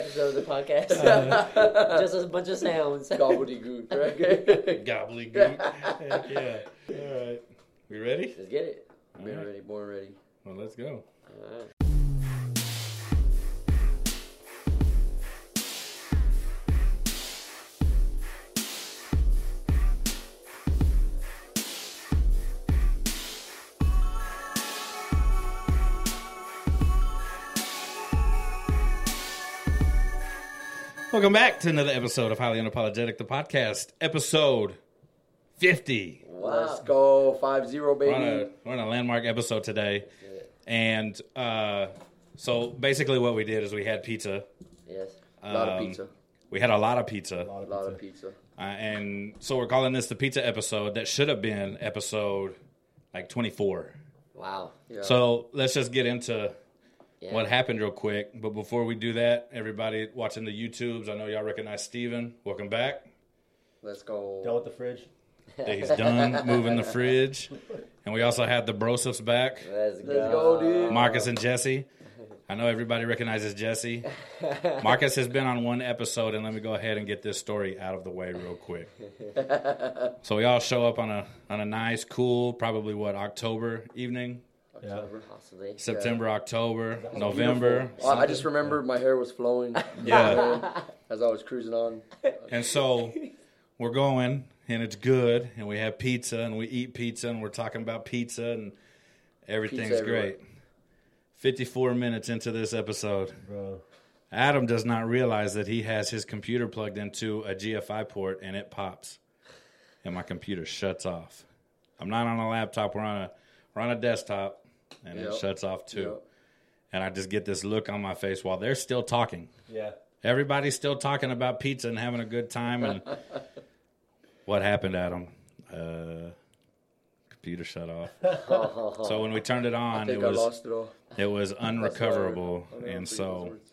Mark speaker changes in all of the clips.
Speaker 1: episode of the podcast. Uh, Just a bunch of sounds.
Speaker 2: Gobbledygook, right?
Speaker 3: Gobbledygook. Heck yeah. All right. We ready?
Speaker 2: Let's get it.
Speaker 3: All
Speaker 2: Been
Speaker 3: right.
Speaker 2: ready, born ready.
Speaker 3: Well, let's go.
Speaker 2: All right.
Speaker 3: Welcome back to another episode of Highly Unapologetic, the podcast, episode 50.
Speaker 2: Let's go. 5 0,
Speaker 3: We're on, a,
Speaker 2: baby.
Speaker 3: we're on a landmark episode today. And uh, so basically, what we did is we had pizza.
Speaker 2: Yes. A lot of
Speaker 3: Um,
Speaker 2: pizza.
Speaker 3: We had a lot of pizza.
Speaker 2: A lot of pizza.
Speaker 3: Uh, and so we're calling this the pizza episode that should have been episode like 24.
Speaker 1: Wow.
Speaker 2: Yeah.
Speaker 3: So let's just get into
Speaker 1: Yeah.
Speaker 3: what happened real quick. But before we do that, everybody watching the YouTubes, I know y'all recognize Steven. Welcome back.
Speaker 2: Let's go.
Speaker 4: Dealt with the fridge.
Speaker 3: He's done moving the fridge. And we also had the Brosifs back,
Speaker 1: Let's go.
Speaker 2: Let's go, dude.
Speaker 3: Marcus and Jesse. I know everybody recognizes Jesse. Marcus has been on one episode, and let me go ahead and get this story out of the way real quick. So we all show up on a on a nice, cool, probably what October evening,
Speaker 4: Yeah.
Speaker 1: Possibly.
Speaker 3: September, October, November.
Speaker 2: Well, I just remember my hair was flowing
Speaker 3: Yeah.
Speaker 2: as I was cruising on.
Speaker 3: And so we're going and it's good and we have pizza and we eat pizza and we're talking about pizza and everything's
Speaker 2: Pizza everywhere.
Speaker 3: great. 54 minutes into this episode,
Speaker 4: Bro.
Speaker 3: Adam does not realize that he has his computer plugged into a GFI port and it pops and my computer shuts off. I'm not on a laptop, we're on a we're on a desktop and
Speaker 2: Yep.
Speaker 3: it shuts off too.
Speaker 2: Yep.
Speaker 3: And I just get this look on my face while they're still talking
Speaker 4: Yeah.
Speaker 3: everybody's still talking about pizza and having a good time and what happened adam uh computer shut off
Speaker 1: Oh,
Speaker 3: so when we turned it
Speaker 2: Oh. I
Speaker 3: on it
Speaker 2: think I
Speaker 3: was
Speaker 2: lost it all.
Speaker 3: it was
Speaker 2: That's why I-
Speaker 3: unrecoverable
Speaker 2: I don't
Speaker 3: and
Speaker 2: think
Speaker 3: so
Speaker 2: those words.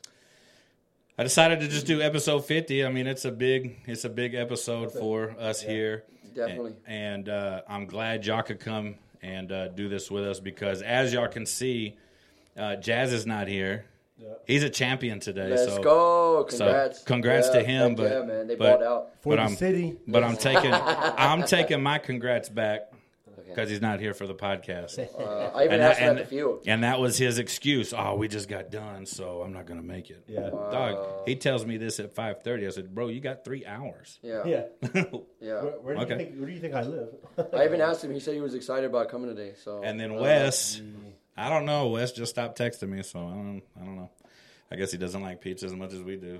Speaker 3: i decided to just do episode 50 i mean it's a big it's a big episode for us here
Speaker 2: Definitely.
Speaker 3: and, and, uh, i'm glad y'all could come and uh, do this with us because as y'all can see uh, jazz is not here
Speaker 4: Yeah.
Speaker 3: he's a champion today
Speaker 2: Let's
Speaker 3: so
Speaker 2: go. Congrats.
Speaker 3: congrats to him,
Speaker 2: heck
Speaker 3: but-
Speaker 2: yeah, man, they
Speaker 3: but-
Speaker 2: bought out.
Speaker 3: But
Speaker 4: For the
Speaker 3: I'm-
Speaker 4: city.
Speaker 3: But I'm taking I'm taking my congrats back because he's not here for the podcast,
Speaker 2: Uh, I even
Speaker 3: And
Speaker 2: asked
Speaker 3: I-
Speaker 2: him at
Speaker 3: and-
Speaker 2: the field.
Speaker 3: and that was his excuse. Oh, we just got done, so I'm not gonna make it.
Speaker 4: Yeah.
Speaker 3: Dog, he tells me this at 5:30. I said, "Bro, you got three hours."
Speaker 2: Yeah, yeah.
Speaker 4: Yeah. Where, where, do
Speaker 3: Okay.
Speaker 4: you think, where do you think I live?
Speaker 2: I even asked him. He said he was excited about coming today. So
Speaker 3: And then
Speaker 2: uh,
Speaker 3: Wes, I don't know. Wes just stopped texting me, so I don't. I don't know. I guess he doesn't like pizza as much as we do.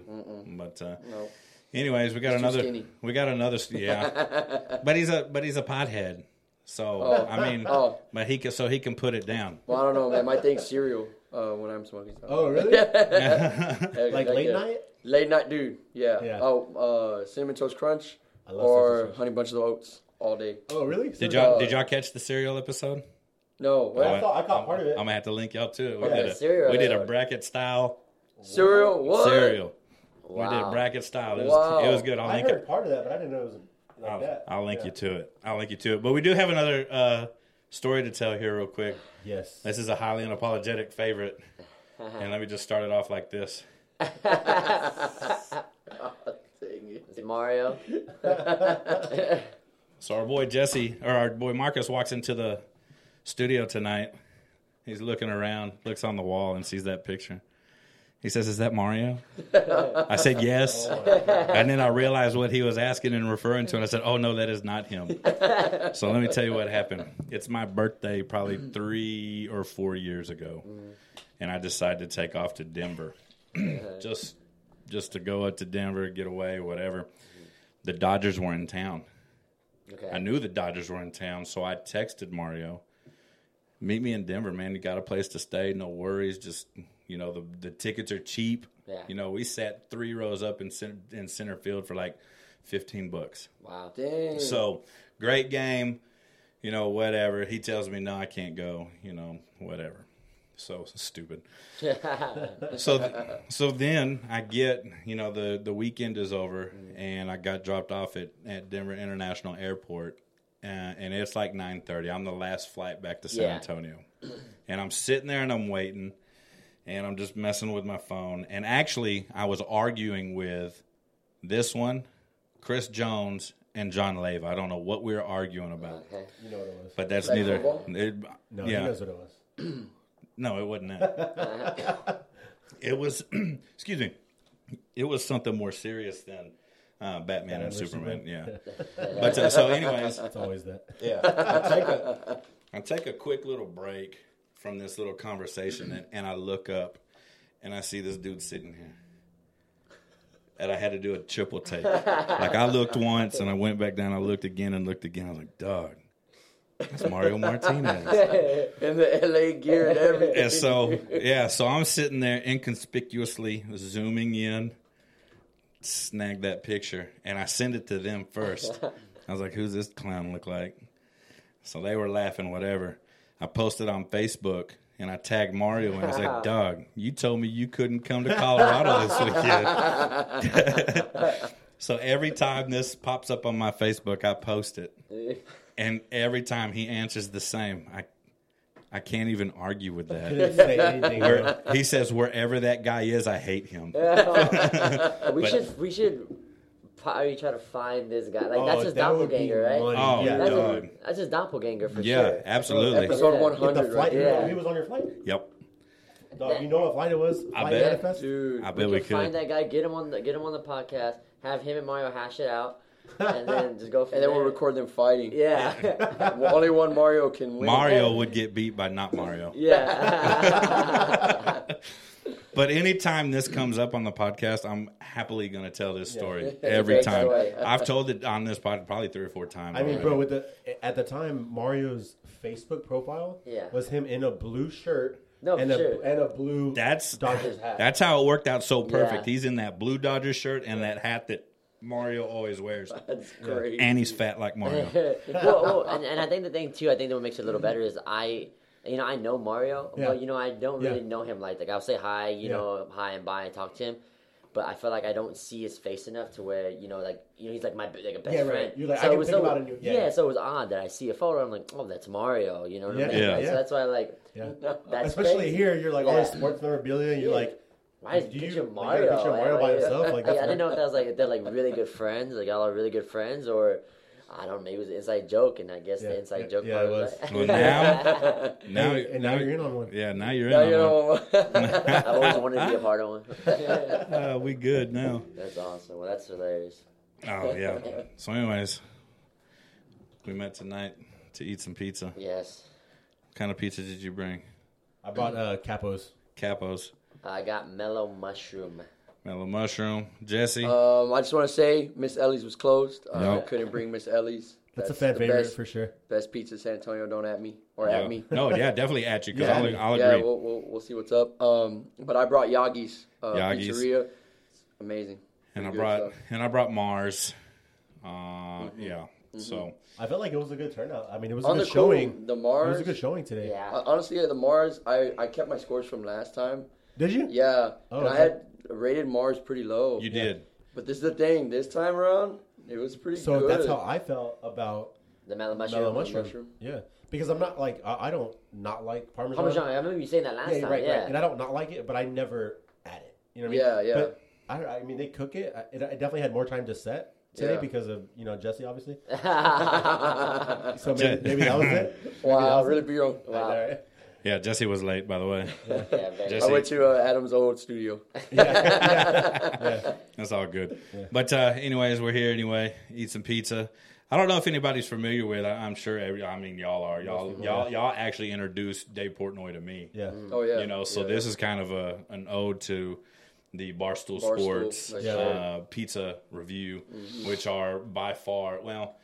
Speaker 3: But uh,
Speaker 2: No.
Speaker 3: anyways, we got
Speaker 2: He's too
Speaker 3: another.
Speaker 2: skinny.
Speaker 3: We got another. Yeah, but he's a but he's a pothead. So I mean,
Speaker 2: Oh.
Speaker 3: but he can so he can put it down.
Speaker 2: Well, I don't know, man. My thing's cereal uh, when I'm smoking. So.
Speaker 4: Oh, really?
Speaker 2: Heck,
Speaker 4: Like
Speaker 2: heck
Speaker 4: late
Speaker 2: yeah.
Speaker 4: night?
Speaker 2: Late night, dude. Yeah.
Speaker 4: Yeah.
Speaker 2: Oh, uh, cinnamon toast crunch
Speaker 4: I love Cinnamon
Speaker 2: or
Speaker 4: Toast.
Speaker 2: honey bunches of oats all day.
Speaker 4: Oh, really?
Speaker 3: Did
Speaker 4: Seriously?
Speaker 3: y'all did y'all catch the cereal episode?
Speaker 2: No, what?
Speaker 4: I thought I caught part of
Speaker 3: I'm
Speaker 4: it.
Speaker 3: gonna have to link y'all to it. We
Speaker 2: Yeah,
Speaker 3: did a
Speaker 1: cereal
Speaker 3: we did a
Speaker 1: episode.
Speaker 3: bracket style
Speaker 2: cereal? What?
Speaker 3: cereal. We did
Speaker 1: oh. Wow.
Speaker 3: bracket style. It was,
Speaker 2: Wow.
Speaker 3: it was good. I'll
Speaker 4: I
Speaker 3: link
Speaker 4: heard
Speaker 3: it.
Speaker 4: part of that, but I didn't know it was like
Speaker 3: I'll,
Speaker 4: that.
Speaker 3: I'll link
Speaker 4: Yeah.
Speaker 3: you to it. I'll link you to it. But we do have another uh, story to tell here, real quick.
Speaker 4: Yes.
Speaker 3: This is a highly unapologetic favorite, and let me just start it off like this.
Speaker 2: Dang it.
Speaker 1: It's Mario.
Speaker 3: So our boy Jesse or our boy Marcus walks into the studio tonight. He's looking around, looks on the wall, and sees that picture. He says, "Is that Mario?" I said, "Yes," and then I realized what he was asking and referring to, and I said, "Oh no, that is not him." so let me tell you what happened. It's my birthday, probably three or four years ago, and I decided to take off to Denver, just just to go up to Denver, get away, whatever. The Dodgers were in town.
Speaker 1: Okay.
Speaker 3: I knew the Dodgers were in town, so I texted Mario, "Meet me in Denver, man. You got a place to stay, no worries. Just you know, the the tickets are cheap.
Speaker 1: Yeah.
Speaker 3: You know, we sat three rows up in center, in center field for like fifteen bucks.
Speaker 1: Wow.
Speaker 2: Dang.
Speaker 3: So great game. You know, whatever. He tells me, no, I can't go. You know, whatever. So stupid. so th- so then I get you know the the weekend is over and I got dropped off at at Denver International Airport uh, and it's like nine thirty. I'm the last flight back to San
Speaker 1: Yeah.
Speaker 3: Antonio, and I'm sitting there and I'm waiting. and I'm just messing with my phone. And actually, I was arguing with this one, Chris Jones, and John Lave. I don't know what we were arguing about,
Speaker 1: Uh,
Speaker 2: Okay.
Speaker 4: You know what it was.
Speaker 3: but that's
Speaker 2: Like
Speaker 3: neither.
Speaker 2: football?
Speaker 3: It,
Speaker 4: no, he
Speaker 3: yeah,
Speaker 4: knows what it was.
Speaker 3: no, it wasn't that. it was, excuse me, it was something more serious than uh, Batman and
Speaker 4: versus
Speaker 3: Superman.
Speaker 4: Superman.
Speaker 3: Yeah, but uh, so, anyways,
Speaker 4: It's always that.
Speaker 3: yeah, I'll take a, I'll take a quick little break from this little conversation, and, and I look up, and I see this dude sitting here, and I had to do a triple take. Like I looked once, and I went back down. I looked again, and looked again. I was like, "Dog, that's Mario Martinez."
Speaker 2: In the LA gear and everything.
Speaker 3: and so, yeah, so I'm sitting there inconspicuously zooming in, snag that picture, and I send it to them first. I was like, who's this clown look like? So they were laughing, whatever. I posted on Facebook and I tagged Mario and I was like, Doug, you told me you couldn't come to Colorado this weekend. so every time this pops up on my Facebook, I post it. And every time he answers the same, I I can't even argue with that.
Speaker 4: Didn't say anything.
Speaker 3: Where- he says wherever that guy is, I hate him.
Speaker 1: we
Speaker 3: But-
Speaker 1: should we should probably try to find this guy. Like
Speaker 4: Oh,
Speaker 1: that's his
Speaker 4: that would be
Speaker 1: doppelganger, right?
Speaker 4: money.
Speaker 3: Oh,
Speaker 4: yeah.
Speaker 1: That's, his-
Speaker 3: dog.
Speaker 1: that's his doppelganger for
Speaker 3: Yeah,
Speaker 1: sure.
Speaker 3: absolutely.
Speaker 2: Episode
Speaker 1: Yeah.
Speaker 4: Get
Speaker 2: 100.
Speaker 4: the flight.
Speaker 2: right?
Speaker 4: you know,
Speaker 1: Yeah.
Speaker 4: He was on your flight.
Speaker 3: Yep,
Speaker 4: Dog, you know what flight it was? Flight
Speaker 3: bet.
Speaker 4: manifest?
Speaker 2: Dude.
Speaker 3: I bet
Speaker 1: We,
Speaker 3: we
Speaker 1: can find
Speaker 3: could.
Speaker 1: that guy, get him on the get him on the podcast, have him and Mario hash it out, and then just go from
Speaker 2: And then we'll
Speaker 1: there.
Speaker 2: record them fighting.
Speaker 1: Yeah,
Speaker 2: Well, only one Mario can win.
Speaker 3: Mario would get beat by not Mario.
Speaker 1: yeah.
Speaker 3: But anytime this comes up on the podcast, I'm happily going to tell this story
Speaker 2: Yeah.
Speaker 3: every
Speaker 2: Great
Speaker 3: time.
Speaker 2: story.
Speaker 3: I've told it on this pod probably three or four times.
Speaker 4: I mean,
Speaker 3: already.
Speaker 4: bro, with the at the time Mario's Facebook profile
Speaker 1: Yeah.
Speaker 4: was him in a blue shirt
Speaker 1: No,
Speaker 4: and
Speaker 1: sure.
Speaker 4: a and a blue
Speaker 3: that's
Speaker 4: Dodgers hat.
Speaker 3: that's how it worked out so perfect.
Speaker 1: Yeah.
Speaker 3: He's in that blue Dodgers shirt and that hat that Mario always wears,
Speaker 2: That's great.
Speaker 3: and he's fat like Mario.
Speaker 1: well, well, and, and I think the thing too, I think that what makes it a little better is I, you know, I know Mario,
Speaker 4: Yeah.
Speaker 1: but you know, I don't really
Speaker 4: Yeah.
Speaker 1: know him like that. I'll say hi, you
Speaker 4: Yeah.
Speaker 1: know, hi and bye and talk to him, but I feel like I don't see his face enough to where you know, like you know, he's like my b- like a best
Speaker 4: Yeah, right.
Speaker 1: friend.
Speaker 4: You're like, I can think about it and you-
Speaker 1: yeah,
Speaker 4: yeah, yeah.
Speaker 1: so it was odd that I see a photo. I'm like, oh, that's Mario. You know what
Speaker 4: Yeah,
Speaker 1: I mean?
Speaker 3: yeah,
Speaker 1: Like,
Speaker 4: yeah.
Speaker 1: So that's why, like,
Speaker 4: Yeah.
Speaker 1: that's
Speaker 4: Especially
Speaker 1: crazy.
Speaker 4: here, you're like all this
Speaker 1: Yeah.
Speaker 4: sports memorabilia and you're
Speaker 1: Yeah.
Speaker 4: like
Speaker 1: Why is
Speaker 4: Do you-
Speaker 1: picture
Speaker 4: like, you got a
Speaker 1: Mario?
Speaker 4: picture of Mario by himself? Like,
Speaker 1: I, I
Speaker 4: that's
Speaker 1: didn't
Speaker 4: weird.
Speaker 1: know if that was like if they're like really good friends, like y'all are really good friends, or I don't know. It was an inside joke, and I guess
Speaker 4: Yeah,
Speaker 1: the inside
Speaker 4: yeah,
Speaker 1: joke
Speaker 4: yeah,
Speaker 1: part
Speaker 4: it
Speaker 1: was.
Speaker 4: was.
Speaker 3: Well, now, now,
Speaker 4: now, and now, you're in on one.
Speaker 3: Yeah, now you're in.
Speaker 2: Now
Speaker 3: on
Speaker 2: you
Speaker 3: one.
Speaker 2: know.
Speaker 1: I've always wanted to be a part of one.
Speaker 3: Uh, we good now.
Speaker 1: that's awesome. Well, that's hilarious.
Speaker 3: Oh yeah. So, anyways, we met tonight to eat some pizza. What
Speaker 1: Yes,
Speaker 3: kind of pizza did you bring?
Speaker 4: I bought uh, capos.
Speaker 3: Capos,
Speaker 1: I got mellow mushroom.
Speaker 3: mellow mushroom, Jesse.
Speaker 2: um, I just want to say Miss Ellie's was closed. Uh, I
Speaker 3: Nope.
Speaker 2: couldn't bring Miss Ellie's.
Speaker 4: That's, a fan
Speaker 2: the
Speaker 4: favorite
Speaker 2: Best,
Speaker 4: for sure.
Speaker 2: best pizza San Antonio. Don't at me or
Speaker 3: Yeah.
Speaker 2: at me.
Speaker 3: No, yeah, definitely at you because
Speaker 4: Yeah, at me.
Speaker 3: I'll, I'll
Speaker 2: Yeah,
Speaker 3: agree.
Speaker 2: we'll, we'll we'll see what's up. Um, but I brought Yagi's uh,
Speaker 3: Yagi's.
Speaker 2: pizzeria. Amazing.
Speaker 3: and I
Speaker 2: Pretty good
Speaker 3: brought
Speaker 2: stuff.
Speaker 3: and I brought Mars. Uh,
Speaker 2: Mm-hmm.
Speaker 3: Yeah, so
Speaker 4: I felt like it was a good turnout. I mean, it was
Speaker 2: On
Speaker 4: a
Speaker 2: the
Speaker 4: good
Speaker 2: cool,
Speaker 4: showing.
Speaker 2: the
Speaker 4: It was
Speaker 2: Mars.
Speaker 4: a good showing today.
Speaker 1: Yeah,
Speaker 2: Uh, honestly, yeah, the Mars. I I kept my scores from last time.
Speaker 4: Did you?
Speaker 2: Yeah,
Speaker 4: Oh,
Speaker 2: and I
Speaker 4: okay.
Speaker 2: had rated Mars pretty low.
Speaker 3: you did.
Speaker 2: But this is the thing. This time around, it was pretty
Speaker 4: So
Speaker 2: good.
Speaker 4: that's how I felt about
Speaker 1: the mellow mushroom.
Speaker 4: mellow mushroom.
Speaker 2: mushroom.
Speaker 4: Yeah, because I'm not like I, I don't not like parmesan.
Speaker 1: Parmesan. I remember you saying that last
Speaker 4: Yeah,
Speaker 1: time.
Speaker 4: right,
Speaker 1: yeah.
Speaker 4: right. And I don't not like it, but I never add it. You know what I mean?
Speaker 2: Yeah, yeah.
Speaker 4: But I, I mean, they cook it. I, it. I definitely had more time to set today
Speaker 2: Yeah.
Speaker 4: because of you know Jesse, obviously.
Speaker 1: wow.
Speaker 4: So maybe, maybe that was it. Maybe that
Speaker 2: Wow,
Speaker 4: was
Speaker 2: really
Speaker 4: it.
Speaker 2: be wrong.
Speaker 4: All right.
Speaker 3: Yeah, Jesse was late, by the way.
Speaker 1: Yeah, very
Speaker 3: Just-
Speaker 2: I went to uh, Adam's old studio.
Speaker 3: That's all good. But uh, anyways, we're here anyway. Eat some pizza. I don't know if anybody's familiar with. I, I'm sure. Every, I mean, y'all are. Y'all, y'all, y'all actually introduced Dave Portnoy to me.
Speaker 4: Yeah.
Speaker 2: Oh yeah.
Speaker 3: Mm, You know, so
Speaker 2: Yeah.
Speaker 3: this is kind of a an ode to the Barstool,
Speaker 2: Barstool,
Speaker 3: Sports
Speaker 2: like
Speaker 3: uh, pizza review, which are by far well.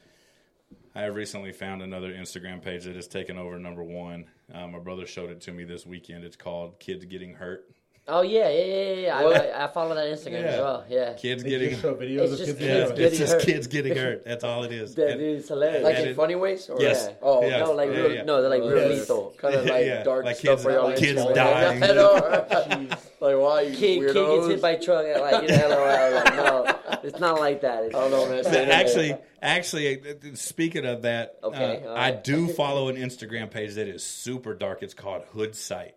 Speaker 3: I have recently found another Instagram page that has taken over number one. Uh, my brother showed it to me this weekend. It's called Kids Getting Hurt.
Speaker 1: Oh yeah, yeah, yeah, yeah. I, I, I follow that Instagram as
Speaker 3: Yeah.
Speaker 1: well. Yeah,
Speaker 3: Kids
Speaker 4: They
Speaker 3: getting
Speaker 4: just show videos
Speaker 1: It's
Speaker 4: of
Speaker 1: just
Speaker 4: kids.
Speaker 1: kids
Speaker 3: yeah, it's
Speaker 4: doing it.
Speaker 1: getting
Speaker 3: just
Speaker 1: hurt.
Speaker 3: kids getting hurt. That's all it is.
Speaker 1: that
Speaker 3: And-
Speaker 1: dude is hilarious.
Speaker 2: like
Speaker 3: Yeah,
Speaker 2: in
Speaker 3: dude.
Speaker 2: funny ways. Or
Speaker 3: Yes.
Speaker 2: Oh,
Speaker 3: Yeah.
Speaker 2: no, like
Speaker 3: Yeah,
Speaker 2: real,
Speaker 3: yeah.
Speaker 1: no, they're like real
Speaker 2: Yes.
Speaker 1: lethal.
Speaker 2: kind of like
Speaker 3: Yeah,
Speaker 2: dark
Speaker 3: like
Speaker 2: stuff.
Speaker 3: kids-
Speaker 2: where y'all
Speaker 3: like kids
Speaker 2: showing.
Speaker 3: dying.
Speaker 2: I know, right? like why you
Speaker 1: Kid, kid gets
Speaker 2: weirdos?
Speaker 1: hit by truck. and, Like you know, LOL. Like, no, it's not like that. It's,
Speaker 2: I don't know, man.
Speaker 1: It's-
Speaker 2: Say that.
Speaker 3: actually, actually, uh, uh, speaking of that,
Speaker 1: Okay,
Speaker 3: uh,
Speaker 1: all
Speaker 3: I
Speaker 1: right.
Speaker 3: do follow an Instagram page that is super dark. It's called Hood Sight.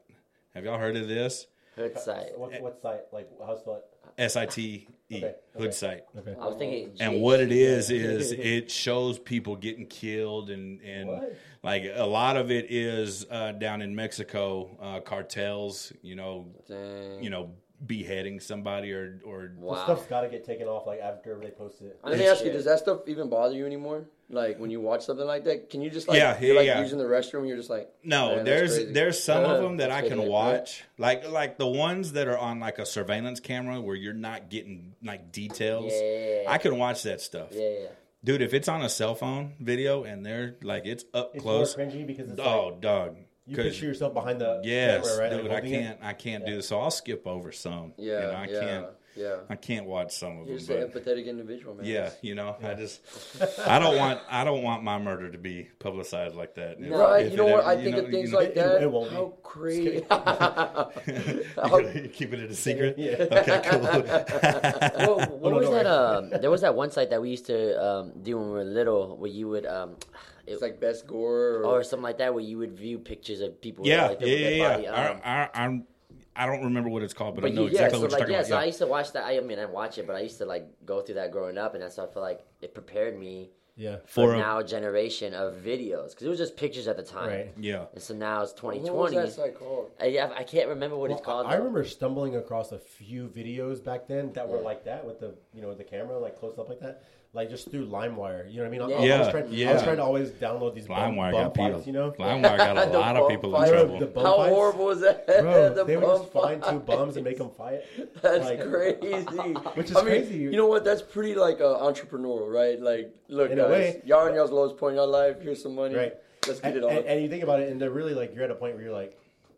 Speaker 3: Have y'all heard of this?
Speaker 1: Hood site.
Speaker 4: What's what site? Like how's that?
Speaker 3: S I T E
Speaker 4: Okay, okay.
Speaker 3: hood site.
Speaker 4: Okay.
Speaker 1: I was thinking.
Speaker 3: And
Speaker 1: G.
Speaker 3: what it is is it shows people getting killed and and
Speaker 4: What?
Speaker 3: like a lot of it is uh, down in Mexico uh, cartels, you know,
Speaker 1: Dang.
Speaker 3: you know, beheading somebody or or
Speaker 4: So
Speaker 1: wow.
Speaker 4: stuff's got to get taken off like after they post it.
Speaker 2: Let me ask you, does that stuff even bother you anymore? Like when you watch something like that, can you just like
Speaker 3: Yeah, yeah,
Speaker 2: you're like
Speaker 3: yeah.
Speaker 2: using the restroom, you're just like
Speaker 3: No,
Speaker 2: "Man, that's
Speaker 3: there's
Speaker 2: crazy."
Speaker 3: there's some
Speaker 2: Uh,
Speaker 3: of them that
Speaker 2: that's
Speaker 3: I can
Speaker 2: crazy.
Speaker 3: watch, like like the ones that are on like a surveillance camera where you're not getting like details.
Speaker 1: Yeah.
Speaker 3: I can watch that stuff,
Speaker 1: Yeah, yeah.
Speaker 3: dude. If it's on a cell phone video and they're like it's up
Speaker 4: It's
Speaker 3: close,
Speaker 4: more cringy because it's
Speaker 3: oh
Speaker 4: like
Speaker 3: dog,
Speaker 4: you
Speaker 3: 'Cause-
Speaker 4: picture yourself behind the
Speaker 3: yes,
Speaker 4: camera, right? Like,
Speaker 3: dude, I
Speaker 4: holding it.
Speaker 3: can't I can't do this, so I'll skip over some.
Speaker 2: Yeah,
Speaker 3: you know, I
Speaker 2: yeah,
Speaker 3: can't
Speaker 2: yeah.
Speaker 3: I can't watch some of
Speaker 2: You're
Speaker 3: them.
Speaker 2: just an
Speaker 3: But
Speaker 2: empathetic individual, man.
Speaker 3: yeah, you know, I just I don't want I don't want my murder to be publicized like that. If-
Speaker 2: Right,
Speaker 3: if
Speaker 2: you know
Speaker 3: it
Speaker 2: what?
Speaker 3: ever-
Speaker 2: I
Speaker 3: you
Speaker 2: think
Speaker 3: know-
Speaker 2: of things
Speaker 3: you know-
Speaker 2: like
Speaker 4: it-
Speaker 2: that.
Speaker 4: it won't be.
Speaker 2: How
Speaker 4: Just
Speaker 2: crazy!
Speaker 3: You're keeping it a secret.
Speaker 4: Yeah.
Speaker 3: Okay, cool.
Speaker 1: Well, what
Speaker 4: no,
Speaker 1: was
Speaker 4: don't
Speaker 1: that? Um,
Speaker 4: worry.
Speaker 1: there was that one site that we used to um, do when we were little, where you would, um, it,
Speaker 2: it's like best gore. Or,
Speaker 1: or something like that, where you would view pictures of people.
Speaker 3: yeah,
Speaker 1: like,
Speaker 3: yeah,
Speaker 1: their dead
Speaker 3: yeah,
Speaker 1: body,
Speaker 3: yeah.
Speaker 1: um,
Speaker 3: I, I, I'm, I don't remember what it's called, but,
Speaker 1: But
Speaker 3: I know
Speaker 1: you,
Speaker 3: exactly
Speaker 1: yeah, so
Speaker 3: what you're
Speaker 1: like,
Speaker 3: talking
Speaker 1: yeah,
Speaker 3: about.
Speaker 1: so I
Speaker 3: yeah.
Speaker 1: used to watch that. I mean, I watch it, but I used to like go through that growing up, and that's why I feel like it prepared me
Speaker 4: Yeah.
Speaker 1: for,
Speaker 3: For a-
Speaker 1: now generation of videos because it was just pictures at the time,
Speaker 4: Right.
Speaker 3: yeah.
Speaker 1: and so now it's
Speaker 2: what was
Speaker 1: 2020.
Speaker 2: that site called?
Speaker 1: I, yeah, I can't remember what it's
Speaker 4: Well,
Speaker 1: called.
Speaker 4: I I
Speaker 1: though.
Speaker 4: remember stumbling across a few videos back then that were
Speaker 1: Yeah.
Speaker 4: like that with the you know the camera like close up like that, like just through LimeWire. You know what I mean? I- I,
Speaker 1: Yeah.
Speaker 4: was trying, I was
Speaker 3: Yeah.
Speaker 4: trying to always download these bump,
Speaker 3: LimeWire got
Speaker 4: bump
Speaker 3: people.
Speaker 4: fights, you know.
Speaker 3: LimeWire got a
Speaker 2: The
Speaker 3: lot of
Speaker 2: bump
Speaker 3: people in
Speaker 2: fights.
Speaker 4: Bro,
Speaker 3: trouble.
Speaker 4: the bump
Speaker 2: How
Speaker 4: fights?
Speaker 2: horrible is that?
Speaker 4: Bro,
Speaker 2: The
Speaker 4: they would just
Speaker 2: bump
Speaker 4: find two
Speaker 2: fight.
Speaker 4: bums and make them fight.
Speaker 2: That's
Speaker 4: Like,
Speaker 2: crazy.
Speaker 4: Which is
Speaker 2: I mean,
Speaker 4: crazy.
Speaker 2: You know what? That's pretty like uh, entrepreneurial, right? Like, look,
Speaker 4: In a
Speaker 2: guys,
Speaker 4: way.
Speaker 2: y'all are in y'all's lowest point in your life. Here's some money.
Speaker 4: Right.
Speaker 2: Let's get it
Speaker 4: And,
Speaker 2: on.
Speaker 4: and- and you think about it, and they're really like you're at a point where you're like,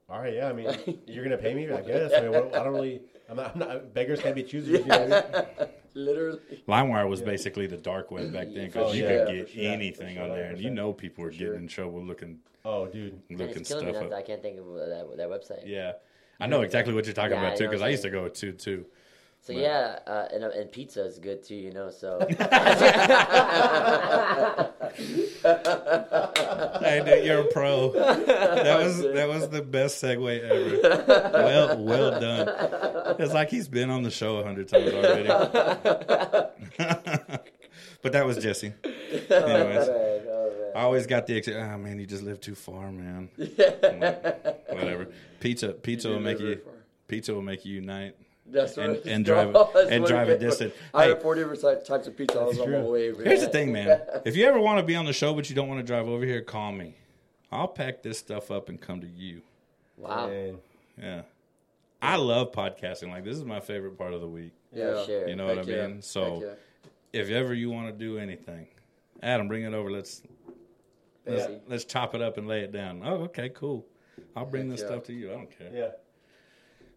Speaker 4: all right, yeah, I mean, you're gonna pay me, I guess. I mean, what, I don't really, I'm not, I'm not beggars can't be choosers. You know what I mean?
Speaker 2: Literally.
Speaker 3: LimeWire was basically the dark web back then because
Speaker 4: Oh,
Speaker 3: you
Speaker 4: yeah,
Speaker 3: could
Speaker 4: for
Speaker 3: get
Speaker 4: sure,
Speaker 3: anything
Speaker 4: for
Speaker 3: on
Speaker 4: sure,
Speaker 3: there, and you
Speaker 4: 100%.
Speaker 3: know people were getting in trouble looking
Speaker 4: Oh, dude,
Speaker 1: And
Speaker 3: looking
Speaker 1: it's killing me
Speaker 3: stuff
Speaker 1: that I
Speaker 3: up.
Speaker 1: can't think of that, that website.
Speaker 3: Yeah, I know exactly what you're talking
Speaker 1: Yeah,
Speaker 3: about
Speaker 1: I
Speaker 3: too
Speaker 1: know
Speaker 3: because
Speaker 1: what
Speaker 3: I
Speaker 1: you
Speaker 3: used to go to too.
Speaker 1: So yeah, uh, and, and pizza is good too, you know. So
Speaker 3: Hey, dude, you're a pro. That was that was the best segue ever. Well, well done. It's like he's been on the show a hundred times already. but that was Jesse. Anyways, I always got the ex- oh man, you just live too far, man. Whatever. Pizza, pizza
Speaker 2: You
Speaker 3: will
Speaker 2: do
Speaker 3: make
Speaker 2: live
Speaker 3: you.
Speaker 2: very far.
Speaker 3: Pizza will make you unite.
Speaker 2: That's
Speaker 3: And-
Speaker 2: what
Speaker 3: and drive-
Speaker 2: That's
Speaker 3: and
Speaker 2: what
Speaker 3: drive
Speaker 2: it
Speaker 3: a
Speaker 2: is.
Speaker 3: distance.
Speaker 2: I
Speaker 3: Hey.
Speaker 2: had four different si- types of pizza. I was on my
Speaker 4: true.
Speaker 2: way. man.
Speaker 3: Here's the thing, man. If you ever want to be on the show but you don't want to drive over here, call me. I'll pack this stuff up and come to you.
Speaker 1: wow,
Speaker 4: Man.
Speaker 3: Yeah. I love podcasting. Like this is my favorite part of the week.
Speaker 1: yeah,
Speaker 2: Yeah.
Speaker 1: sure.
Speaker 3: You know what I
Speaker 2: Heck yeah.
Speaker 3: mean? So
Speaker 2: Heck yeah.
Speaker 3: if ever you want to do anything, Adam, bring it over. Let's let's,
Speaker 2: Yeah.
Speaker 3: let's chop it up and lay it down. Oh, okay, cool. I'll bring
Speaker 2: Heck
Speaker 3: this
Speaker 2: yeah.
Speaker 3: stuff to you. I don't care.
Speaker 4: yeah.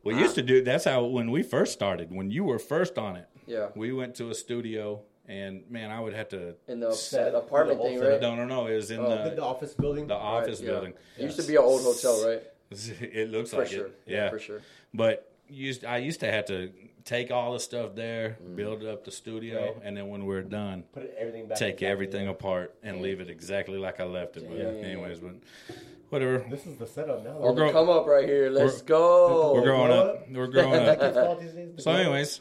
Speaker 3: We used to do that's how when we first started, when you were first on it,
Speaker 2: Yeah.
Speaker 3: we went to a studio and man, I would have to
Speaker 2: In the
Speaker 4: Set-
Speaker 2: apartment
Speaker 4: the whole
Speaker 2: thing,
Speaker 4: setup.
Speaker 2: right? Oh.
Speaker 3: no no no, it was in
Speaker 4: The, the
Speaker 3: the
Speaker 4: office building.
Speaker 3: the
Speaker 2: Right,
Speaker 3: office
Speaker 2: yeah.
Speaker 3: building.
Speaker 2: It used to be an old hotel, right?
Speaker 3: It looks
Speaker 2: For
Speaker 3: like
Speaker 2: sure.
Speaker 3: it. Yeah.
Speaker 2: for sure.
Speaker 3: But used I used to have to take all the stuff there,
Speaker 2: Mm-hmm.
Speaker 3: build up the studio,
Speaker 4: Right.
Speaker 3: and then when we're done,
Speaker 4: Put it- everything back.
Speaker 3: take
Speaker 4: exactly.
Speaker 3: everything apart and leave it exactly like I left it. But anyways, but whatever.
Speaker 4: This is the setup now.
Speaker 3: We're grow-
Speaker 2: Come up right here. Let's go.
Speaker 3: We're growing
Speaker 4: grow
Speaker 3: up.
Speaker 4: up.
Speaker 3: We're growing
Speaker 4: It's
Speaker 3: up.
Speaker 4: called these days, the
Speaker 3: So,
Speaker 4: glow-
Speaker 3: anyways,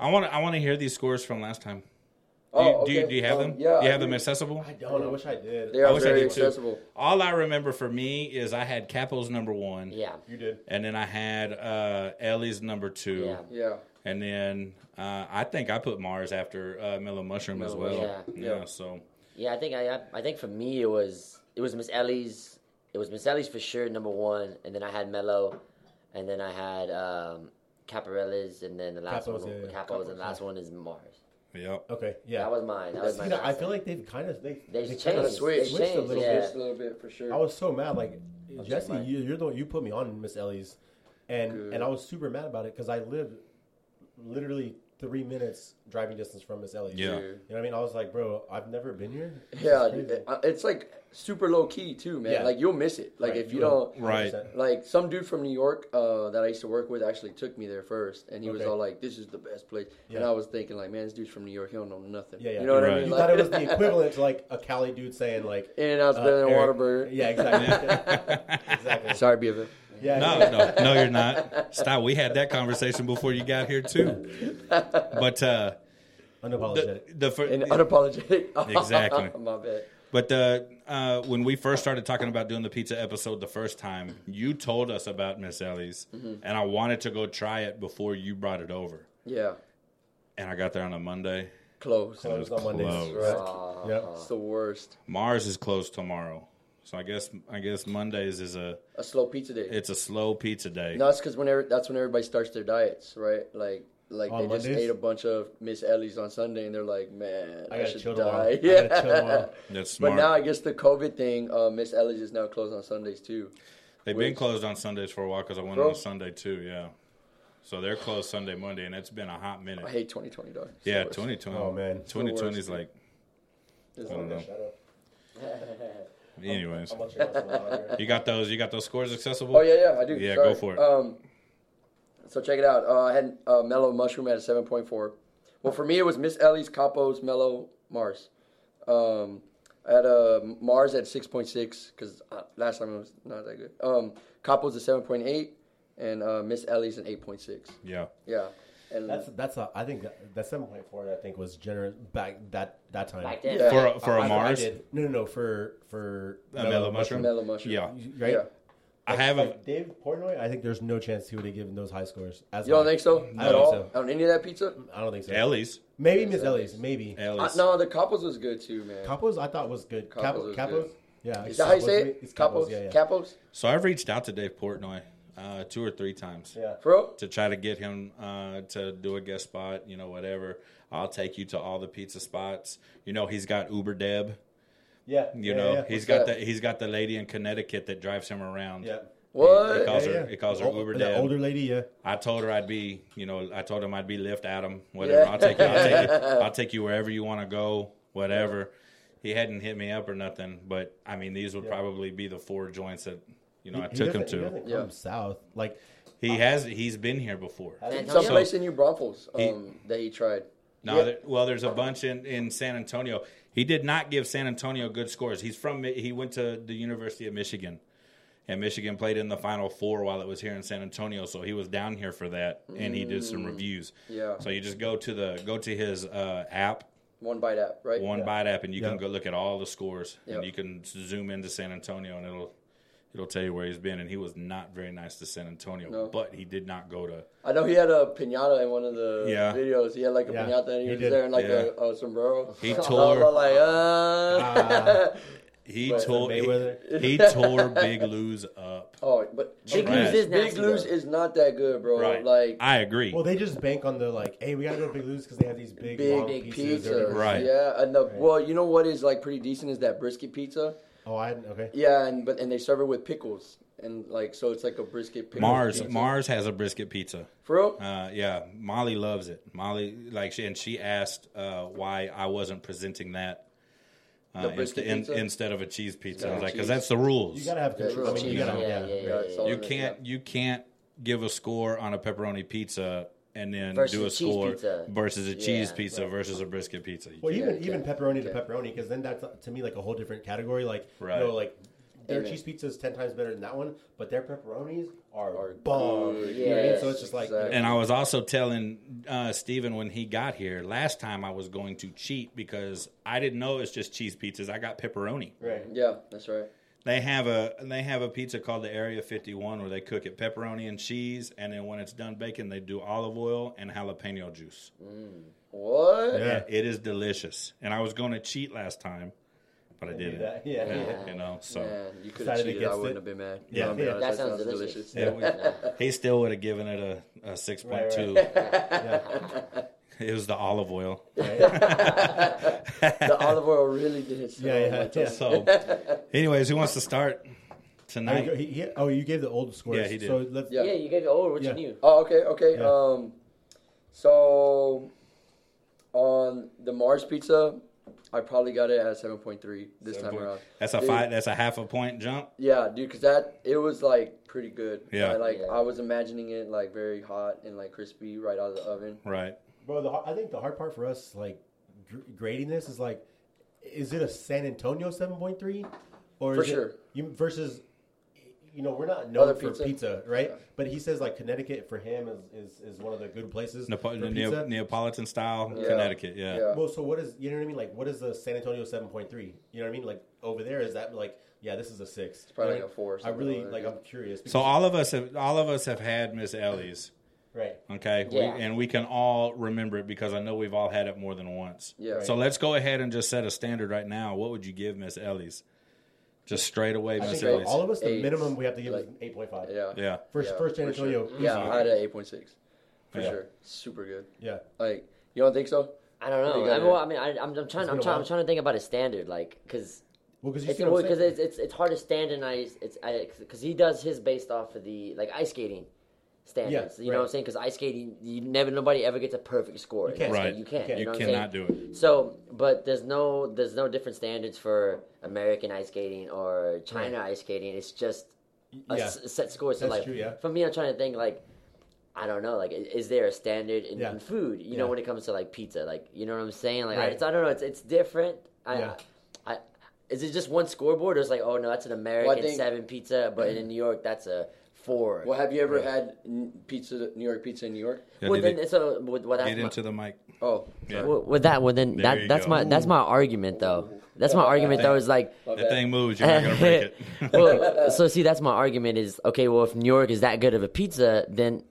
Speaker 3: I want to I want to hear these scores from last time. Do you,
Speaker 2: Oh,
Speaker 3: do, you,
Speaker 2: okay.
Speaker 3: do you have
Speaker 2: Um,
Speaker 3: them?
Speaker 2: Yeah.
Speaker 3: do you have
Speaker 2: I
Speaker 3: them
Speaker 2: do.
Speaker 3: accessible?
Speaker 4: I don't. I wish I did.
Speaker 2: They are
Speaker 3: wish I
Speaker 2: very
Speaker 3: did too.
Speaker 2: accessible.
Speaker 3: All I remember for me is I had Capo's number one,
Speaker 1: yeah,
Speaker 4: You did.
Speaker 3: and then I had uh, Ellie's number two,
Speaker 1: Yeah.
Speaker 2: Yeah.
Speaker 3: and then uh, I think I put Mars after uh, Mellow Mushroom as
Speaker 4: Oh.
Speaker 3: well.
Speaker 1: Mushroom.
Speaker 3: Yeah,
Speaker 2: Yeah.
Speaker 3: so
Speaker 1: yeah. I think I, I- I think for me it was it was Miss Ellie's it was Miss Ellie's for sure number one, and then I had Mello, and then I had um, Caparella's, and then the last
Speaker 4: Capo's,
Speaker 1: one
Speaker 4: yeah, yeah.
Speaker 1: Capo's, and
Speaker 4: Capo's,
Speaker 1: the last one is Mars.
Speaker 3: yeah.
Speaker 4: Okay. Yeah.
Speaker 1: That was mine. That was
Speaker 4: See,
Speaker 1: my.
Speaker 4: I
Speaker 1: last
Speaker 4: feel
Speaker 1: one.
Speaker 4: like they've kind of they
Speaker 1: They've
Speaker 4: they
Speaker 1: changed.
Speaker 4: kinda
Speaker 2: Kinda switched.
Speaker 1: They've changed.
Speaker 4: a little
Speaker 1: yeah.
Speaker 2: Just a little bit for sure.
Speaker 4: I was so mad. Like Jesse,
Speaker 1: mine.
Speaker 4: you, you're the one you put me on Miss Ellie's, and
Speaker 2: Good.
Speaker 4: and I was super mad about it because I lived literally three minutes driving distance from Miss Ellie's.
Speaker 3: Yeah.
Speaker 4: You know what I mean? I was like, bro, I've never been here. This is
Speaker 2: Yeah,
Speaker 4: crazy."
Speaker 2: it- uh, it's like super low key too, man.
Speaker 4: Yeah.
Speaker 2: Like you'll miss it. Like
Speaker 4: Right,
Speaker 2: if you
Speaker 4: you will.
Speaker 2: don't,
Speaker 3: Right.
Speaker 4: 100%.
Speaker 2: like some dude from New York uh, that I used to work with actually took me there first, and he was
Speaker 4: Okay.
Speaker 2: all like, "This is the best place," and
Speaker 4: Yeah.
Speaker 2: I was thinking like, "Man, this dude's from New York. He don't know nothing."
Speaker 4: Yeah, yeah.
Speaker 2: You know what
Speaker 3: Right.
Speaker 2: I mean?
Speaker 4: You
Speaker 2: Like,
Speaker 4: thought it was the equivalent to like a Cali dude saying like,
Speaker 2: In and out's
Speaker 4: uh,
Speaker 2: better than
Speaker 4: Eric-
Speaker 2: Waterbury.
Speaker 4: Yeah, exactly. exactly.
Speaker 2: Sorry, BFF.
Speaker 4: Yeah.
Speaker 3: No,
Speaker 4: yeah.
Speaker 3: no, no, you're not. Stop. We had that conversation before you got here too. But uh, the,
Speaker 4: Unapologetic.
Speaker 3: the fir-
Speaker 2: And unapologetic.
Speaker 3: Exactly.
Speaker 2: My bad.
Speaker 3: but uh, uh, when we first started talking about doing the pizza episode the first time, you told us about Miss Ellie's, and I wanted to go try it before you brought it over.
Speaker 2: Yeah.
Speaker 3: And I got there on a Monday.
Speaker 2: Close.
Speaker 4: Closed on Mondays.
Speaker 3: closed.
Speaker 4: Right. Yep.
Speaker 2: It's the worst.
Speaker 3: Mars is closed tomorrow, so I guess I guess Mondays is a
Speaker 2: A slow pizza day.
Speaker 3: it's a slow pizza day.
Speaker 2: No, that's because whenever that's when everybody starts their diets, right? Like, like
Speaker 4: On
Speaker 2: they just
Speaker 4: Mondays?
Speaker 2: ate a bunch of Miss Ellie's on Sunday, and they're like, "Man,
Speaker 4: I
Speaker 2: I,
Speaker 4: gotta
Speaker 2: should
Speaker 4: chill tomorrow.
Speaker 2: die."
Speaker 4: I gotta
Speaker 2: Yeah.
Speaker 4: chill tomorrow.
Speaker 3: That's smart.
Speaker 2: but now I guess the COVID thing, uh, Miss Ellie's is now closed on Sundays too.
Speaker 3: They've been closed on Sundays for a while because I went
Speaker 2: Bro.
Speaker 3: on a Sunday too. Yeah, so they're closed Sunday, Monday, and it's been a hot minute.
Speaker 2: I hate 2020 dog. It's the
Speaker 3: yeah,
Speaker 2: worst.
Speaker 3: 2020.
Speaker 4: Oh, man. It's
Speaker 2: the worst,
Speaker 3: 2020 is like.
Speaker 2: It's
Speaker 3: I don't
Speaker 2: the
Speaker 3: know.
Speaker 2: worst.
Speaker 3: Anyways,
Speaker 4: I'll check out some lager.
Speaker 3: you got those. You got those scores accessible.
Speaker 2: Oh yeah, yeah, I do.
Speaker 3: Yeah,
Speaker 2: Sorry.
Speaker 3: go for it.
Speaker 2: Um, so check it out. Uh, I had uh, mellow mushroom at a 7.4. Well, for me, it was Miss Ellie's Capo's mellow Mars. Um, I had uh, Mars at 6.6 because uh, last time it was not that good. Um, Capo's a 7.8 and uh, Miss Ellie's an 8.6.
Speaker 3: yeah.
Speaker 2: Yeah, and
Speaker 4: That's that's a, I think that, that seven point four I think was generous back that that time.
Speaker 1: Back then.
Speaker 2: Yeah.
Speaker 3: For a, for
Speaker 4: I-
Speaker 3: a
Speaker 4: I
Speaker 3: Mars,
Speaker 4: did- no, no, no, for for
Speaker 3: A mellow mushroom.
Speaker 2: mellow mushroom.
Speaker 3: yeah.
Speaker 4: right?
Speaker 2: Yeah.
Speaker 3: I have a.
Speaker 4: Like Dave Portnoy. I think there's no chance he would have given those high scores. As
Speaker 2: You don't
Speaker 4: high.
Speaker 2: think so
Speaker 4: No.
Speaker 2: at all
Speaker 4: I don't think
Speaker 2: on any of that pizza?
Speaker 4: I don't think so.
Speaker 3: Ellie's.
Speaker 4: Maybe Miss Ellie's. Maybe
Speaker 2: Uh,
Speaker 3: Ellie's.
Speaker 2: no, the Capo's was good too, man.
Speaker 4: Capos. I thought was good.
Speaker 2: Capos
Speaker 4: Capo,
Speaker 2: was
Speaker 4: Capos.
Speaker 2: good.
Speaker 4: Yeah.
Speaker 2: Is that how you
Speaker 4: Capos,
Speaker 2: say
Speaker 4: maybe.
Speaker 2: it?
Speaker 4: It's Capos.
Speaker 2: Capo's.
Speaker 4: Yeah. Yeah.
Speaker 2: Capo's.
Speaker 3: So I've reached out to Dave Portnoy uh, two or three times
Speaker 4: yeah.
Speaker 2: For real?
Speaker 3: to try to get him uh, to do a guest spot. You know, whatever. I'll take you to all the pizza spots. You know, he's got Uber Deb.
Speaker 4: Yeah.
Speaker 3: You
Speaker 4: yeah,
Speaker 3: know,
Speaker 4: yeah.
Speaker 3: he's
Speaker 2: What's
Speaker 3: got
Speaker 2: that?
Speaker 3: the he's got the lady in Connecticut that drives him around.
Speaker 4: Yeah.
Speaker 3: He
Speaker 2: What?
Speaker 3: calls
Speaker 4: Yeah,
Speaker 3: her.
Speaker 4: yeah.
Speaker 3: He calls her
Speaker 4: Oh,
Speaker 3: Uber
Speaker 4: that
Speaker 3: Deb.
Speaker 4: older lady. Yeah.
Speaker 3: I told her I'd be, you know, I told him I'd be lift Adam, whatever.
Speaker 2: Yeah.
Speaker 3: I'll take you. I'll take you. I'll take you wherever you want to go, whatever. He hadn't hit me up or nothing, but I mean, these would probably be the four joints that you know I
Speaker 4: He
Speaker 3: took him
Speaker 4: doesn't- He
Speaker 3: to.
Speaker 4: doesn't
Speaker 2: Yeah.
Speaker 4: come south. Like
Speaker 3: He has. He's been here before.
Speaker 1: San
Speaker 2: Some
Speaker 1: Antonio.
Speaker 2: place in New Braunfels um, that he tried.
Speaker 3: No, there, well, there's a bunch in, in San Antonio. He did not give San Antonio good scores. He's from. Mi- He went to the University of Michigan, and Michigan played in the Final Four while it was here in San Antonio. So he was down here for that, and he did
Speaker 4: Mm.
Speaker 3: some reviews.
Speaker 2: Yeah.
Speaker 3: So you just go to the go to his uh, app,
Speaker 2: One bite app, right?
Speaker 3: one bite app, and you can
Speaker 4: Yeah.
Speaker 3: go look at all the scores,
Speaker 2: Yep.
Speaker 3: and you can zoom into San Antonio, and it'll it'll tell you where he's been. And he was not very nice to San Antonio,
Speaker 2: No.
Speaker 3: but he did not go to.
Speaker 2: I know he had a pinata in one of the
Speaker 3: Yeah.
Speaker 2: videos. He had like a
Speaker 4: Yeah,
Speaker 2: pinata and he,
Speaker 4: he
Speaker 2: was
Speaker 4: did.
Speaker 2: there in like
Speaker 3: Yeah.
Speaker 2: a, a sombrero.
Speaker 3: He
Speaker 2: I was
Speaker 3: tore-
Speaker 2: all like, uh.
Speaker 3: He tore he,
Speaker 4: Mayweather.
Speaker 3: he tore Big Lou's up.
Speaker 2: oh, but Big
Speaker 1: Trash.
Speaker 2: Loose is
Speaker 1: Big
Speaker 2: Big Loose
Speaker 1: though.
Speaker 2: is not that good, bro.
Speaker 3: Right.
Speaker 2: Like
Speaker 3: I agree.
Speaker 4: Well, they just bank on the like, hey, we gotta go to Big Lou's because they have these big,
Speaker 2: big
Speaker 4: long
Speaker 2: big
Speaker 4: pieces.
Speaker 2: pizza,
Speaker 4: Or-
Speaker 3: Right.
Speaker 2: Yeah, and the well, you know what is like pretty decent is that brisket pizza.
Speaker 4: Oh, I hadn't. Okay.
Speaker 2: Yeah, and but and they serve it with pickles and like so it's like a brisket pickle
Speaker 3: Mars
Speaker 2: pizza.
Speaker 3: Mars has a brisket pizza.
Speaker 2: for real.
Speaker 3: Uh, yeah, Molly loves it. Molly like she and she asked uh, why I wasn't presenting that uh,
Speaker 2: The
Speaker 3: inst-
Speaker 2: brisket
Speaker 3: in,
Speaker 2: pizza?
Speaker 3: instead of a cheese pizza. I
Speaker 2: Yeah,
Speaker 3: was like, because
Speaker 2: cheese.
Speaker 3: that's the rules.
Speaker 4: You gotta have control. I mean, you
Speaker 2: Yeah,
Speaker 4: gotta.
Speaker 1: yeah,
Speaker 4: Yeah.
Speaker 1: yeah,
Speaker 2: Yeah, it's all
Speaker 3: You
Speaker 2: in it,
Speaker 3: can't you can't give a score on a pepperoni pizza and then
Speaker 1: Versus
Speaker 3: do a
Speaker 1: cheese
Speaker 3: score
Speaker 1: pizza.
Speaker 3: versus a cheese
Speaker 1: Yeah.
Speaker 3: pizza versus a brisket pizza. You
Speaker 4: Well,
Speaker 3: can't-
Speaker 4: even
Speaker 2: you
Speaker 4: even
Speaker 2: can't.
Speaker 4: pepperoni to pepperoni because then that's uh, to me like a whole different category. Like
Speaker 3: Right.
Speaker 4: you know, like their
Speaker 2: Amen.
Speaker 4: cheese pizza is ten times better than that one, but their pepperonis are,
Speaker 2: Are
Speaker 4: bomb.
Speaker 2: good.
Speaker 4: You know what I mean?
Speaker 1: Yes,
Speaker 4: So it's just like
Speaker 2: exactly.
Speaker 3: and I was also telling uh, Steven when he got here last time I was going to cheat because I didn't know it's just cheese pizzas. I got pepperoni.
Speaker 4: right.
Speaker 2: Yeah, that's right.
Speaker 3: They have a they have a pizza called the Area 51 where they cook it pepperoni and cheese, and then when it's done baking, they do olive oil and jalapeno juice.
Speaker 2: What?
Speaker 4: Yeah.
Speaker 3: It is delicious, and I was going to cheat last time, but I
Speaker 4: Do
Speaker 3: didn't.
Speaker 4: that. Yeah.
Speaker 3: Yeah, You know, so
Speaker 2: Man, you could have
Speaker 4: Decided
Speaker 2: cheated. I
Speaker 4: against
Speaker 2: wouldn't
Speaker 4: it.
Speaker 2: have been mad.
Speaker 4: Yeah.
Speaker 2: No, I'll be
Speaker 4: Yeah.
Speaker 2: honest,
Speaker 1: That sounds delicious.
Speaker 3: Yeah, we-
Speaker 1: Nah.
Speaker 3: he still would have given it a, a six point two. It was the olive oil.
Speaker 2: the olive oil really did.
Speaker 4: Yeah, yeah, yeah.
Speaker 3: So, anyways, who wants to start
Speaker 4: I mean,
Speaker 3: tonight?
Speaker 4: he, he, oh, you gave the old scores.
Speaker 3: Yeah, he did.
Speaker 4: So let's,
Speaker 2: Yeah.
Speaker 1: Yeah, you gave it over what
Speaker 4: Yeah.
Speaker 1: you knew.
Speaker 2: Oh, okay, okay.
Speaker 4: Yeah.
Speaker 2: Um, so on the Mars pizza, I probably got it at seven point three this time around.
Speaker 3: That's a
Speaker 2: Dude,
Speaker 3: five. That's a half a point jump.
Speaker 2: Yeah, dude, because that it was like pretty good.
Speaker 3: Yeah.
Speaker 2: I, like
Speaker 1: Yeah.
Speaker 2: I was imagining it like very hot and like crispy right out of the oven.
Speaker 3: Right.
Speaker 4: bro. The, har- I think the hard part for us, like gr- grading this, is like, is it a San Antonio seven point three, or
Speaker 2: For
Speaker 4: is it-
Speaker 2: sure.
Speaker 4: you versus you know, we're not known
Speaker 2: Other
Speaker 4: for
Speaker 2: pizza?
Speaker 4: pizza, right? But he says like Connecticut for him is, is, is one of the good places
Speaker 3: Nepo-
Speaker 4: for
Speaker 3: Neo-
Speaker 4: pizza.
Speaker 3: Neapolitan style,
Speaker 2: Yeah.
Speaker 3: Connecticut. Yeah.
Speaker 2: Yeah.
Speaker 4: Well, so what is you know what I mean? Like, what is the San Antonio seven point three? You know what I mean? Like over there, is that like yeah, this is a six. It's
Speaker 2: probably like a four or
Speaker 4: I
Speaker 2: something
Speaker 4: really
Speaker 2: over
Speaker 4: like.
Speaker 2: there.
Speaker 4: I'm curious.
Speaker 3: So
Speaker 4: because-
Speaker 3: all of us have all of us have had Miss Ellie's,
Speaker 4: right,
Speaker 3: okay?
Speaker 1: Yeah.
Speaker 3: We, and we can all remember it because I know we've all had it more than once.
Speaker 2: Yeah.
Speaker 3: So let's go ahead and just set a standard right now. What would you give Miss Ellie's? Just straight away,
Speaker 4: I think
Speaker 3: Miss
Speaker 4: for
Speaker 3: Ellie's.
Speaker 4: all of us, the
Speaker 2: Eight.
Speaker 4: minimum we have to give is
Speaker 2: Like-
Speaker 4: eight point five.
Speaker 2: Yeah.
Speaker 3: yeah.
Speaker 4: First,
Speaker 2: Yeah,
Speaker 4: first San
Speaker 2: for sure.
Speaker 4: Antonio.
Speaker 2: Yeah,
Speaker 4: easy.
Speaker 2: I had an eight point six, for
Speaker 3: Yeah.
Speaker 2: sure. Super good.
Speaker 4: yeah.
Speaker 2: Like you don't think so?
Speaker 1: I don't
Speaker 2: You
Speaker 1: know.
Speaker 2: got
Speaker 1: I mean,
Speaker 2: it.
Speaker 1: well, I mean, I, I'm, I'm trying.
Speaker 4: been
Speaker 1: I'm
Speaker 4: a
Speaker 1: trying. I'm
Speaker 4: while.
Speaker 1: trying to think about a standard, like, because
Speaker 4: Well, because you
Speaker 1: it's
Speaker 4: see what I'm
Speaker 1: because
Speaker 4: saying.
Speaker 1: it's, it's it's hard to stand and ice. It's because he does his based off of the like ice skating standards.
Speaker 4: Yeah,
Speaker 1: you know what
Speaker 4: right.
Speaker 1: I'm saying? Because ice skating, you never nobody ever gets a perfect score. in
Speaker 4: can't.
Speaker 1: ice skating.
Speaker 3: Right.
Speaker 1: You can't.
Speaker 4: You
Speaker 1: You, know
Speaker 3: You
Speaker 1: what I'm saying?
Speaker 3: cannot do it.
Speaker 1: So, but there's no there's no different standards for American ice skating or China ice skating. It's just a
Speaker 4: Yeah.
Speaker 1: s- set score. So
Speaker 4: That's
Speaker 1: like
Speaker 4: true, yeah.
Speaker 1: for me, I'm trying to think like I don't know like i- is there a standard in,
Speaker 4: Yeah.
Speaker 1: in food? You
Speaker 4: Yeah.
Speaker 1: know when it comes to like pizza, like you know what I'm saying? Like I,
Speaker 4: Right.
Speaker 1: it's, I don't know. It's it's different. I,
Speaker 4: Yeah.
Speaker 1: I, is it just one scoreboard or is like oh no that's an American
Speaker 2: think-
Speaker 1: seven pizza, but in New York that's a four.
Speaker 2: Well, have you ever had n- pizza, New York pizza in New York?
Speaker 3: Yeah,
Speaker 1: well
Speaker 3: did
Speaker 1: then
Speaker 3: it-
Speaker 1: so with, well, that's
Speaker 3: get
Speaker 1: my-
Speaker 3: into the mic.
Speaker 2: Oh,
Speaker 3: Yeah.
Speaker 1: well, with that, well then
Speaker 3: There you
Speaker 1: that, that's
Speaker 3: go.
Speaker 1: my that's my argument though. That's my argument though is like
Speaker 2: my
Speaker 3: That
Speaker 2: bad.
Speaker 3: thing moves. You're not gonna break it.
Speaker 1: well, so see, that's my argument is okay. Well, if New York is that good of a pizza, then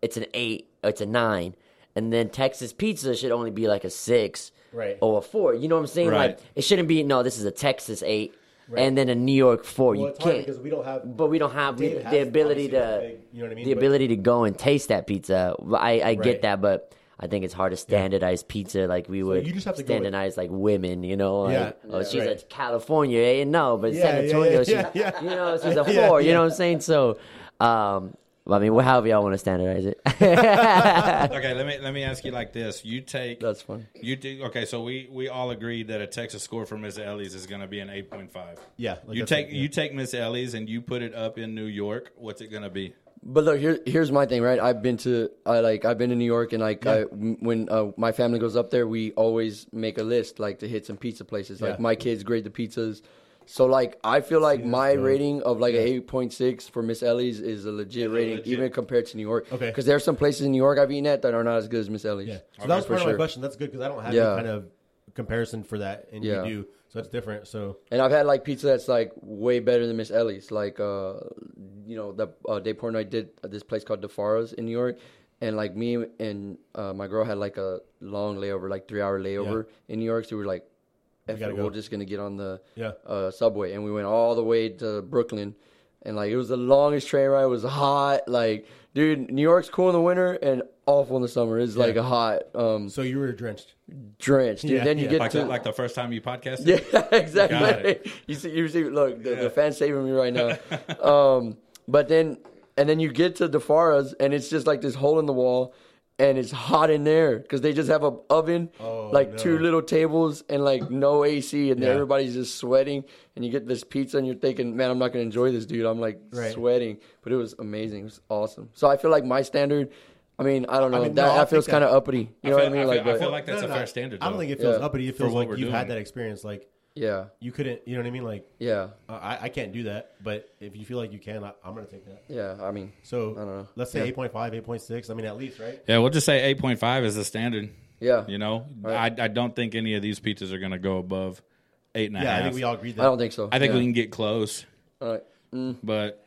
Speaker 1: it's an eight, or it's a nine, and then Texas pizza should only be like a six,
Speaker 4: Right.
Speaker 1: or a four. You know what I'm saying?
Speaker 3: Right.
Speaker 1: Like it shouldn't be. No, this is a Texas eight, and then a New York four.
Speaker 4: Well,
Speaker 1: you
Speaker 4: it's hard
Speaker 1: can't.
Speaker 4: because we don't have.
Speaker 1: but we don't have we,
Speaker 4: Dave has
Speaker 1: the ability
Speaker 4: obviously that
Speaker 1: to,
Speaker 4: big, you know what I mean?
Speaker 1: the
Speaker 4: But-
Speaker 1: ability to go and taste that pizza. I, I
Speaker 4: Right.
Speaker 1: get that, but I think it's hard to standardize pizza like we would
Speaker 4: you just have to go with-
Speaker 1: standardize like women, you know? Like,
Speaker 4: Yeah.
Speaker 1: oh,
Speaker 4: Yeah.
Speaker 1: she's
Speaker 4: Right.
Speaker 1: a California, eh? no, but
Speaker 4: Yeah,
Speaker 1: San
Speaker 4: yeah,
Speaker 1: Antonio,
Speaker 4: yeah,
Speaker 1: she's,
Speaker 4: yeah, yeah.
Speaker 1: you know, she's a four,
Speaker 4: Yeah,
Speaker 1: you
Speaker 4: yeah.
Speaker 1: know what I'm saying? So, um, I mean, however y'all want to standardize it.
Speaker 3: okay, let me let me ask you like this: You take
Speaker 1: That's funny.
Speaker 3: You do okay. So we we all agreed that a Texas score for Miss Ellie's is going to be an eight point five.
Speaker 4: Yeah, like
Speaker 3: you
Speaker 4: that's
Speaker 3: take
Speaker 4: it, yeah.
Speaker 3: you take Miss Ellie's and you put it up in New York. What's it going to be?
Speaker 2: But look, here, here's my thing, right? I've been to, I like, I've been to New York, and like, I, when uh, my family goes up there, we always make a list, like, to hit some pizza places. Like,
Speaker 4: Yeah.
Speaker 2: my kids grade the pizzas, so like, I feel like my rating of like a eight point six for Miss Ellie's is a legit rating,
Speaker 3: legit.
Speaker 2: even compared to New York.
Speaker 4: Okay.
Speaker 2: because there are some places in New York I've eaten at that are not as good as Miss Ellie's.
Speaker 4: Yeah. So
Speaker 3: Okay,
Speaker 4: that was
Speaker 3: for
Speaker 4: part of
Speaker 2: sure.
Speaker 4: my question. That's good because I don't have
Speaker 2: Yeah.
Speaker 4: any kind of comparison for that, and
Speaker 2: Yeah.
Speaker 4: you do, so it's different. So
Speaker 2: And I've had like pizza that's like way better than Miss Ellie's. Like, uh, you know, the uh, day porno I did at this place called DeFaro's in New York, and like me and uh, my girl had like a long layover, like three hour layover in New York. So we were like, F
Speaker 4: gotta
Speaker 2: it,
Speaker 4: go.
Speaker 2: we're just gonna get on the
Speaker 4: Yeah.
Speaker 2: uh, subway, and we went all the way to Brooklyn, and like it was the longest train ride. It was hot, like dude, New York's cool in the winter and awful in the summer. It's like a hot, um,
Speaker 4: so you were drenched.
Speaker 2: drenched. Dude.
Speaker 4: Yeah,
Speaker 2: then you
Speaker 4: yeah.
Speaker 2: get
Speaker 3: Like
Speaker 2: to
Speaker 3: the, like the first time you podcasted.
Speaker 2: yeah,
Speaker 3: Got
Speaker 2: exactly. You see, you see. Look, the, the fans saving me right now. um, but then, and then you get to DeFara's, and it's just like this hole in the wall, and it's hot in there because they just have a oven,
Speaker 4: Oh,
Speaker 2: like
Speaker 4: no.
Speaker 2: two little tables, and like no AC, and
Speaker 4: Yeah.
Speaker 2: everybody's just sweating. And you get this pizza, and you're thinking, man, I'm not gonna enjoy this, dude. I'm like
Speaker 4: Right.
Speaker 2: sweating, but it was amazing. It was awesome. So I feel like my standard. I mean, I don't know.
Speaker 4: mean,
Speaker 2: that,
Speaker 4: no, I
Speaker 2: that feels
Speaker 4: think that-
Speaker 2: kind of uppity. You know what
Speaker 3: I
Speaker 2: I mean?
Speaker 3: feel- I
Speaker 2: like,
Speaker 3: feel- I
Speaker 2: but-
Speaker 3: feel like that's a fair standard,
Speaker 4: I
Speaker 3: though.
Speaker 4: don't think it feels
Speaker 2: Yeah.
Speaker 4: uppity. It
Speaker 3: For
Speaker 4: feels
Speaker 3: what
Speaker 4: like
Speaker 3: we're
Speaker 4: you've had
Speaker 3: doing.
Speaker 4: that experience. Like
Speaker 2: yeah.
Speaker 4: you couldn't. You know what I mean? Like uh,
Speaker 2: Yeah,
Speaker 4: I, I can't do that. But if you feel like you can, I, I'm gonna take that.
Speaker 2: yeah. I mean,
Speaker 4: So
Speaker 2: don't know.
Speaker 4: let's say 8.5, 8.6. I mean, at least, right?
Speaker 3: Yeah, we'll just say eight point five is the standard.
Speaker 2: yeah.
Speaker 3: You know, I I don't think any of these pizzas are going to go above eight and a half.
Speaker 4: Yeah, I think we all agreed that.
Speaker 2: I don't think so.
Speaker 3: I think
Speaker 2: Yeah.
Speaker 3: we can get close,
Speaker 2: All right.
Speaker 3: but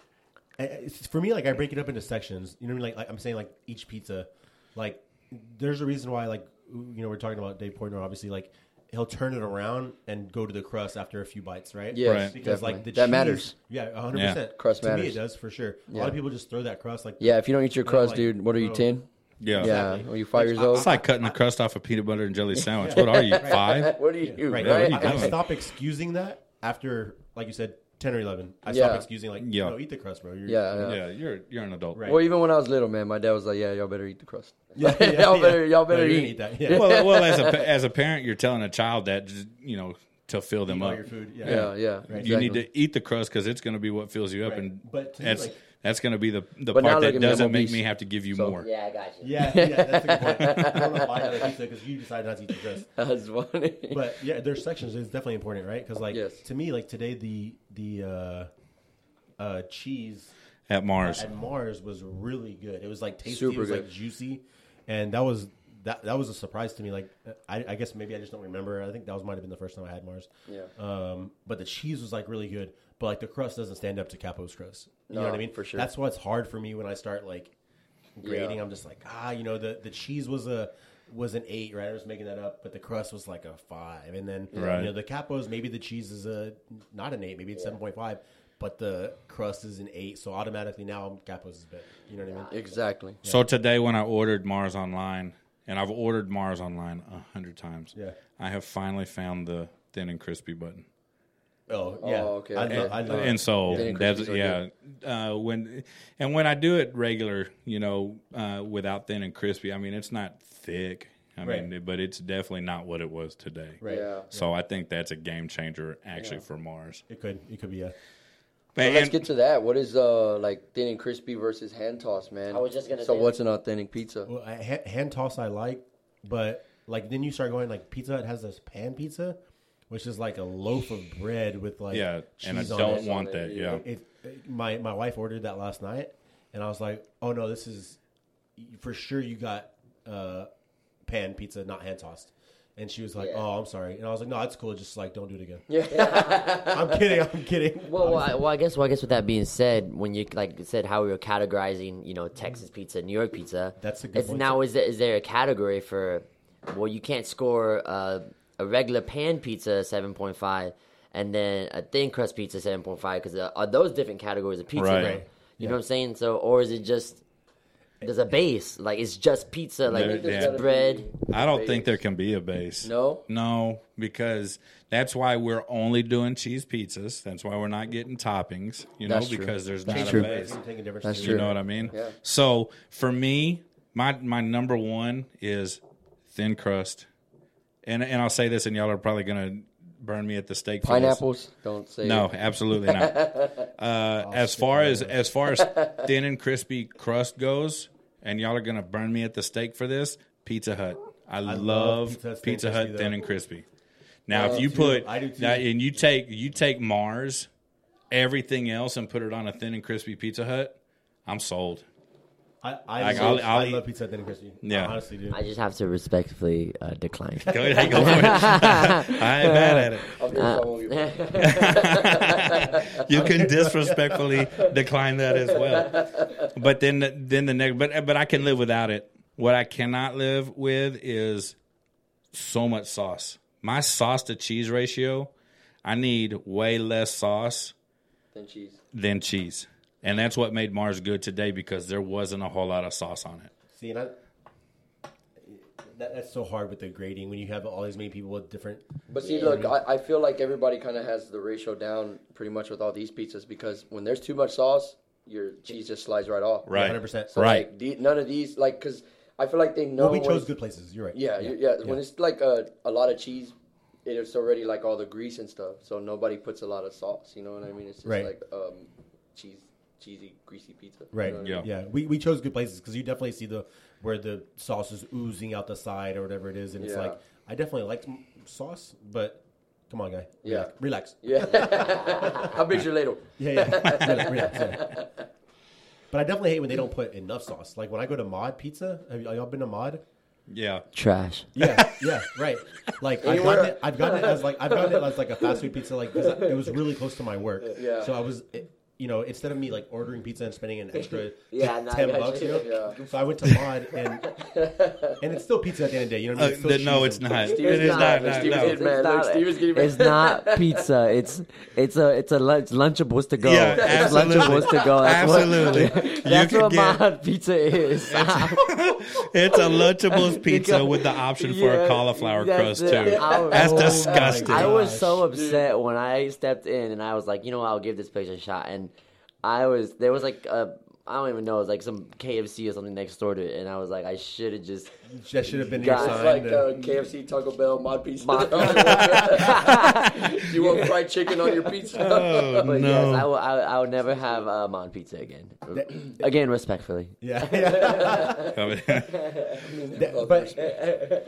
Speaker 4: I- I- for me, like I break it up into sections. You know, what I mean? like, like I'm saying, like each pizza, like there's a reason why, like you know, we're talking about Dave Portner. Obviously, like he'll turn it around and go to the crust after a few bites, right?
Speaker 2: Yes, Right.
Speaker 4: because like the
Speaker 2: definitely. That
Speaker 4: cheese-
Speaker 2: matters.
Speaker 4: Yeah, 100.
Speaker 3: Yeah.
Speaker 4: percent
Speaker 2: Crust
Speaker 4: to Me,
Speaker 2: matters.
Speaker 4: it does for sure. A lot of people just throw that crust, like
Speaker 2: Yeah, if you don't eat your
Speaker 4: I'm
Speaker 2: crust,
Speaker 4: like,
Speaker 2: dude, what are you,
Speaker 4: bro.
Speaker 2: 10?
Speaker 3: yeah,
Speaker 2: Yeah. Are you five years
Speaker 3: It's
Speaker 2: old?
Speaker 3: like cutting the crust off a peanut butter and jelly sandwich. What are you five?
Speaker 2: What are you, right?
Speaker 4: right.
Speaker 3: Yeah, what
Speaker 4: I,
Speaker 3: are you
Speaker 4: I
Speaker 3: doing?
Speaker 4: stop excusing that after, like you said, 10 or 11. I
Speaker 2: Yeah.
Speaker 4: stop excusing, like,
Speaker 3: Yeah.
Speaker 4: no, eat the crust, bro. You're,
Speaker 2: Yeah, yeah.
Speaker 3: Yeah, you're you're an adult.
Speaker 4: Right.
Speaker 2: Well, even when I was little, man, my dad was like, "Yeah, y'all better eat the crust.
Speaker 4: Yeah, yeah,
Speaker 2: y'all
Speaker 4: yeah.
Speaker 2: better, y'all
Speaker 4: No,
Speaker 2: better
Speaker 4: you're gonna
Speaker 2: eat.
Speaker 4: that. Yeah.
Speaker 3: Well, well, as a as a parent, you're telling a child that you know to fill them
Speaker 4: All
Speaker 3: up.
Speaker 4: your food.
Speaker 2: Yeah,
Speaker 4: Yeah.
Speaker 2: yeah.
Speaker 3: You need
Speaker 2: exactly.
Speaker 3: to eat the crust because it's going to be what fills you up,
Speaker 4: Right.
Speaker 3: and
Speaker 4: But to me,
Speaker 3: that's
Speaker 4: like-
Speaker 3: that's going to be the the
Speaker 2: But now
Speaker 3: part
Speaker 2: look
Speaker 3: that
Speaker 2: at me, I'm
Speaker 3: doesn't make
Speaker 2: obese.
Speaker 3: me have to give you
Speaker 2: So-
Speaker 3: more.
Speaker 1: Yeah, I got you.
Speaker 4: Yeah, yeah, that's a good point. You don't wanna buy another pizza because you decided not to eat the crust.
Speaker 2: That's funny.
Speaker 4: But yeah, there's sections. It's definitely important, right? Because like
Speaker 2: Yes.
Speaker 4: to me, like today the the uh uh, cheese
Speaker 3: at Mars.
Speaker 4: at Mars was really good. It was like tasty,
Speaker 2: Super
Speaker 4: it was
Speaker 2: good.
Speaker 4: like juicy, and that was that that was a surprise to me. Like I, I guess maybe I just don't remember. I think that was might have been the first time I had Mars.
Speaker 2: Yeah.
Speaker 4: Um, but the cheese was like really good, but like the crust doesn't stand up to Capo's crust. You know what I mean?
Speaker 2: for sure.
Speaker 4: That's why it's hard for me when I start like grading.
Speaker 2: Yeah.
Speaker 4: I'm just like ah, you know the the cheese was a was an eight, right? I was making that up, but the crust was like a five, and then
Speaker 3: Right.
Speaker 4: you know the capos maybe the cheese is a not an eight, maybe it's seven point five, but the crust is an eight, so automatically now capos is better. You know what I mean?
Speaker 2: Exactly.
Speaker 3: So today, when I ordered Mars online, and I've ordered Mars online a hundred times,
Speaker 4: Yeah.
Speaker 3: I have finally found the thin and crispy button.
Speaker 4: Oh yeah.
Speaker 2: Oh, okay,
Speaker 4: I
Speaker 2: okay.
Speaker 4: know. I know.
Speaker 3: and so
Speaker 2: Thin and
Speaker 3: that's
Speaker 2: crispies
Speaker 3: yeah.
Speaker 2: are
Speaker 3: Uh, when and when I do it regular, you know, uh, without thin and crispy, I mean it's not thick. I
Speaker 4: Right.
Speaker 3: mean, but it's definitely not what it was today.
Speaker 4: right.
Speaker 2: Yeah.
Speaker 3: So I think that's a game changer actually for Mars.
Speaker 4: It could. It could be a.
Speaker 2: Well, let's
Speaker 3: And-
Speaker 2: get to that. What is uh like thin and crispy versus hand toss, man?
Speaker 1: I was just gonna
Speaker 2: So
Speaker 1: say-
Speaker 2: what's an authentic pizza?
Speaker 4: Well, I, ha- hand toss I like, but like then you start going like pizza. It has this pan pizza, which is like a loaf of bread with like
Speaker 3: Yeah,
Speaker 4: cheese
Speaker 3: and I
Speaker 4: on
Speaker 3: don't
Speaker 4: it.
Speaker 3: want that. Yeah,
Speaker 4: it, my my wife ordered that last night, and I was like, "Oh no, this is for sure. You got uh, pan pizza, not hand tossed." And she was like,
Speaker 1: Yeah.
Speaker 4: "Oh, I'm sorry." And I was like, "No, it's cool. Just like don't do it again."
Speaker 2: Yeah.
Speaker 4: I'm kidding. I'm kidding.
Speaker 1: Well, well, I, well, I guess, well, I guess. With that being said, when you like you said how we were categorizing, you know, Texas pizza, New York pizza.
Speaker 4: That's a good
Speaker 1: it's
Speaker 4: point,
Speaker 1: Now,
Speaker 4: too.
Speaker 1: is there, is there a category for? Well, you can't score uh, a regular pan pizza seven point five, and then a thin crust pizza seven point five because uh, are those different categories of pizza?
Speaker 3: Right.
Speaker 1: now?
Speaker 3: Right.
Speaker 1: You know what I'm saying? So, or is it just there's a base like it's just pizza, like
Speaker 3: There-
Speaker 1: it's
Speaker 3: there's gotta
Speaker 1: bread.
Speaker 3: I don't think there can be a base.
Speaker 2: No?
Speaker 3: no, because that's why we're only doing cheese pizzas. That's why we're not getting toppings. You know,
Speaker 2: That's true.
Speaker 3: because there's
Speaker 2: That's
Speaker 3: not
Speaker 2: true.
Speaker 3: a base.
Speaker 4: Everything taking different
Speaker 2: That's
Speaker 4: shapes.
Speaker 2: true.
Speaker 3: You know what I mean?
Speaker 2: Yeah.
Speaker 3: So for me, my my number one is thin crust, and and I'll say this, and y'all are probably gonna burn me at the stake. for this.
Speaker 2: Pineapples? Don't say
Speaker 3: No, absolutely not. Uh,
Speaker 4: Oh,
Speaker 3: as far as as far as thin and crispy crust goes, and y'all are gonna burn me at the stake for this. Pizza Hut. I, love
Speaker 4: Pizza
Speaker 3: Pizza,
Speaker 4: Hut's thin and
Speaker 3: Hut
Speaker 4: crispy,
Speaker 3: thin
Speaker 4: though.
Speaker 3: and crispy. Now,
Speaker 4: I
Speaker 3: if
Speaker 4: do
Speaker 3: you
Speaker 4: too.
Speaker 3: put
Speaker 4: I do too.
Speaker 3: now, and you take you take Mars, everything else, and put it on a thin and crispy Pizza Hut, I'm sold.
Speaker 4: I I,
Speaker 3: Like,
Speaker 4: love,
Speaker 3: I'll- I'll
Speaker 4: I
Speaker 3: eat-
Speaker 4: love pizza thin and crispy.
Speaker 3: Yeah.
Speaker 4: I honestly do.
Speaker 1: I just have to respectfully uh, decline.
Speaker 3: Go ahead, go for it. I ain't mad at it.
Speaker 2: Of course I won't be-
Speaker 3: you can disrespectfully decline that as well. But then, then the next, but but I can live without it. What I cannot live with is so much sauce. My sauce to cheese ratio, I need way less sauce
Speaker 2: Than cheese.
Speaker 3: than cheese, and that's what made Mars good today because there wasn't a whole lot of sauce on it.
Speaker 4: See, and I, that, that's so hard with the grading when you have all these many people with different.
Speaker 2: But see, look, I, I feel like everybody kind of has the ratio down pretty much with all these pizzas because when there's too much sauce, your cheese just slides right off.
Speaker 3: Right,
Speaker 4: 100%.
Speaker 2: So
Speaker 3: right.
Speaker 2: Like, the, none of these, like, because I feel like they know.
Speaker 4: Well, we
Speaker 2: when
Speaker 4: chose
Speaker 2: it's-
Speaker 4: good places. You're right.
Speaker 2: Yeah, yeah. yeah. When it's like a, a lot of cheese, it's already like all the grease and stuff. So nobody puts a lot of sauce. You know what I mean? It's just
Speaker 4: Right.
Speaker 2: like um, cheese, cheesy, greasy pizza. you
Speaker 4: Right.
Speaker 2: know what I
Speaker 3: Yeah.
Speaker 4: Yeah. Yeah. We we chose good places because you definitely see the where the sauce is oozing out the side or whatever it is, and it's
Speaker 2: Yeah.
Speaker 4: like I definitely liked m- sauce, but come on, guy.
Speaker 2: Yeah.
Speaker 4: Relax.
Speaker 2: mean?
Speaker 4: relax.
Speaker 2: Yeah. How big's your ladle?
Speaker 4: Yeah. Yeah. relax, relax, yeah. But I definitely hate when they don't put enough sauce. Like when I go to Mod Pizza, have y- y'all been to Mod?
Speaker 3: Yeah,
Speaker 1: Trash.
Speaker 4: Yeah, yeah, right. Like I've
Speaker 2: Anywhere-
Speaker 4: gotten, it, I've gotten it as like I've gotten it as like a fast food pizza. Like 'cause it was really close to my work.
Speaker 2: Yeah.
Speaker 4: So I was, it, you know, instead of me like ordering pizza and spending an extra
Speaker 1: Yeah, no, I
Speaker 4: ten
Speaker 1: got
Speaker 4: bucks,
Speaker 1: you.
Speaker 4: you know, so I went to Mod and and it's still pizza at the end of the day. You know what I
Speaker 3: Uh,
Speaker 4: mean?
Speaker 3: the-
Speaker 4: still
Speaker 3: no,
Speaker 4: cheese
Speaker 3: it's
Speaker 4: and-
Speaker 3: not. It
Speaker 1: It's
Speaker 3: is not.
Speaker 1: not.
Speaker 3: not,
Speaker 2: Steve's
Speaker 3: no.
Speaker 2: getting mad. Look,
Speaker 1: It's not-
Speaker 2: Steve's getting
Speaker 1: It's
Speaker 2: mad.
Speaker 1: not pizza. It's it's a it's a lunch, Lunchables to go.
Speaker 3: Yeah,
Speaker 1: it's
Speaker 3: absolutely.
Speaker 1: Lunchables to go. That's
Speaker 3: Absolutely. You
Speaker 1: What, that's
Speaker 3: could
Speaker 1: what
Speaker 3: get-
Speaker 1: my pizza is.
Speaker 3: It's a Lunchables pizza
Speaker 1: Because-
Speaker 3: with the option for a
Speaker 1: Yeah,
Speaker 3: cauliflower
Speaker 1: that's
Speaker 3: crust
Speaker 1: it.
Speaker 3: too.
Speaker 1: I-
Speaker 3: That's
Speaker 1: Oh my
Speaker 3: disgusting.
Speaker 1: I was
Speaker 4: Gosh.
Speaker 1: so upset when I stepped in and I was like, you know, what, I'll give this picture a shot. And I was there was like a I don't even know. It was like some KFC or something next door to it, and I was like, I should have just.
Speaker 4: That should have been your
Speaker 1: Guys,
Speaker 2: It's
Speaker 4: sign.
Speaker 2: like
Speaker 4: to-
Speaker 2: uh, KFC, Taco Bell, mod pizza.
Speaker 1: Mod-
Speaker 2: you want fried chicken on your pizza?
Speaker 3: Oh
Speaker 1: But yes, I
Speaker 3: no!
Speaker 1: will. I, I will never have uh, Mon Pizza again. again, respectfully.
Speaker 4: yeah, yeah.
Speaker 2: Oh,
Speaker 4: That-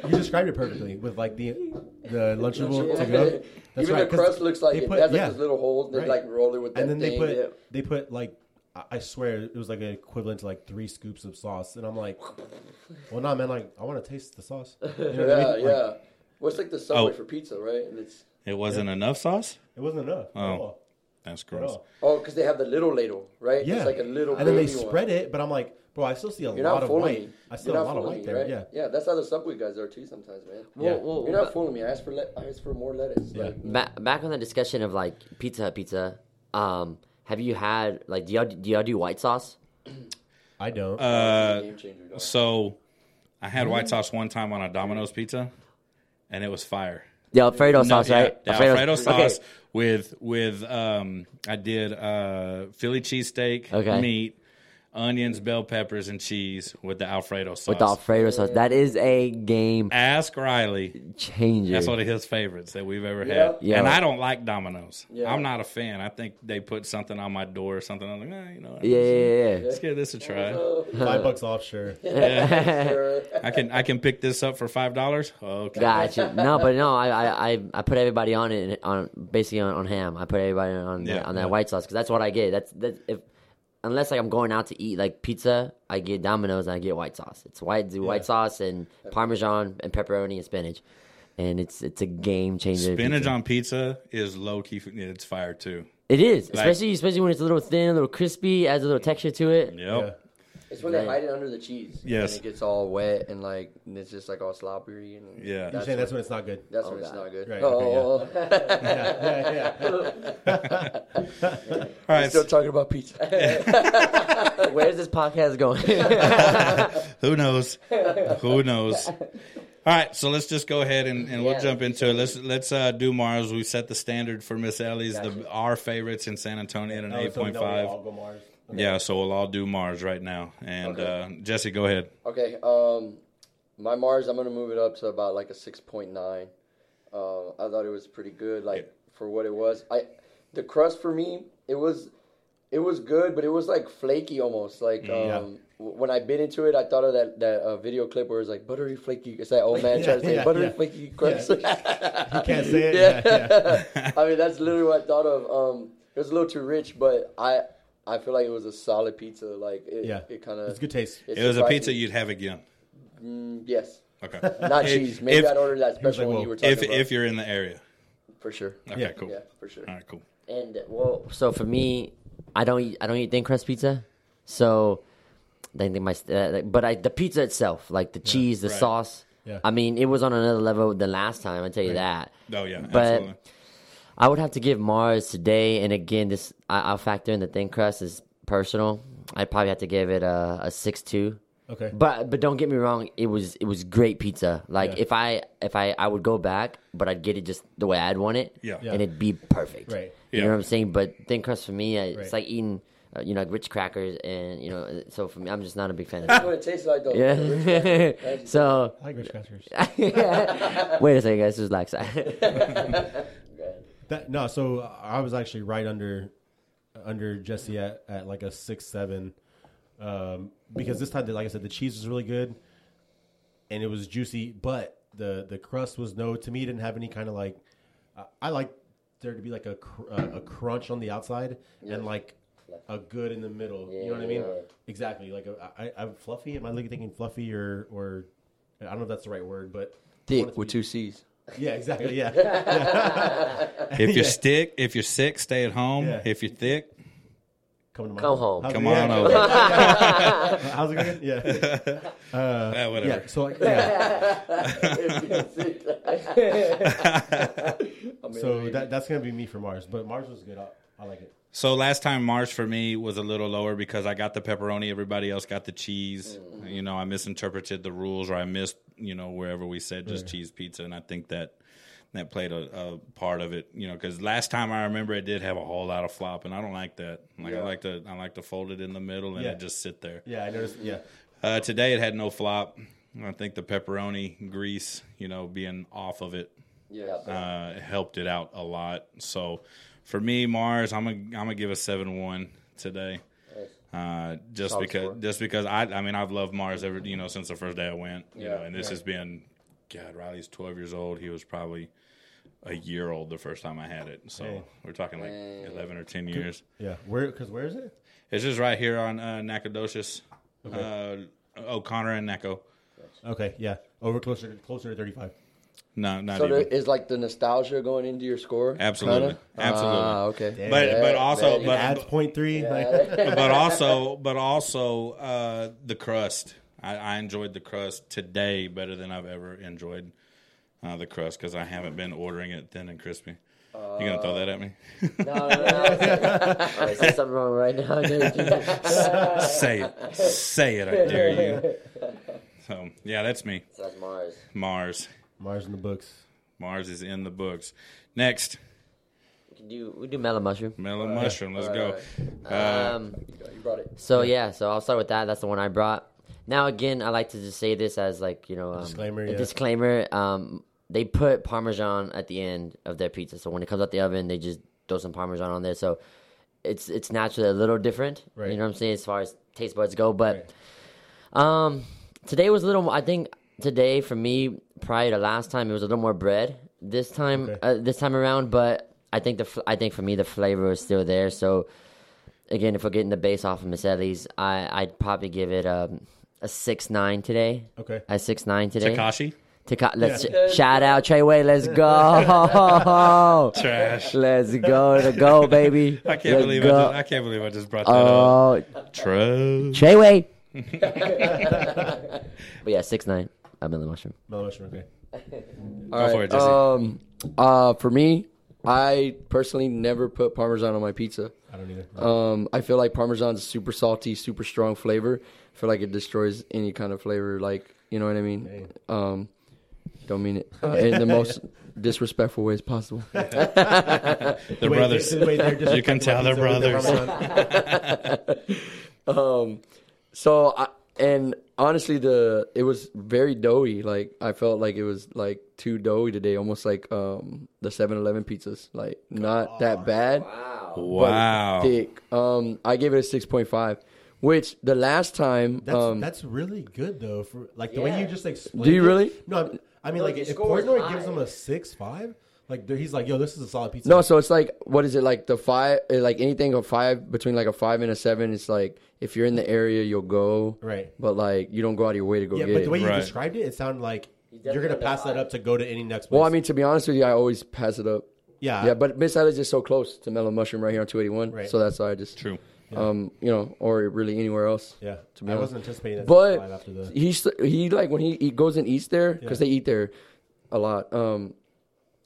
Speaker 4: but you described it perfectly with like the the lunchable to go. That's
Speaker 2: Even
Speaker 4: right,
Speaker 2: the
Speaker 4: 'cause
Speaker 2: crust looks like
Speaker 4: they
Speaker 2: it.
Speaker 4: put-
Speaker 2: it has like
Speaker 4: yeah.
Speaker 2: those little holes. They
Speaker 4: Right.
Speaker 2: like roll it with that
Speaker 4: and then they
Speaker 2: thing.
Speaker 4: put
Speaker 2: yeah.
Speaker 4: they put like I- I swear it was like an equivalent to like three scoops of sauce, and I'm like, well, nah, man, like I want to taste the sauce. You know what
Speaker 2: Yeah,
Speaker 4: I mean? Like,
Speaker 2: yeah. What's like the subway
Speaker 3: Oh.
Speaker 2: for pizza, right? And it's
Speaker 3: It wasn't enough sauce.
Speaker 4: it wasn't enough.
Speaker 3: Oh.
Speaker 4: at all,
Speaker 3: That's
Speaker 4: at
Speaker 3: gross.
Speaker 4: all.
Speaker 2: oh, because they have the little ladle, right?
Speaker 4: Yeah,
Speaker 2: it's like a little.
Speaker 4: and then they
Speaker 2: gravy one.
Speaker 4: spread it, but I'm like, bro, I still see a
Speaker 2: You're
Speaker 4: lot
Speaker 2: not
Speaker 4: of
Speaker 2: fooling
Speaker 4: white.
Speaker 2: me.
Speaker 4: I see
Speaker 2: You're
Speaker 4: a
Speaker 2: not
Speaker 4: lot of
Speaker 2: fooling me,
Speaker 4: white there.
Speaker 2: right?
Speaker 4: Yeah,
Speaker 2: yeah. That's how the subway guys are too sometimes, man.
Speaker 1: Well,
Speaker 4: Yeah.
Speaker 1: well,
Speaker 2: You're not
Speaker 1: ba-
Speaker 2: fooling me. I asked for le- I asked for more lettuce.
Speaker 4: yeah.
Speaker 2: Like,
Speaker 1: ba- back on the discussion of like pizza, Hut pizza. Um, have you had like do y'all do, y'all do white sauce?
Speaker 4: I don't.
Speaker 3: Uh,
Speaker 2: game changer, dog.
Speaker 3: so I had
Speaker 1: Mm.
Speaker 3: white sauce one time on a Domino's pizza, and it was fire.
Speaker 1: The Alfredo sauce,
Speaker 3: yeah,
Speaker 1: right?
Speaker 3: the Alfredo
Speaker 1: Alfredo-
Speaker 3: sauce
Speaker 1: Okay.
Speaker 3: with with um I did uh Philly cheesesteak,
Speaker 1: Okay.
Speaker 3: meat, onions, bell peppers, and cheese with the Alfredo sauce.
Speaker 1: With the Alfredo sauce, that is a game
Speaker 3: Ask Riley.
Speaker 1: changer.
Speaker 3: That's one of his favorites that we've ever
Speaker 2: Yeah.
Speaker 3: had.
Speaker 1: Yeah.
Speaker 3: And I don't like Domino's.
Speaker 2: Yeah.
Speaker 3: I'm not a fan. I think they put something on my door or something. I'm like, eh, you know, what?
Speaker 1: yeah, yeah, yeah.
Speaker 3: let's give this a try.
Speaker 4: Five bucks off, sure.
Speaker 3: I can I can pick this up for five dollars. Okay.
Speaker 1: Gotcha. No, but no, I, I, I, I put everybody on it on basically on, on ham. I put everybody on
Speaker 3: Yeah,
Speaker 1: that, on that
Speaker 3: yeah.
Speaker 1: white sauce because that's what I get. That's that if unless like I'm going out to eat like pizza, I get Domino's and I get white sauce. It's white white sauce and parmesan and pepperoni and spinach, and it's it's a game changer.
Speaker 3: Spinach
Speaker 1: pizza.
Speaker 3: on pizza is low key. It's fire too.
Speaker 1: It is especially especially when it's a little thin, a little crispy, adds a little texture to it.
Speaker 3: Yep.
Speaker 4: Yeah.
Speaker 2: It's when they hide it under the cheese.
Speaker 3: Yes.
Speaker 2: And it gets all wet and like and it's just like all slobbery and
Speaker 3: Yeah.
Speaker 4: You're
Speaker 2: That's,
Speaker 4: saying that's when it's not good.
Speaker 2: that's
Speaker 1: Oh,
Speaker 2: when it's
Speaker 1: God.
Speaker 2: not good.
Speaker 4: Right,
Speaker 2: oh,
Speaker 4: okay, Yeah, yeah, yeah.
Speaker 3: All
Speaker 2: I'm
Speaker 3: right.
Speaker 2: still talking about pizza.
Speaker 1: Where's this podcast going?
Speaker 3: Who knows? Who knows? All right, so let's just go ahead and, and we'll
Speaker 1: Yeah.
Speaker 3: jump into it. Let's let's uh, do Mars. We set the standard for Miss Ellie's, the our favorites in San Antonio at an
Speaker 4: Oh,
Speaker 3: eight
Speaker 4: so we
Speaker 3: point
Speaker 4: know we all
Speaker 3: five.
Speaker 4: go Mars.
Speaker 3: Yeah, so we'll all do Mars right now. And
Speaker 2: Okay.
Speaker 3: uh, Jesse, go ahead.
Speaker 2: okay. Um, my Mars, I'm gonna move it up to about like a six point nine. Uh, I thought it was pretty good, like for what it was. I, the crust for me, it was, it was good, but it was like flaky almost. Like um,
Speaker 4: Yeah.
Speaker 2: w- when I bit into it, I thought of that that uh, video clip where it's like buttery flaky. It's that old man
Speaker 4: Yeah,
Speaker 2: trying to say
Speaker 4: yeah,
Speaker 2: buttery
Speaker 4: yeah.
Speaker 2: flaky crust.
Speaker 4: You can't say it.
Speaker 2: Yeah.
Speaker 4: Yeah, yeah.
Speaker 2: I mean, that's literally what I thought of. Um, it was a little too rich, but I I feel like it was a solid pizza. Like it,
Speaker 4: Yeah.
Speaker 2: it kind of
Speaker 4: It's good taste.
Speaker 3: It was a pizza you'd have again.
Speaker 2: yes,
Speaker 3: Okay.
Speaker 2: not
Speaker 3: If-
Speaker 2: cheese. Maybe
Speaker 3: if-
Speaker 2: I'd order that special
Speaker 4: like,
Speaker 2: one
Speaker 4: "Whoa."
Speaker 2: you were talking
Speaker 3: If
Speaker 2: about
Speaker 3: if you're in the area.
Speaker 2: for sure.
Speaker 3: Okay,
Speaker 4: Yeah.
Speaker 3: cool.
Speaker 2: Yeah, for sure.
Speaker 3: All right, cool.
Speaker 1: And well, so for me, I don't eat, I don't eat thin crust pizza, so I think my uh, like- but I the pizza itself, like the cheese, the
Speaker 3: right.
Speaker 1: sauce.
Speaker 4: Yeah.
Speaker 1: I mean, it was on another level than last time. I tell you that.
Speaker 3: Oh yeah,
Speaker 1: But-
Speaker 3: absolutely.
Speaker 1: I would have to give Mars today, and again, this I, I'll factor in the thin crust is personal. I'd probably have to give it a, a six two.
Speaker 4: Okay.
Speaker 1: But but don't get me wrong, it was it was great pizza. Like
Speaker 4: Yeah.
Speaker 1: if I if I I would go back, but I'd get it just the way I'd want it.
Speaker 3: Yeah. Yeah.
Speaker 1: And it'd be perfect.
Speaker 4: Right.
Speaker 1: You
Speaker 3: Yeah.
Speaker 1: know what I'm saying? But thin crust for me, uh,
Speaker 4: Right.
Speaker 1: it's like eating uh, you know like rich crackers and you know uh, so for me, I'm just not a big fan of that.
Speaker 2: That's what it tastes like though.
Speaker 1: yeah. so
Speaker 4: I like rich crackers.
Speaker 1: wait a second, guys, just relax.
Speaker 4: That, no, so I was actually right under under Jesse at, at like a six seven, um, because this time, like I said, the cheese was really good, and it was juicy, but the the crust was no. To me, it didn't have any kind of like. I- I like there to be like a cr- uh, a, a crunch on the outside and like a good in the middle. you know what I mean?
Speaker 2: Yeah.
Speaker 4: Exactly. Like a, I, I'm fluffy. Am I looking- thinking fluffy or or I don't know if that's the right word, but
Speaker 2: Thick with two C's.
Speaker 4: yeah, exactly. Yeah,
Speaker 3: If you're stick, if you're sick, stay at home.
Speaker 4: Yeah.
Speaker 3: If you're thick,
Speaker 4: come to my
Speaker 1: Come home.
Speaker 4: How's it-
Speaker 3: come
Speaker 4: yeah,
Speaker 3: on over.
Speaker 4: How's it going? Yeah.
Speaker 3: Yeah, whatever.
Speaker 4: Yeah, so like, yeah, so that, that's gonna be me for Mars, but Mars was good. I, I like it.
Speaker 3: So last time Mars for me was a little lower because I got the pepperoni, everybody else got the cheese.
Speaker 4: Mm.
Speaker 3: You know, I misinterpreted the rules or I missed, you know, wherever we said just cheese pizza and I think that that played a, a part of it, you know. Because last time I remember, it did have a whole lot of flop, and I don't like that. Like
Speaker 2: Yeah.
Speaker 3: I like to, I like to fold it in the middle and
Speaker 4: Yeah.
Speaker 3: it just sit there.
Speaker 4: Yeah, I noticed. Yeah,
Speaker 3: Uh, today it had no flop. I think the pepperoni grease, you know, being off of it
Speaker 2: Yeah.
Speaker 3: uh, helped it out a lot. So for me, Mars, I'm gonna I'm gonna give a seven one today. Uh, just
Speaker 2: Solid
Speaker 3: because,
Speaker 2: score.
Speaker 3: just because I, I mean, I've loved Mars ever, you know, since the first day I went, you
Speaker 2: Yeah,
Speaker 3: know, and this
Speaker 2: yeah.
Speaker 3: has been, God, Riley's 12 years old. He was probably a year old the first time I had it. So
Speaker 4: Hey.
Speaker 3: we're talking like
Speaker 2: Hey.
Speaker 3: 11 or 10 years.
Speaker 4: yeah. Where? Because where is it?
Speaker 3: It's just right here on, uh, Nacogdoches, uh, O'Connor and Naco.
Speaker 4: Okay, yeah. Over closer, closer to thirty-five.
Speaker 3: No, not
Speaker 2: So
Speaker 3: even.
Speaker 2: there is like the nostalgia going into your score?
Speaker 3: Absolutely.
Speaker 2: kinda?
Speaker 3: Absolutely.
Speaker 2: Ah, okay.
Speaker 3: but,
Speaker 2: Yeah,
Speaker 3: but also,
Speaker 2: yeah,
Speaker 3: but,
Speaker 4: Adds point three. Like,
Speaker 2: Yeah.
Speaker 3: but also, but also uh, the crust. I, I enjoyed the crust today better than I've ever enjoyed uh, the crust because I haven't been ordering it thin and crispy. you gonna throw that at me?
Speaker 1: No, no, no. I said something wrong right now. I know you did.
Speaker 3: say it, say it. I dare you. So yeah, that's me.
Speaker 1: So that's Mars.
Speaker 3: Mars.
Speaker 4: Mars in the books.
Speaker 3: Mars is in the books. Next,
Speaker 1: We can do we do mellow mushroom.
Speaker 3: mellow mushroom. Let's go.
Speaker 2: Alright,
Speaker 3: Uh,
Speaker 1: Um,
Speaker 2: You brought it.
Speaker 1: so yeah, so I'll start with that. That's the one I brought. Now again, I like to just say this as like you know um,
Speaker 4: disclaimer,
Speaker 1: a
Speaker 4: yeah.
Speaker 1: disclaimer. Um, they put parmesan at the end of their pizza, so when it comes out the oven, they just throw some parmesan on there. So it's it's naturally a little different.
Speaker 4: Right.
Speaker 1: You know what I'm saying as far as taste buds go, but um, today was a little. I think today for me, prior to last time, it was a little more bread. This time,
Speaker 4: Okay.
Speaker 1: uh, this time around, but I think the fl- I think for me the flavor is still there. So again, if we're getting the base off of Miss Ellie's, I I'd probably give it um, a six nine today.
Speaker 4: Okay.
Speaker 1: A six nine today.
Speaker 3: Takashi.
Speaker 1: Taka- let's sh- shout out Treyway. Let's go.
Speaker 3: Trash.
Speaker 1: let's go to go, baby.
Speaker 3: I can't
Speaker 1: Let's
Speaker 3: believe I,
Speaker 1: go.
Speaker 3: just, I can't believe I just brought that up.
Speaker 1: Oh,
Speaker 3: Trash.
Speaker 1: Treyway. but yeah, six nine. I'm in the mushroom.
Speaker 4: Mellow mushroom. Okay.
Speaker 2: All
Speaker 3: Go
Speaker 2: right.
Speaker 3: for it, Jesse.
Speaker 2: Um, uh, for me, I personally never put Parmesan on my pizza.
Speaker 4: I don't either.
Speaker 2: Um, I feel like Parmesan's super salty, super strong flavor. I feel like it destroys any kind of flavor. Like, you know what I mean? Um, don't mean it uh, in the most disrespectful ways possible.
Speaker 3: They're
Speaker 4: Wait,
Speaker 3: brothers.
Speaker 4: they- wait, they're just-
Speaker 3: You can tell they're
Speaker 4: with the
Speaker 3: brothers.
Speaker 4: Parmesan.
Speaker 2: Um, so I and honestly, the it was very doughy. Like I felt like it was like too doughy today, almost like um the 7-Eleven pizzas. Like not that bad. but
Speaker 3: Wow.
Speaker 2: Thick. Um, I gave it a six point five, which the last time.
Speaker 4: That's
Speaker 2: um,
Speaker 4: that's really good though. For like the way
Speaker 1: Yeah.
Speaker 4: you just explained.
Speaker 2: Do you
Speaker 4: it.
Speaker 2: really?
Speaker 4: No, I'm- I mean
Speaker 1: No,
Speaker 4: like
Speaker 1: your
Speaker 4: if
Speaker 1: score is
Speaker 4: Portnoy
Speaker 1: high.
Speaker 4: gives him a six five, like there- he's like, yo, this is a solid pizza.
Speaker 2: no, so it's like what is it like the five? eh, Like anything a five between like a five and a seven. It's like if you're in the area, you'll go.
Speaker 4: Right.
Speaker 2: But like you don't go out of your way to go
Speaker 4: yeah,
Speaker 2: get
Speaker 4: but
Speaker 2: it.
Speaker 4: the way you
Speaker 3: Right.
Speaker 4: described it, it sounded like you're
Speaker 1: definitely
Speaker 4: gonna
Speaker 1: got
Speaker 4: pass that
Speaker 1: high.
Speaker 4: up to go to any next. Place.
Speaker 2: well, I mean, to be honest with you, I always pass it up.
Speaker 4: yeah,
Speaker 2: yeah, but Miss Alice is so close to Mellow Mushroom right here on 281.
Speaker 4: Uh, Right.
Speaker 2: So that's why I just
Speaker 3: True.
Speaker 2: um, you know, or really anywhere else.
Speaker 4: yeah.
Speaker 2: to be
Speaker 4: I
Speaker 2: honest.
Speaker 4: wasn't anticipating that. five
Speaker 2: But
Speaker 4: after the
Speaker 2: he s- he like when he, he goes and eats there because they eat there a lot. Um,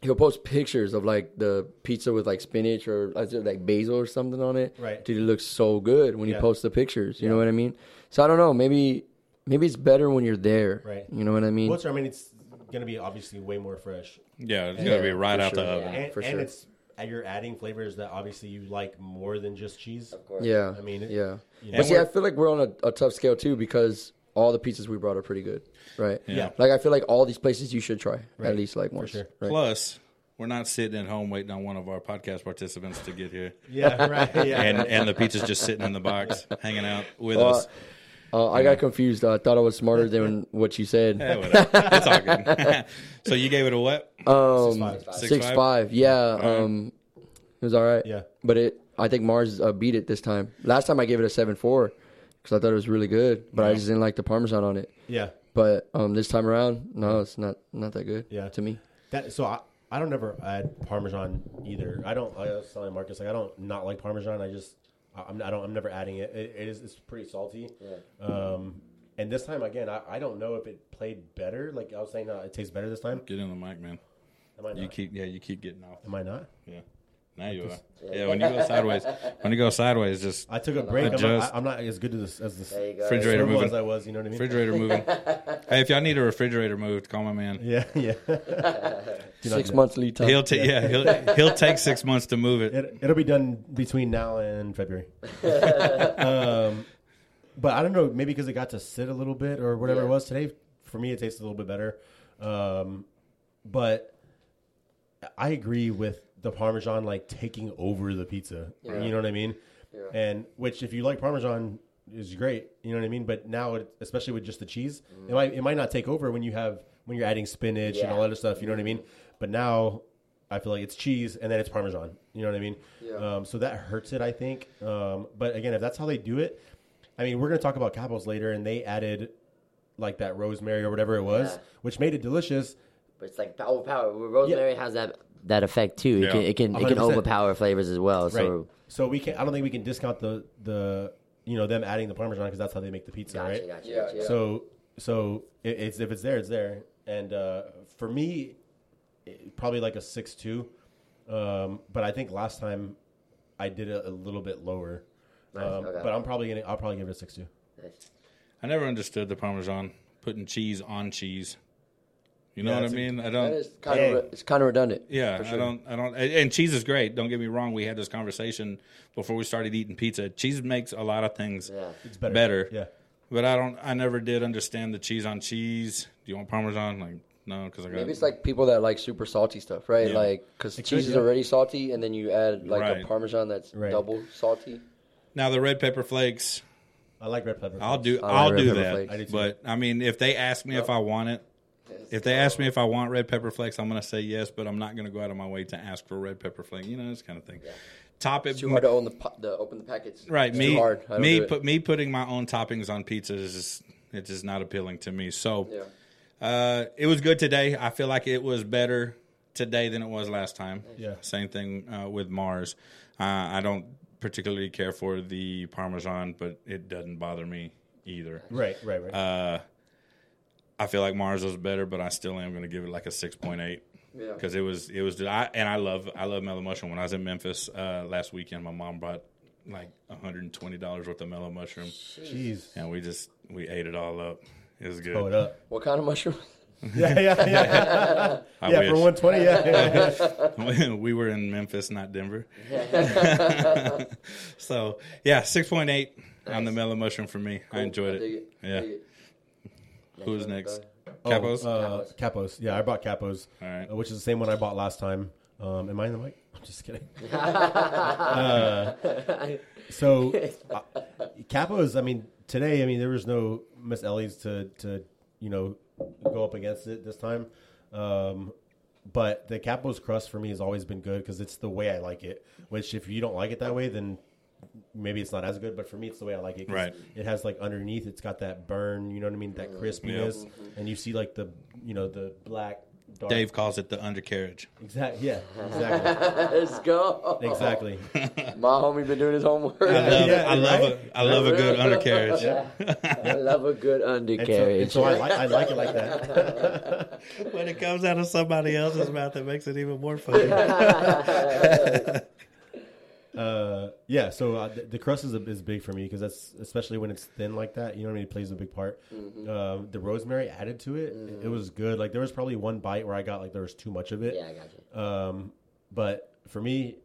Speaker 2: he'll post pictures of like the pizza with like spinach or like, like basil or something on it.
Speaker 4: Right.
Speaker 2: dude, it looks so good when
Speaker 4: Yeah.
Speaker 2: he posts the pictures. You know what I mean? So I don't know. Maybe maybe it's better when you're there.
Speaker 4: Right.
Speaker 2: You know what I mean?
Speaker 4: what's I mean, it's gonna be obviously way more fresh,
Speaker 3: Yeah, it's gonna be right
Speaker 2: for
Speaker 3: out the
Speaker 2: sure.
Speaker 3: oven.
Speaker 4: and,
Speaker 2: for
Speaker 4: and
Speaker 2: sure.
Speaker 4: it's and you're adding flavors that obviously you like more than just cheese.
Speaker 2: yeah.
Speaker 4: I mean, it-
Speaker 2: yeah.
Speaker 4: you know.
Speaker 2: But see, I feel like we're on a, a tough scale too because all the pizzas we brought are pretty good, right?
Speaker 4: Yeah.
Speaker 2: Like I feel like all these places you should try at least like once.
Speaker 4: sure.
Speaker 2: Right.
Speaker 3: Plus, we're not sitting at home waiting on one of our podcast participants to get here,
Speaker 4: Yeah, right. Yeah,
Speaker 3: and and the pizza's just sitting in the box, hanging out with
Speaker 2: Uh,
Speaker 3: us.
Speaker 2: uh, I got confused. I thought I was smarter than what you said.
Speaker 3: Eh, whatever. it's all good. so you gave it a what?
Speaker 4: It's
Speaker 2: Um,
Speaker 4: fine.
Speaker 3: Six,
Speaker 2: six
Speaker 3: five?
Speaker 2: five. Yeah. Um, it was all right.
Speaker 4: Yeah.
Speaker 2: But it, I think Mars uh, beat it this time. Last time I gave it a seven four because I thought it was really good, but I just didn't like the parmesan on it.
Speaker 4: yeah.
Speaker 2: But um, this time around, no, it's not not that good.
Speaker 4: Yeah.
Speaker 2: To me.
Speaker 4: That so I, I don't ever add parmesan either. I don't. I was telling Marcus like I don't not like parmesan. I just I, I'm I don't I'm never adding it. It, it is it's pretty salty. Um, and this time again, I, I don't know if it played better. Like I was saying, uh, it tastes better this time.
Speaker 3: Get in the mic, man.
Speaker 4: Am I not?
Speaker 3: You keep yeah, you keep getting off.
Speaker 4: Am I not?
Speaker 3: Yeah. Now you are. Yeah, when you go sideways, when you go sideways, just
Speaker 4: I took a break. I'm
Speaker 3: Adjust.
Speaker 4: not, I- I'm not as good as, as
Speaker 1: There you
Speaker 4: the
Speaker 1: go.
Speaker 3: Refrigerator.
Speaker 4: servo as
Speaker 3: moving.
Speaker 4: I was. You know what I mean?
Speaker 3: refrigerator moving. hey, if y'all need a refrigerator moved, call my man.
Speaker 4: Yeah, yeah. Do not
Speaker 2: Six
Speaker 4: do that.
Speaker 2: months lead time.
Speaker 3: He'll take yeah, he'll he'll take six months to move it.
Speaker 4: It, it'll be done between now and February. um, but I don't know. Maybe because it got to sit a little bit or whatever it
Speaker 2: Yeah.
Speaker 4: was today. For me, it tastes a little bit better. Um, but I agree with the Parmesan like taking over the pizza. You know what I mean?
Speaker 2: Yeah.
Speaker 4: And which, if you like Parmesan, is great. You know what I mean? But now, it, especially with just the cheese, it might it might not take over when you have when you're adding spinach and
Speaker 1: Yeah.
Speaker 4: all that other stuff. You know what I mean? But now I feel like it's cheese and then it's Parmesan. You know what I mean?
Speaker 2: Yeah.
Speaker 4: Um, so that hurts it, I think. Um, but again, if that's how they do it, I mean, we're going to talk about Capos later, and they added like that rosemary or whatever it was,
Speaker 1: Yeah.
Speaker 4: which made it delicious.
Speaker 1: But it's like overpower. Rosemary has that that effect too. It
Speaker 3: Yeah.
Speaker 1: can it can it can
Speaker 4: 100%.
Speaker 1: overpower flavors as well.
Speaker 4: Right.
Speaker 1: So
Speaker 4: So we can not I don't think we can discount the the you know them adding the Parmesan because that's how they make the pizza,
Speaker 1: gotcha,
Speaker 4: right?
Speaker 1: gotcha,
Speaker 2: Yeah,
Speaker 1: gotcha.
Speaker 2: yeah.
Speaker 4: So so it, it's if it's there, it's there. And uh, for me, it, probably like a six two. Um, but I think last time I did it a little bit lower.
Speaker 1: Nice,
Speaker 4: Um,
Speaker 1: okay.
Speaker 4: But I'm probably gonna I'll probably give it a six two.
Speaker 1: Nice.
Speaker 3: I never understood the Parmesan putting cheese on cheese. You know
Speaker 4: Yeah,
Speaker 3: what I
Speaker 4: it's a-
Speaker 3: mean? I
Speaker 2: That
Speaker 3: don't.
Speaker 2: is kind
Speaker 4: Hey.
Speaker 2: of re- it's kind of redundant.
Speaker 3: Yeah,
Speaker 2: for
Speaker 3: I
Speaker 2: sure.
Speaker 3: don't. I don't. And and cheese is great. Don't get me wrong. We had this conversation before we started eating pizza. Cheese makes a lot of things
Speaker 1: Yeah.
Speaker 4: It's better.
Speaker 3: better.
Speaker 4: Yeah.
Speaker 3: But I don't. I never did understand the cheese on cheese. Do you want Parmesan? Like no, because I got
Speaker 2: Maybe it's like people that like super salty stuff, right?
Speaker 3: Yeah.
Speaker 2: Like because
Speaker 4: It
Speaker 2: cheese is
Speaker 4: could, yeah.
Speaker 2: already salty, and then you add like
Speaker 3: Right.
Speaker 2: a parmesan that's
Speaker 4: Right.
Speaker 2: double salty.
Speaker 3: now the red pepper flakes.
Speaker 4: I like red pepper.
Speaker 3: I'll do.
Speaker 2: I like
Speaker 3: I'll
Speaker 2: Oh, red
Speaker 3: do
Speaker 2: pepper
Speaker 3: that.
Speaker 2: flakes.
Speaker 4: I do too.
Speaker 3: but I mean, if they ask me if I want it, if they ask me if I want red pepper flakes, I'm gonna say yes. But I'm not gonna go out of my way to ask for red pepper flake. You know this kind of thing. Top it.
Speaker 2: Too hard to own the, po- the open the packets.
Speaker 3: Right,
Speaker 2: It's
Speaker 3: me,
Speaker 2: Too hard. I don't
Speaker 3: me,
Speaker 2: do it.
Speaker 3: put me putting my own toppings on pizza is just, it's just not appealing to me. So,
Speaker 2: Yeah.
Speaker 3: uh, it was good today. I feel like it was better today than it was last time.
Speaker 4: Yeah.
Speaker 3: same thing uh, with Mars. Uh, I don't particularly care for the Parmesan, but it doesn't bother me either.
Speaker 4: Right, right,
Speaker 3: Uh,
Speaker 4: right.
Speaker 3: I feel like Mars was better, but I still am going to give it like a six point eight
Speaker 2: Yeah.
Speaker 3: because it was it was. I and I love I love mellow mushroom. When I was in Memphis uh, last weekend, my mom brought like one hundred and twenty dollars worth of mellow mushroom.
Speaker 4: Jeez.
Speaker 3: and we just we ate it all up. It was good.
Speaker 4: Blow it up.
Speaker 2: What kind of mushroom?
Speaker 4: Yeah, yeah, yeah.
Speaker 3: I
Speaker 4: yeah,
Speaker 3: wish.
Speaker 4: for 120, yeah. yeah.
Speaker 3: we were in Memphis, not Denver. so yeah, six point eight on the mellow mushroom for me. I enjoyed
Speaker 2: I
Speaker 3: it.
Speaker 2: dig
Speaker 3: Yeah.
Speaker 2: I dig it.
Speaker 3: Who's next?
Speaker 4: Oh,
Speaker 3: Capos.
Speaker 4: uh, capos. Yeah, I bought capos,
Speaker 3: All right.
Speaker 4: uh, which is the same one I bought last time. Um, am I in the mic? I'm just kidding. uh, so, uh, capos. I mean, today, I mean, there was no Miss Ellie's to to you know go up against it this time. Um, but the capos crust for me has always been good because it's the way I like it. Which, if you don't like it that way, then maybe it's not as good. But for me, it's the way I like it. 'cause
Speaker 3: Right.
Speaker 4: It has like underneath, it's got that burn. You know what I mean? That crispiness, and you see like the you know the black. Dark.
Speaker 3: Dave calls it the undercarriage.
Speaker 4: Exactly. Yeah. Exactly.
Speaker 2: Let's go.
Speaker 4: exactly.
Speaker 2: My homie been doing his homework.
Speaker 3: I love,
Speaker 4: Yeah,
Speaker 3: I love
Speaker 4: right?
Speaker 3: a I love a good undercarriage.
Speaker 1: I love a good
Speaker 4: And so, and
Speaker 1: undercarriage.
Speaker 4: so I, like, I like it like that.
Speaker 3: When it comes out of somebody else's mouth, it makes it even more funny.
Speaker 4: Uh, yeah. So uh, the, the crust is, a, is big for me because that's especially when it's thin like that. You know what I mean? It plays a big part. Uh, the rosemary added to it, it- it was good. Like there was probably one bite where I got like there was too much of it.
Speaker 1: yeah, I got you.
Speaker 4: Um, but for me,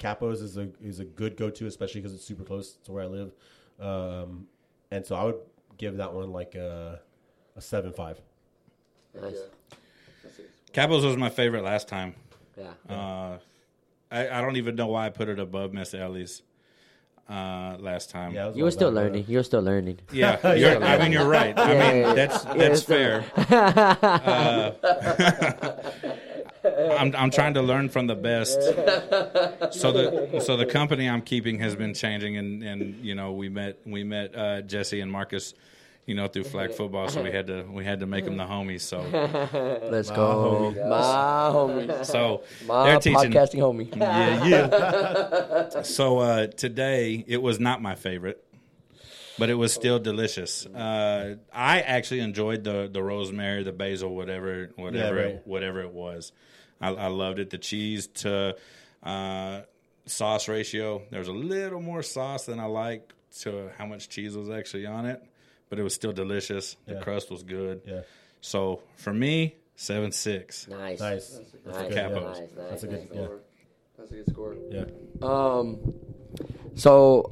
Speaker 4: Capos is a is a good go to, especially because it's super close to where I live. Um, and so I would give that one like a, a seven five.
Speaker 1: Nice.
Speaker 3: Capos was my favorite last time.
Speaker 1: Yeah.
Speaker 3: Uh, I, I don't even know why I put it above Miss Ellie's uh, last time.
Speaker 4: Yeah, it was
Speaker 1: you
Speaker 4: all
Speaker 1: were still
Speaker 4: about, uh,
Speaker 1: learning. You were still learning.
Speaker 3: Yeah, you're, I mean you're right. I
Speaker 1: Yeah,
Speaker 3: mean
Speaker 1: yeah,
Speaker 3: that's
Speaker 1: yeah.
Speaker 3: that's
Speaker 1: Yeah,
Speaker 3: fair. Uh, I'm I'm trying to learn from the best. So the so the company I'm keeping has been changing, and and you know we met we met uh, Jesse and Marcus. You know, through flag football, so we had to we had to make them the homies. So,
Speaker 2: Let's go. My homie.
Speaker 3: so
Speaker 2: My
Speaker 3: they're teaching.
Speaker 2: podcasting homie.
Speaker 3: Yeah, yeah. so uh, today it was not my favorite, but it was still delicious. Uh, I actually enjoyed the the rosemary, the basil, whatever, whatever,
Speaker 4: Yeah, right.
Speaker 3: whatever it was. I, I loved it. The cheese to Uh, sauce ratio. There was a little more sauce than I liked to how much cheese was actually on it, but it was still delicious. The
Speaker 4: Yeah.
Speaker 3: crust was good.
Speaker 4: Yeah.
Speaker 3: So for me, seven six.
Speaker 1: Nice.
Speaker 4: Nice.
Speaker 1: Nice.
Speaker 4: That's
Speaker 1: Nice.
Speaker 4: good, yeah.
Speaker 1: Nice. nice,
Speaker 4: That's a good-
Speaker 1: nice.
Speaker 4: yeah.
Speaker 2: That's a good score.
Speaker 4: Yeah.
Speaker 2: Um, so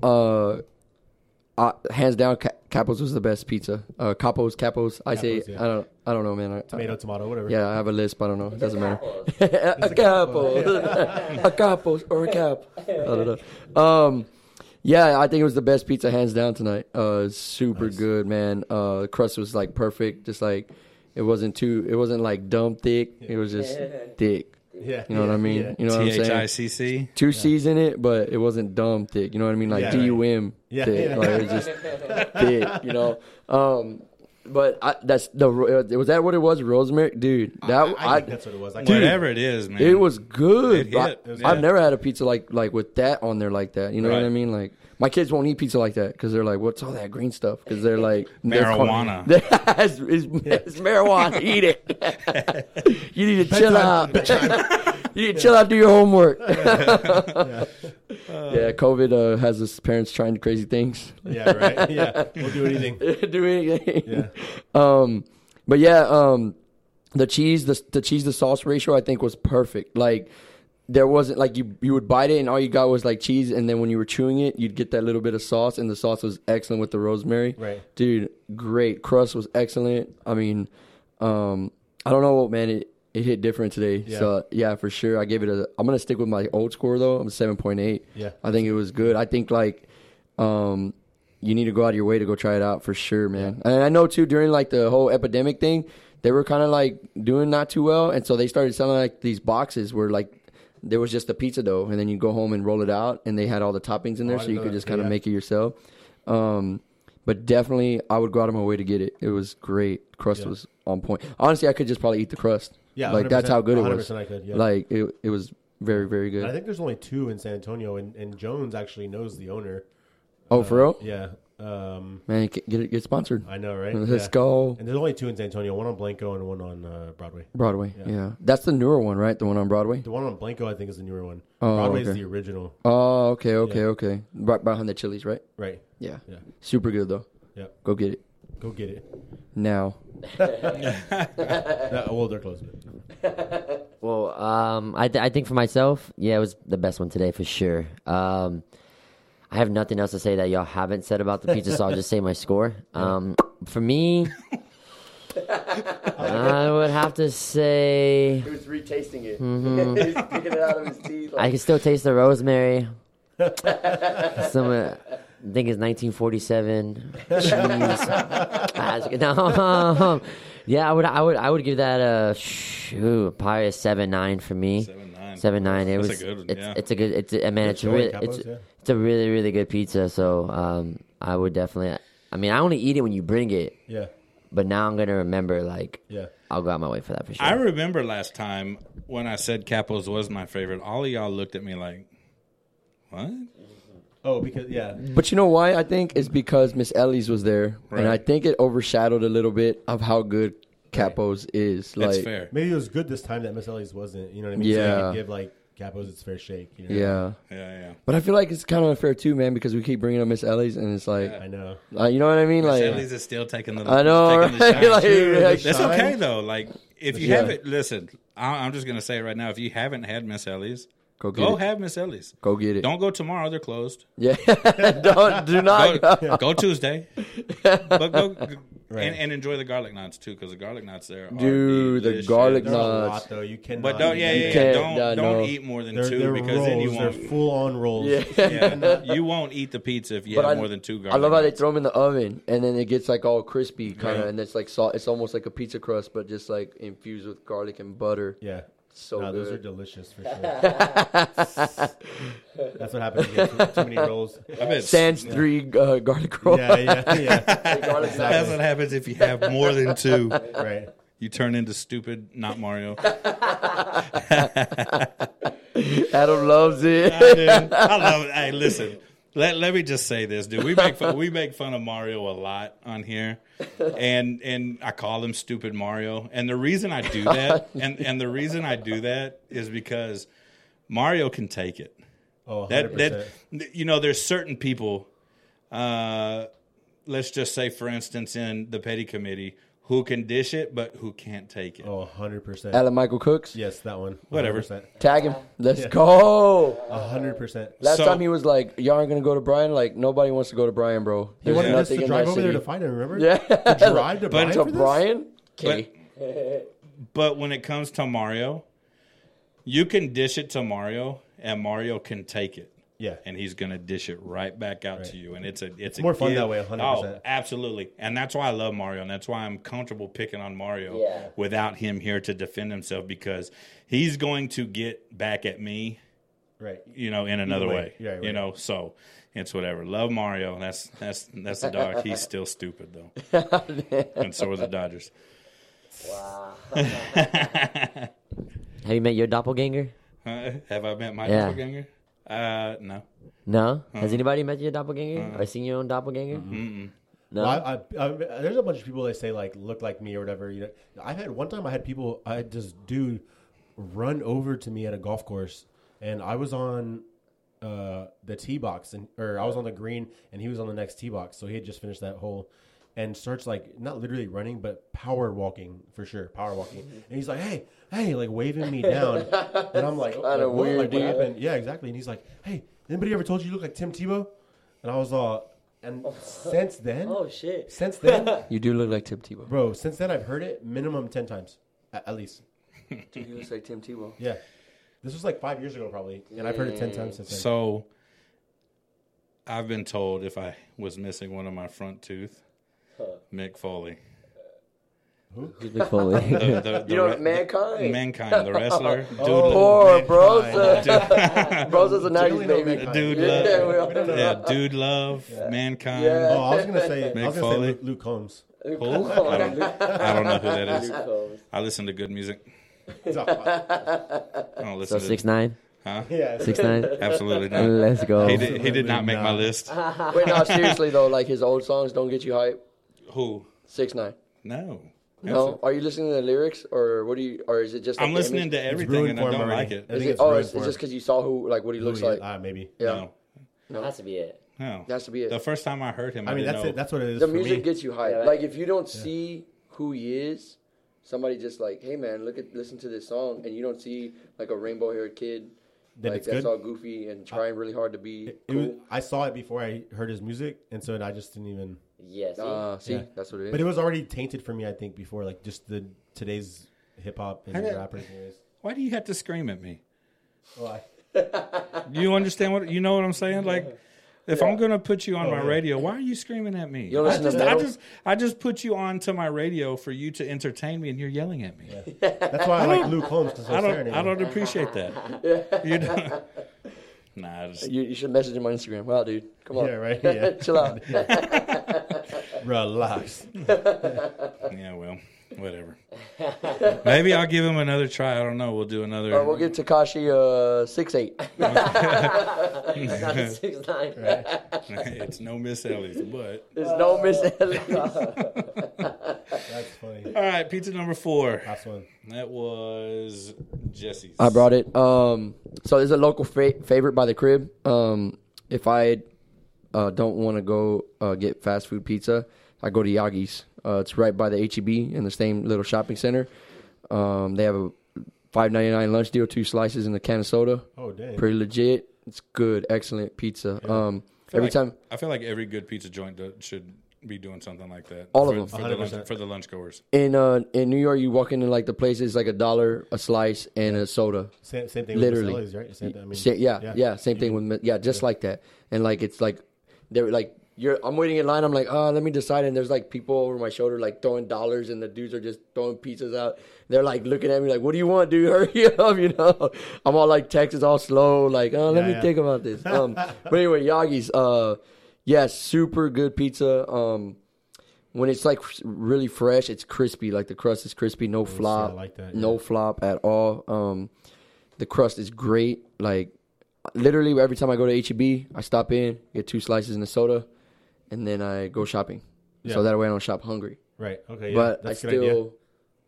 Speaker 2: uh, uh hands down, Ca- Capo's was the best pizza. Uh, Capo's, Capo's. I say,
Speaker 4: Capo's, yeah.
Speaker 2: I don't, I don't know, man. I,
Speaker 4: Tomato, tomato, whatever.
Speaker 2: yeah, I have a list, but I don't know. It doesn't matter. a capo, a capo, or a cap. I don't know. Um, yeah, I think it was the best pizza hands down tonight. Uh, super good, man. Uh, the crust was like perfect, just like it wasn't too, it wasn't like dumb thick. It was just thick.
Speaker 4: Yeah.
Speaker 2: You know what I mean?
Speaker 4: Yeah.
Speaker 2: You know what
Speaker 3: T
Speaker 2: I'm
Speaker 3: H
Speaker 2: saying?
Speaker 3: I C C.
Speaker 2: Two C's in it, but it wasn't dumb thick. You know what I mean? Like
Speaker 4: Yeah,
Speaker 2: D U M
Speaker 4: Yeah.
Speaker 2: thick.
Speaker 4: Yeah.
Speaker 2: Like it was just thick. You know. Um, but I, that's the ro- uh, was that what it was? Rosemary, dude. That
Speaker 4: I, I think that's what it was. I
Speaker 3: Whatever it is, man.
Speaker 2: it was good.
Speaker 3: It hit.
Speaker 2: I,
Speaker 3: It was
Speaker 2: I've
Speaker 3: good.
Speaker 2: never had a pizza like like with that on there like that. You know what
Speaker 3: Right.
Speaker 2: I mean? Like my kids won't eat pizza like that because they're like, "What's all that green stuff?" Because they're like they're call-
Speaker 3: Marijuana.
Speaker 2: it's, it's- it's marijuana. Eat it. you need to chill out. you need to chill out. Do your homework. yeah, COVID uh, has us parents trying crazy things.
Speaker 4: Yeah, right. Yeah. We'll do anything.
Speaker 2: do anything.
Speaker 4: Yeah.
Speaker 2: Um, but yeah, um, the cheese, the the cheese to sauce ratio, I think was perfect. Like there wasn't like you you would bite it and all you got was like cheese, and then when you were chewing it, you'd get that little bit of sauce, and the sauce was excellent with the rosemary.
Speaker 4: Right.
Speaker 2: dude, great crust was excellent. I mean, um, I don't know, man, it it hit different today. So yeah, for sure, I gave it a. I'm gonna stick with my old score though. I'm seven point eight.
Speaker 4: Yeah.
Speaker 2: I think it was good. I think like um you need to go out of your way to go try it out for sure, man. And I know too during like the whole epidemic thing, they were kind of like doing not too well, and so they started selling like these boxes where like there was just the pizza dough, and then you go home and roll it out, and they had all the toppings in there,
Speaker 4: Oh, I
Speaker 2: so
Speaker 4: didn't
Speaker 2: you
Speaker 4: know
Speaker 2: could
Speaker 4: that.
Speaker 2: just kind of
Speaker 4: Yeah.
Speaker 2: make it yourself. Um, but definitely, I would go out of my way to get it. It was great. Crust was on point. Honestly, I could just probably eat the crust.
Speaker 4: Yeah,
Speaker 2: like that's
Speaker 4: 100%,
Speaker 2: how good it was.
Speaker 4: 100% I could, yeah.
Speaker 2: Like it, it was very, very
Speaker 4: I
Speaker 2: good.
Speaker 4: think there's only two in San Antonio, and, and Jones actually knows the owner.
Speaker 2: Oh, for real,
Speaker 4: uh, Yeah. Um,
Speaker 2: man, get get- get sponsored.
Speaker 4: I know, right?
Speaker 2: Let's
Speaker 4: Yeah.
Speaker 2: go.
Speaker 4: And there's only two in San Antonio, one on Blanco and one on uh, Broadway.
Speaker 2: Broadway, yeah. That's the newer one, right? The one on Broadway?
Speaker 4: The one on Blanco, I think, is the newer one.
Speaker 2: Oh,
Speaker 4: Broadway's
Speaker 2: okay.
Speaker 4: the original,
Speaker 2: Oh, okay, okay, okay. Right behind the Chili's, right?
Speaker 4: right?
Speaker 2: Yeah.
Speaker 4: Yeah.
Speaker 2: Super good, though.
Speaker 4: Yeah.
Speaker 2: Go get it
Speaker 4: Go get it.
Speaker 2: now. Eh.
Speaker 4: That, well, they're close. But.
Speaker 1: Well, um, I th- I think for myself, yeah, it was the best one today for sure. Um, I have nothing else to say that y'all haven't said about the pizza, so I'll just say my score. Um, for me, I would have to say
Speaker 2: He was retasting it. He's picking it out of his teeth.
Speaker 1: I can still taste the rosemary. Some, uh, I think it's 1947. Jeez. No. um, yeah, I would, I would, I would give that a shoot, probably a seven nine for me.
Speaker 3: Seven nine.
Speaker 1: Seven nine. It
Speaker 3: That's
Speaker 1: was.
Speaker 3: a good one,
Speaker 1: it's,
Speaker 3: yeah.
Speaker 1: it's a good. It's a, man. It's a
Speaker 4: Joey
Speaker 1: really.
Speaker 4: Capos,
Speaker 1: it's,
Speaker 4: yeah.
Speaker 1: it's a really really good pizza. So um, I would definitely. I mean, I only eat it when you bring it,
Speaker 4: Yeah.
Speaker 1: but now I'm gonna remember. Like,
Speaker 4: Yeah.
Speaker 1: I'll go out my way for that for sure.
Speaker 3: I remember last time when I said Capos was my favorite. All of y'all looked at me like, "What?"
Speaker 4: Oh, because yeah,
Speaker 2: But you know why? I think it's because Miss Ellie's was there, and
Speaker 3: Right.
Speaker 2: I think it overshadowed a little bit of how good Capo's is. Like,
Speaker 3: That's fair.
Speaker 4: maybe it was good this time that Miss Ellie's wasn't. You know what I mean? So they
Speaker 2: Yeah.
Speaker 4: could give like Capos its fair shake. You know?
Speaker 2: Yeah.
Speaker 3: Yeah,
Speaker 2: But I feel like it's kind of unfair too, man, because we keep bringing up Miss Ellie's, and it's like,
Speaker 4: I know.
Speaker 2: uh, you know what I mean?
Speaker 3: yeah.
Speaker 2: Like,
Speaker 3: Shelly's is still taking the.
Speaker 2: I know,
Speaker 3: taking the
Speaker 2: right?
Speaker 3: shine.
Speaker 2: Like, like,
Speaker 3: That's
Speaker 4: Shine.
Speaker 3: okay though. Like if you
Speaker 2: Yeah.
Speaker 3: haven't, listen. I- I'm just gonna say it right now. If you haven't had Miss Ellie's,
Speaker 2: go get
Speaker 3: go
Speaker 2: it.
Speaker 3: have Miss Ellie's.
Speaker 2: Go get it.
Speaker 3: Don't go tomorrow; they're closed.
Speaker 2: Yeah. Don't do not.
Speaker 3: Go,
Speaker 2: go.
Speaker 3: go Tuesday, but go
Speaker 4: Right.
Speaker 3: and, and enjoy the garlic knots too, because the garlic knots there. Are
Speaker 2: Dude, the
Speaker 3: delicious.
Speaker 2: garlic
Speaker 4: There's a
Speaker 2: Nuts.
Speaker 4: lot though. You cannot.
Speaker 3: But don't,
Speaker 4: do
Speaker 3: yeah,
Speaker 4: that.
Speaker 3: yeah, yeah.
Speaker 2: can't-
Speaker 3: Don't,
Speaker 2: yeah,
Speaker 3: don't
Speaker 2: no.
Speaker 3: eat more than
Speaker 4: They're,
Speaker 3: 2
Speaker 4: they're
Speaker 3: because then you
Speaker 4: rolls. They're
Speaker 3: won't.
Speaker 4: full on rolls.
Speaker 2: Yeah.
Speaker 3: yeah, you won't eat the pizza if you
Speaker 2: But
Speaker 3: have
Speaker 2: I-
Speaker 3: more than two garlic.
Speaker 2: I love how they
Speaker 3: knots.
Speaker 2: throw them in the oven, and then it gets like all crispy, kind of,
Speaker 3: Right.
Speaker 2: and it's like salt. It's almost like a pizza crust, but just like infused with garlic and butter.
Speaker 4: Yeah.
Speaker 2: So
Speaker 4: no,
Speaker 2: good.
Speaker 4: those are delicious for sure. That's what happens. You get too, too many rolls.
Speaker 3: I bet
Speaker 2: Sans three uh, garlic roll.
Speaker 4: Yeah, yeah, yeah.
Speaker 2: garlic
Speaker 3: That's what happens if you have more than two.
Speaker 4: Right.
Speaker 3: You turn into stupid, not Mario.
Speaker 2: Adam loves it.
Speaker 3: Dude, I love it. Hey, listen. Let, let me just say this, dude. We make fun, we make fun of Mario a lot on here, and and I call him stupid Mario. And the reason I do that, and and the reason I do that is because Mario can take it.
Speaker 4: Oh, 100%.
Speaker 3: That that you know, there's certain people. Uh, let's just say, for instance, in the petty committee, who can dish it, but who can't take it.
Speaker 4: oh, 100%.
Speaker 2: Alan Michael Cooks.
Speaker 4: yes, that one.
Speaker 3: Whatever.
Speaker 4: 100%.
Speaker 2: Tag him. Let's go.
Speaker 4: 100%.
Speaker 2: Last
Speaker 3: So-
Speaker 2: time he was like, "Y'all aren't gonna go to Brian." Like nobody wants to go to Brian, bro.
Speaker 4: He
Speaker 2: There's
Speaker 4: wanted us
Speaker 2: nothing
Speaker 4: to
Speaker 2: in
Speaker 4: drive
Speaker 2: that
Speaker 4: over there to
Speaker 2: city.
Speaker 4: find him, remember?
Speaker 2: Yeah.
Speaker 4: To drive to Brian
Speaker 3: to
Speaker 2: to
Speaker 4: for this?
Speaker 2: Brian.
Speaker 3: But-
Speaker 2: Okay.
Speaker 3: But when it comes to Mario, you can dish it to Mario, and Mario can take it.
Speaker 4: Yeah.
Speaker 3: and he's going to dish it right back out to you. And it's a it's, a
Speaker 4: more fun
Speaker 3: give.
Speaker 4: that way, 100%.
Speaker 3: Oh, absolutely. And that's why I love Mario, and that's why I'm comfortable picking on Mario
Speaker 1: Yeah.
Speaker 3: without him here to defend himself because he's going to get back at me,
Speaker 4: Right.
Speaker 3: you know, in another
Speaker 4: way.
Speaker 3: way.
Speaker 4: Yeah, right.
Speaker 3: You know, so it's whatever. Love Mario. That's that's that's the dog. he's still stupid though, and so are the Dodgers.
Speaker 1: Have you met your doppelganger?
Speaker 3: Huh? Have I met my
Speaker 1: Yeah.
Speaker 3: doppelganger? Uh, no.
Speaker 1: No.
Speaker 3: Uh-huh.
Speaker 1: Has anybody met your doppelganger or seen your own doppelganger?
Speaker 3: Mm-hmm.
Speaker 1: No.
Speaker 4: Well, I, I, I, there's a bunch of people that say like look like me or whatever. You know, I've had one time I had people, I had this dude run over to me at a golf course, and I was on uh, the tee box, and or I was on the green, and he was on the next tee box. So he had just finished that hole, and starts like not literally running, but power walking for sure, power walking.
Speaker 2: Mm-hmm.
Speaker 4: And he's like, hey, hey, like waving me down, and I'm like,
Speaker 2: kinda
Speaker 4: like, what?
Speaker 2: weird,
Speaker 4: Like, what
Speaker 2: dude.
Speaker 4: happened? Yeah, exactly. And he's like, hey, anybody ever told you you look like Tim Tebow? And I was all. And since then,
Speaker 1: oh shit.
Speaker 4: since then,
Speaker 2: You do look like Tim Tebow.
Speaker 4: bro, since then I've heard it minimum 10 times at, at least.
Speaker 2: Dude, you look like Tim Tebow.
Speaker 4: Yeah. This was like five years ago, probably, and I've heard it 10 times since then.
Speaker 3: So I've been told if I was missing one of my front tooth, Mick Foley.
Speaker 1: Foley.
Speaker 3: The, the, the
Speaker 2: You know,
Speaker 3: re-
Speaker 2: mankind.
Speaker 3: Mankind, the wrestler. Dude,
Speaker 2: Poor
Speaker 3: lo-
Speaker 2: Brosa.
Speaker 3: dude,
Speaker 2: Brosa's a
Speaker 4: We
Speaker 2: nineties
Speaker 4: don't know
Speaker 2: baby.
Speaker 4: mankind.
Speaker 3: dude
Speaker 2: Yeah, we all-
Speaker 3: love. Yeah, dude love, mankind.
Speaker 2: Yeah.
Speaker 4: Oh, I was gonna say, I was
Speaker 3: Mick
Speaker 4: gonna say
Speaker 3: Foley.
Speaker 4: Luke, Luke Combs.
Speaker 3: Who? I, don't, I don't know who that is. I listen to good music.
Speaker 4: yeah,
Speaker 3: I don't
Speaker 1: so
Speaker 3: listen to
Speaker 1: six nine. Six
Speaker 4: six
Speaker 1: nine.
Speaker 3: absolutely not.
Speaker 1: Let's go.
Speaker 3: He did, he did not
Speaker 4: Absolutely
Speaker 3: make my
Speaker 4: not.
Speaker 3: list.
Speaker 2: Wait, no, seriously though, like his old songs don't get you hype.
Speaker 3: Who?
Speaker 2: Six nine.
Speaker 3: No.
Speaker 2: No, are you listening to the lyrics or what do you? Or is it just? Like
Speaker 3: I'm
Speaker 2: the
Speaker 3: listening
Speaker 2: image?
Speaker 3: to everything and I don't like it.
Speaker 4: I think
Speaker 2: Is it,
Speaker 4: it's
Speaker 2: oh,
Speaker 4: ruined
Speaker 2: it's,
Speaker 4: for
Speaker 2: it's
Speaker 4: him.
Speaker 2: just because you saw who like what he looks
Speaker 4: Who he is.
Speaker 2: like.
Speaker 4: Ah, maybe.
Speaker 2: yeah,
Speaker 3: No.
Speaker 1: That has to be it.
Speaker 3: No.
Speaker 2: That has to be it.
Speaker 3: The first time I heard him, I,
Speaker 4: I mean,
Speaker 3: didn't
Speaker 4: that's
Speaker 3: know.
Speaker 4: it. That's what it is.
Speaker 2: the
Speaker 4: for
Speaker 2: music
Speaker 4: me.
Speaker 2: gets you hype.
Speaker 1: Yeah, right.
Speaker 2: Like if you don't see who he is, somebody just like, hey man, look at listen to this song, and you don't see like a rainbow haired kid,
Speaker 4: Then
Speaker 2: like
Speaker 4: it's
Speaker 2: that's
Speaker 4: good? Uh,
Speaker 2: all goofy and trying really hard to be
Speaker 4: It was,
Speaker 2: cool.
Speaker 4: I saw it before I heard his music, and so I just didn't even.
Speaker 1: Yes.
Speaker 2: uh, see,
Speaker 4: Yeah.
Speaker 2: that's what it is.
Speaker 4: But it was already tainted for me, I think, before like just the today's hip hop and
Speaker 3: did-
Speaker 4: rappers. Anyways.
Speaker 3: Why do you have to scream at me?
Speaker 4: Why?
Speaker 3: You understand what you know what I'm saying? Like, if I'm gonna put you on my
Speaker 4: yeah.
Speaker 3: radio, why are you screaming at me?
Speaker 2: Oh, don't
Speaker 3: I
Speaker 2: listen to
Speaker 3: just, I
Speaker 2: metal?
Speaker 3: just, I just put you on to my radio for you to entertain me, and you're yelling at me.
Speaker 4: That's why I like Luke Combs because
Speaker 3: I
Speaker 4: I'm
Speaker 3: don't,
Speaker 4: staring
Speaker 3: I
Speaker 4: at
Speaker 3: don't appreciate that. You don't. Nah, I just,
Speaker 2: you, you should message him on Instagram. Wow, dude, come on,
Speaker 4: Yeah, right, yeah.
Speaker 2: chill out.
Speaker 4: Relax.
Speaker 3: yeah, well, whatever. Maybe I'll give him another try. I don't know. We'll do another.
Speaker 2: Or Oh, we'll give Takashi uh, six eight.
Speaker 1: Not a six nine.
Speaker 3: it's no Miss Ellie's, but
Speaker 2: There's no Miss Ellis.
Speaker 4: That's funny.
Speaker 3: all right. Pizza number four.
Speaker 4: Last one.
Speaker 3: That was Jesse's.
Speaker 2: I brought it. Um, so there's a local fa- favorite by the crib. Um, if I uh, don't want to go uh, get fast food pizza, I go to Yagi's. Uh, it's right by the HEB in the same little shopping center. Um, they have a five ninety nine lunch deal, two slices and a can of soda.
Speaker 4: Oh dang.
Speaker 2: Pretty legit. It's good, excellent pizza. Um,
Speaker 3: feel
Speaker 2: every
Speaker 3: like-
Speaker 2: time
Speaker 3: I feel like every good pizza joint do, should be doing something like that.
Speaker 2: All of
Speaker 3: for,
Speaker 2: them.
Speaker 3: for the, lunch,
Speaker 4: 100%.
Speaker 3: for the lunch goers.
Speaker 2: in uh, in New York, you walk into like the place, it's like a dollar a slice and a soda.
Speaker 4: Same, same thing
Speaker 2: Literally.
Speaker 4: with Miss Ellie's, right? Same thing. I mean,
Speaker 2: Sa- yeah, yeah, same thing with with yeah, just like that. And like it's like they're like you're I'm waiting in line, I'm like, oh let me decide and there's like people over my shoulder like throwing dollars and the dudes are just throwing pizzas out. They're like looking at me like, What do you want, dude? Hurry up, you know. I'm all like Texas all slow, like, oh let
Speaker 4: Yeah,
Speaker 2: me
Speaker 4: yeah.
Speaker 2: think about this. Um but anyway, Yagi's uh yes, super good pizza. Um when it's like really fresh, it's crispy. Like the crust is crispy, no flop,
Speaker 4: like that,
Speaker 2: no flop at all. Um, the crust is great. Like literally every time I go to HEB, I stop in, get two slices and a soda, and then I go shopping.
Speaker 4: Yeah.
Speaker 2: So that way I don't shop hungry.
Speaker 4: Right. Okay. Yeah.
Speaker 2: but I
Speaker 4: That's a good
Speaker 2: still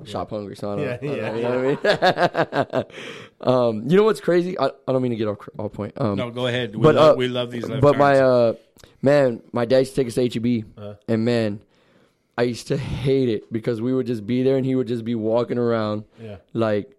Speaker 4: idea.
Speaker 2: shop hungry, so I don't,
Speaker 4: Yeah,
Speaker 2: I don't
Speaker 4: yeah,
Speaker 2: know, you know what I mean? um, you know what's crazy? I, I don't mean to get off, off point. Um,
Speaker 3: No, go ahead. We,
Speaker 2: but,
Speaker 3: love,
Speaker 2: uh,
Speaker 3: we love these. Left
Speaker 2: but my
Speaker 3: turns.
Speaker 2: uh, man, my dad used to take us to HEB,
Speaker 3: Uh-huh.
Speaker 2: and man, I used to hate it because we would just be there and he would just be walking around,
Speaker 4: Yeah.
Speaker 2: like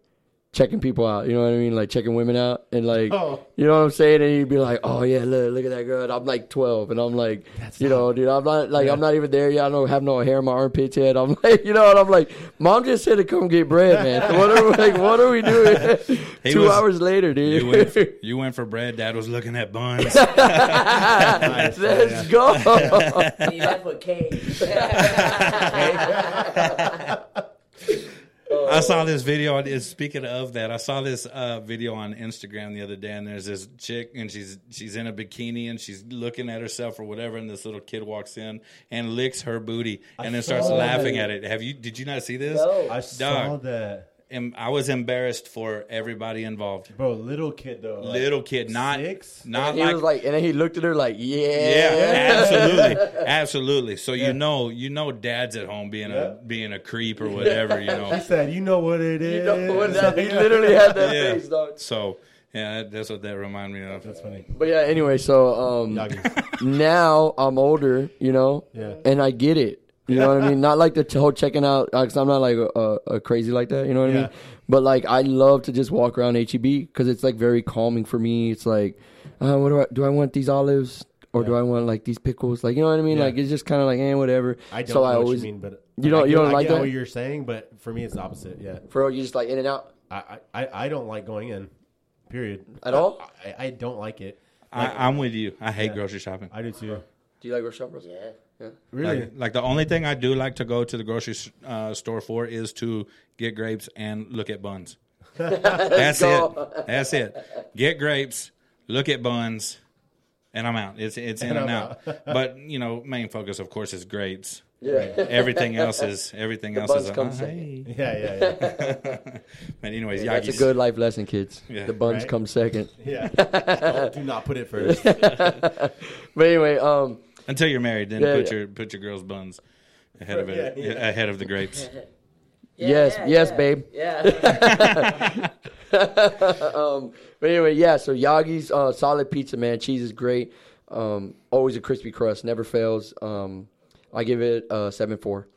Speaker 2: checking people out. You know what I mean? Like checking women out and like,
Speaker 4: Oh.
Speaker 2: you know what I'm saying? And he'd be like, "Oh yeah, look, look at that girl." And I'm like 12, and I'm like, you know, dude, I'm not like I'm not even there yet. I don't have no hair in my armpits yet. I'm like, you know, and I'm like, mom just said to come get bread, man. what are we, like, what are we doing?
Speaker 3: He
Speaker 2: Two
Speaker 3: was-
Speaker 2: hours later, dude.
Speaker 3: you, went for, you went for bread. Dad was looking at buns.
Speaker 2: Let's go.
Speaker 1: And you left with cake.
Speaker 3: I saw this video. On, is- speaking of that, I saw this uh, video on Instagram the other day, and there's this chick, and she's she's in a bikini, and she's looking at herself or whatever, and this little kid walks in and licks her booty, and then starts
Speaker 4: saw
Speaker 3: laughing
Speaker 4: that.
Speaker 3: at it. Have you? Did you not see this?
Speaker 1: No.
Speaker 4: I saw that,
Speaker 3: Em- I was embarrassed for everybody involved.
Speaker 4: bro. Little kid though. like,
Speaker 3: little kid, not
Speaker 4: six?
Speaker 3: not
Speaker 2: he
Speaker 3: like,
Speaker 2: was like, and then he looked at her like, yeah,
Speaker 3: yeah, absolutely, absolutely. So you know, you know, dad's at home being
Speaker 4: Yeah.
Speaker 3: a being a creep or whatever, you know.
Speaker 4: He said, "You know what it
Speaker 2: You
Speaker 4: is."
Speaker 2: know what that- he literally had that
Speaker 3: Yeah.
Speaker 2: face, dog.
Speaker 3: So yeah, that- that's what that reminded me of.
Speaker 4: That's funny.
Speaker 2: But yeah, anyway, so um,
Speaker 4: Yagis.
Speaker 2: now I'm older, you know,
Speaker 4: Yeah.
Speaker 2: and I get it. You know what I mean? Not like the whole checking out, because I'm not like a, a, a crazy like that. You know what I
Speaker 4: Yeah.
Speaker 2: mean? But like, I love to just walk around HEB because it's like very calming for me. It's like, uh, what do I do? I want these olives or do I want like these pickles? Like, you know what I mean?
Speaker 4: Yeah.
Speaker 2: Like, it's just kind of like, eh, whatever.
Speaker 4: I don't
Speaker 2: so
Speaker 4: know
Speaker 2: I
Speaker 4: what
Speaker 2: always,
Speaker 4: you mean, but
Speaker 2: You don't-
Speaker 4: I
Speaker 2: you
Speaker 4: get-
Speaker 2: don't
Speaker 4: I
Speaker 2: like
Speaker 4: get
Speaker 2: that?
Speaker 4: what you're saying, but for me, it's the opposite. Yeah,
Speaker 2: for real, you just like in and out
Speaker 4: I, I, I don't like going in. Period.
Speaker 2: at all.
Speaker 4: I, I don't like it.
Speaker 3: I, I'm with you. I hate grocery shopping.
Speaker 4: I do too.
Speaker 2: Do you like restaurants?
Speaker 1: yeah.
Speaker 4: Really?
Speaker 3: Like, like the only thing I do like to go to the grocery s- uh, store for is to get grapes and look at buns. That's it.
Speaker 2: go.
Speaker 3: That's it. Get grapes, look at buns, and I'm out. It's it's in and,
Speaker 4: I'm
Speaker 3: out. but you know, main focus of course is grapes.
Speaker 2: Yeah.
Speaker 3: Everything else is everything else
Speaker 2: buns
Speaker 3: is.
Speaker 2: come
Speaker 3: uh,
Speaker 2: second.
Speaker 3: hey.
Speaker 4: Yeah, yeah, yeah.
Speaker 3: But anyways,
Speaker 2: That's a
Speaker 3: Yagi's-
Speaker 2: good life lesson, kids.
Speaker 3: Yeah.
Speaker 2: The buns
Speaker 4: Right.
Speaker 2: come second.
Speaker 4: yeah. Don't, do not put it first.
Speaker 2: But anyway, um,
Speaker 3: until you're married. Then
Speaker 2: Yeah,
Speaker 3: put
Speaker 2: yeah.
Speaker 3: your put your girls buns ahead of it,
Speaker 4: Yeah, yeah.
Speaker 3: ahead of the grapes.
Speaker 2: yes, yes, babe.
Speaker 1: Yeah.
Speaker 2: Um, but anyway, yeah. So Yagi's uh, solid pizza, man. Cheese is great. Um, always a crispy crust, never fails. Um, I give it a seven four.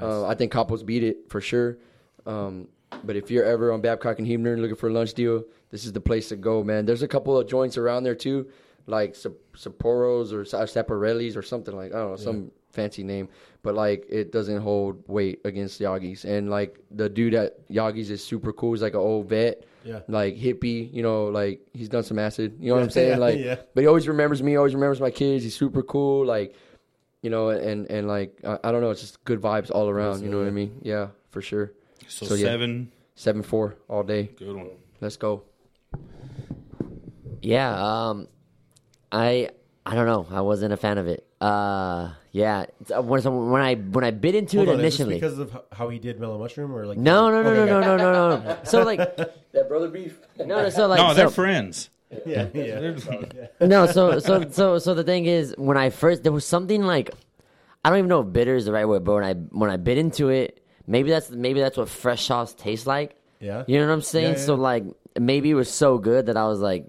Speaker 2: Uh, I think Capos beat it for sure. Um, but if you're ever on Babcock and Huebner and looking for a lunch deal, this is the place to go, man. There's a couple of joints around there too, like Sa- Sapporos or Sa- Saporelli's or something like I don't know some fancy name, but like it doesn't hold weight against Yagi's. And like the dude at Yagi's is super cool. He's like an old vet,
Speaker 4: Yeah.
Speaker 2: like hippie, you know, like he's done some acid. You know what I'm saying?
Speaker 4: Yeah,
Speaker 2: Like,
Speaker 4: yeah.
Speaker 2: but he always remembers me. Always remembers my kids. He's super cool. Like, you know, and and like I, I don't know, it's just good vibes all around. You know what I mean? Yeah, for sure.
Speaker 3: So,
Speaker 2: So, yeah.
Speaker 3: seven,
Speaker 2: Seven four all day.
Speaker 3: good one.
Speaker 2: Let's go.
Speaker 1: yeah. Um, I I don't know. I wasn't a fan of it. Uh, yeah. It's, uh, When, so when I when I bit into
Speaker 4: Hold
Speaker 1: it
Speaker 4: on, is this
Speaker 1: initially.
Speaker 4: because of ho- how he did mellow mushroom, or like
Speaker 1: No, no, no,
Speaker 4: Okay,
Speaker 1: no,
Speaker 4: okay.
Speaker 1: no, no, no, no. So like,
Speaker 2: That brother beef.
Speaker 1: no, no, so like,
Speaker 3: no, they're
Speaker 1: so-
Speaker 3: friends.
Speaker 4: Yeah, yeah.
Speaker 1: no, so so so so the thing is, when I first there was something like I don't even know if bitter is the right word, but when I when I bit into it, maybe that's maybe that's what fresh sauce tastes like.
Speaker 4: Yeah.
Speaker 1: you know what I'm saying.
Speaker 4: Yeah, yeah,
Speaker 1: So
Speaker 4: yeah.
Speaker 1: like maybe it was so good that I was like,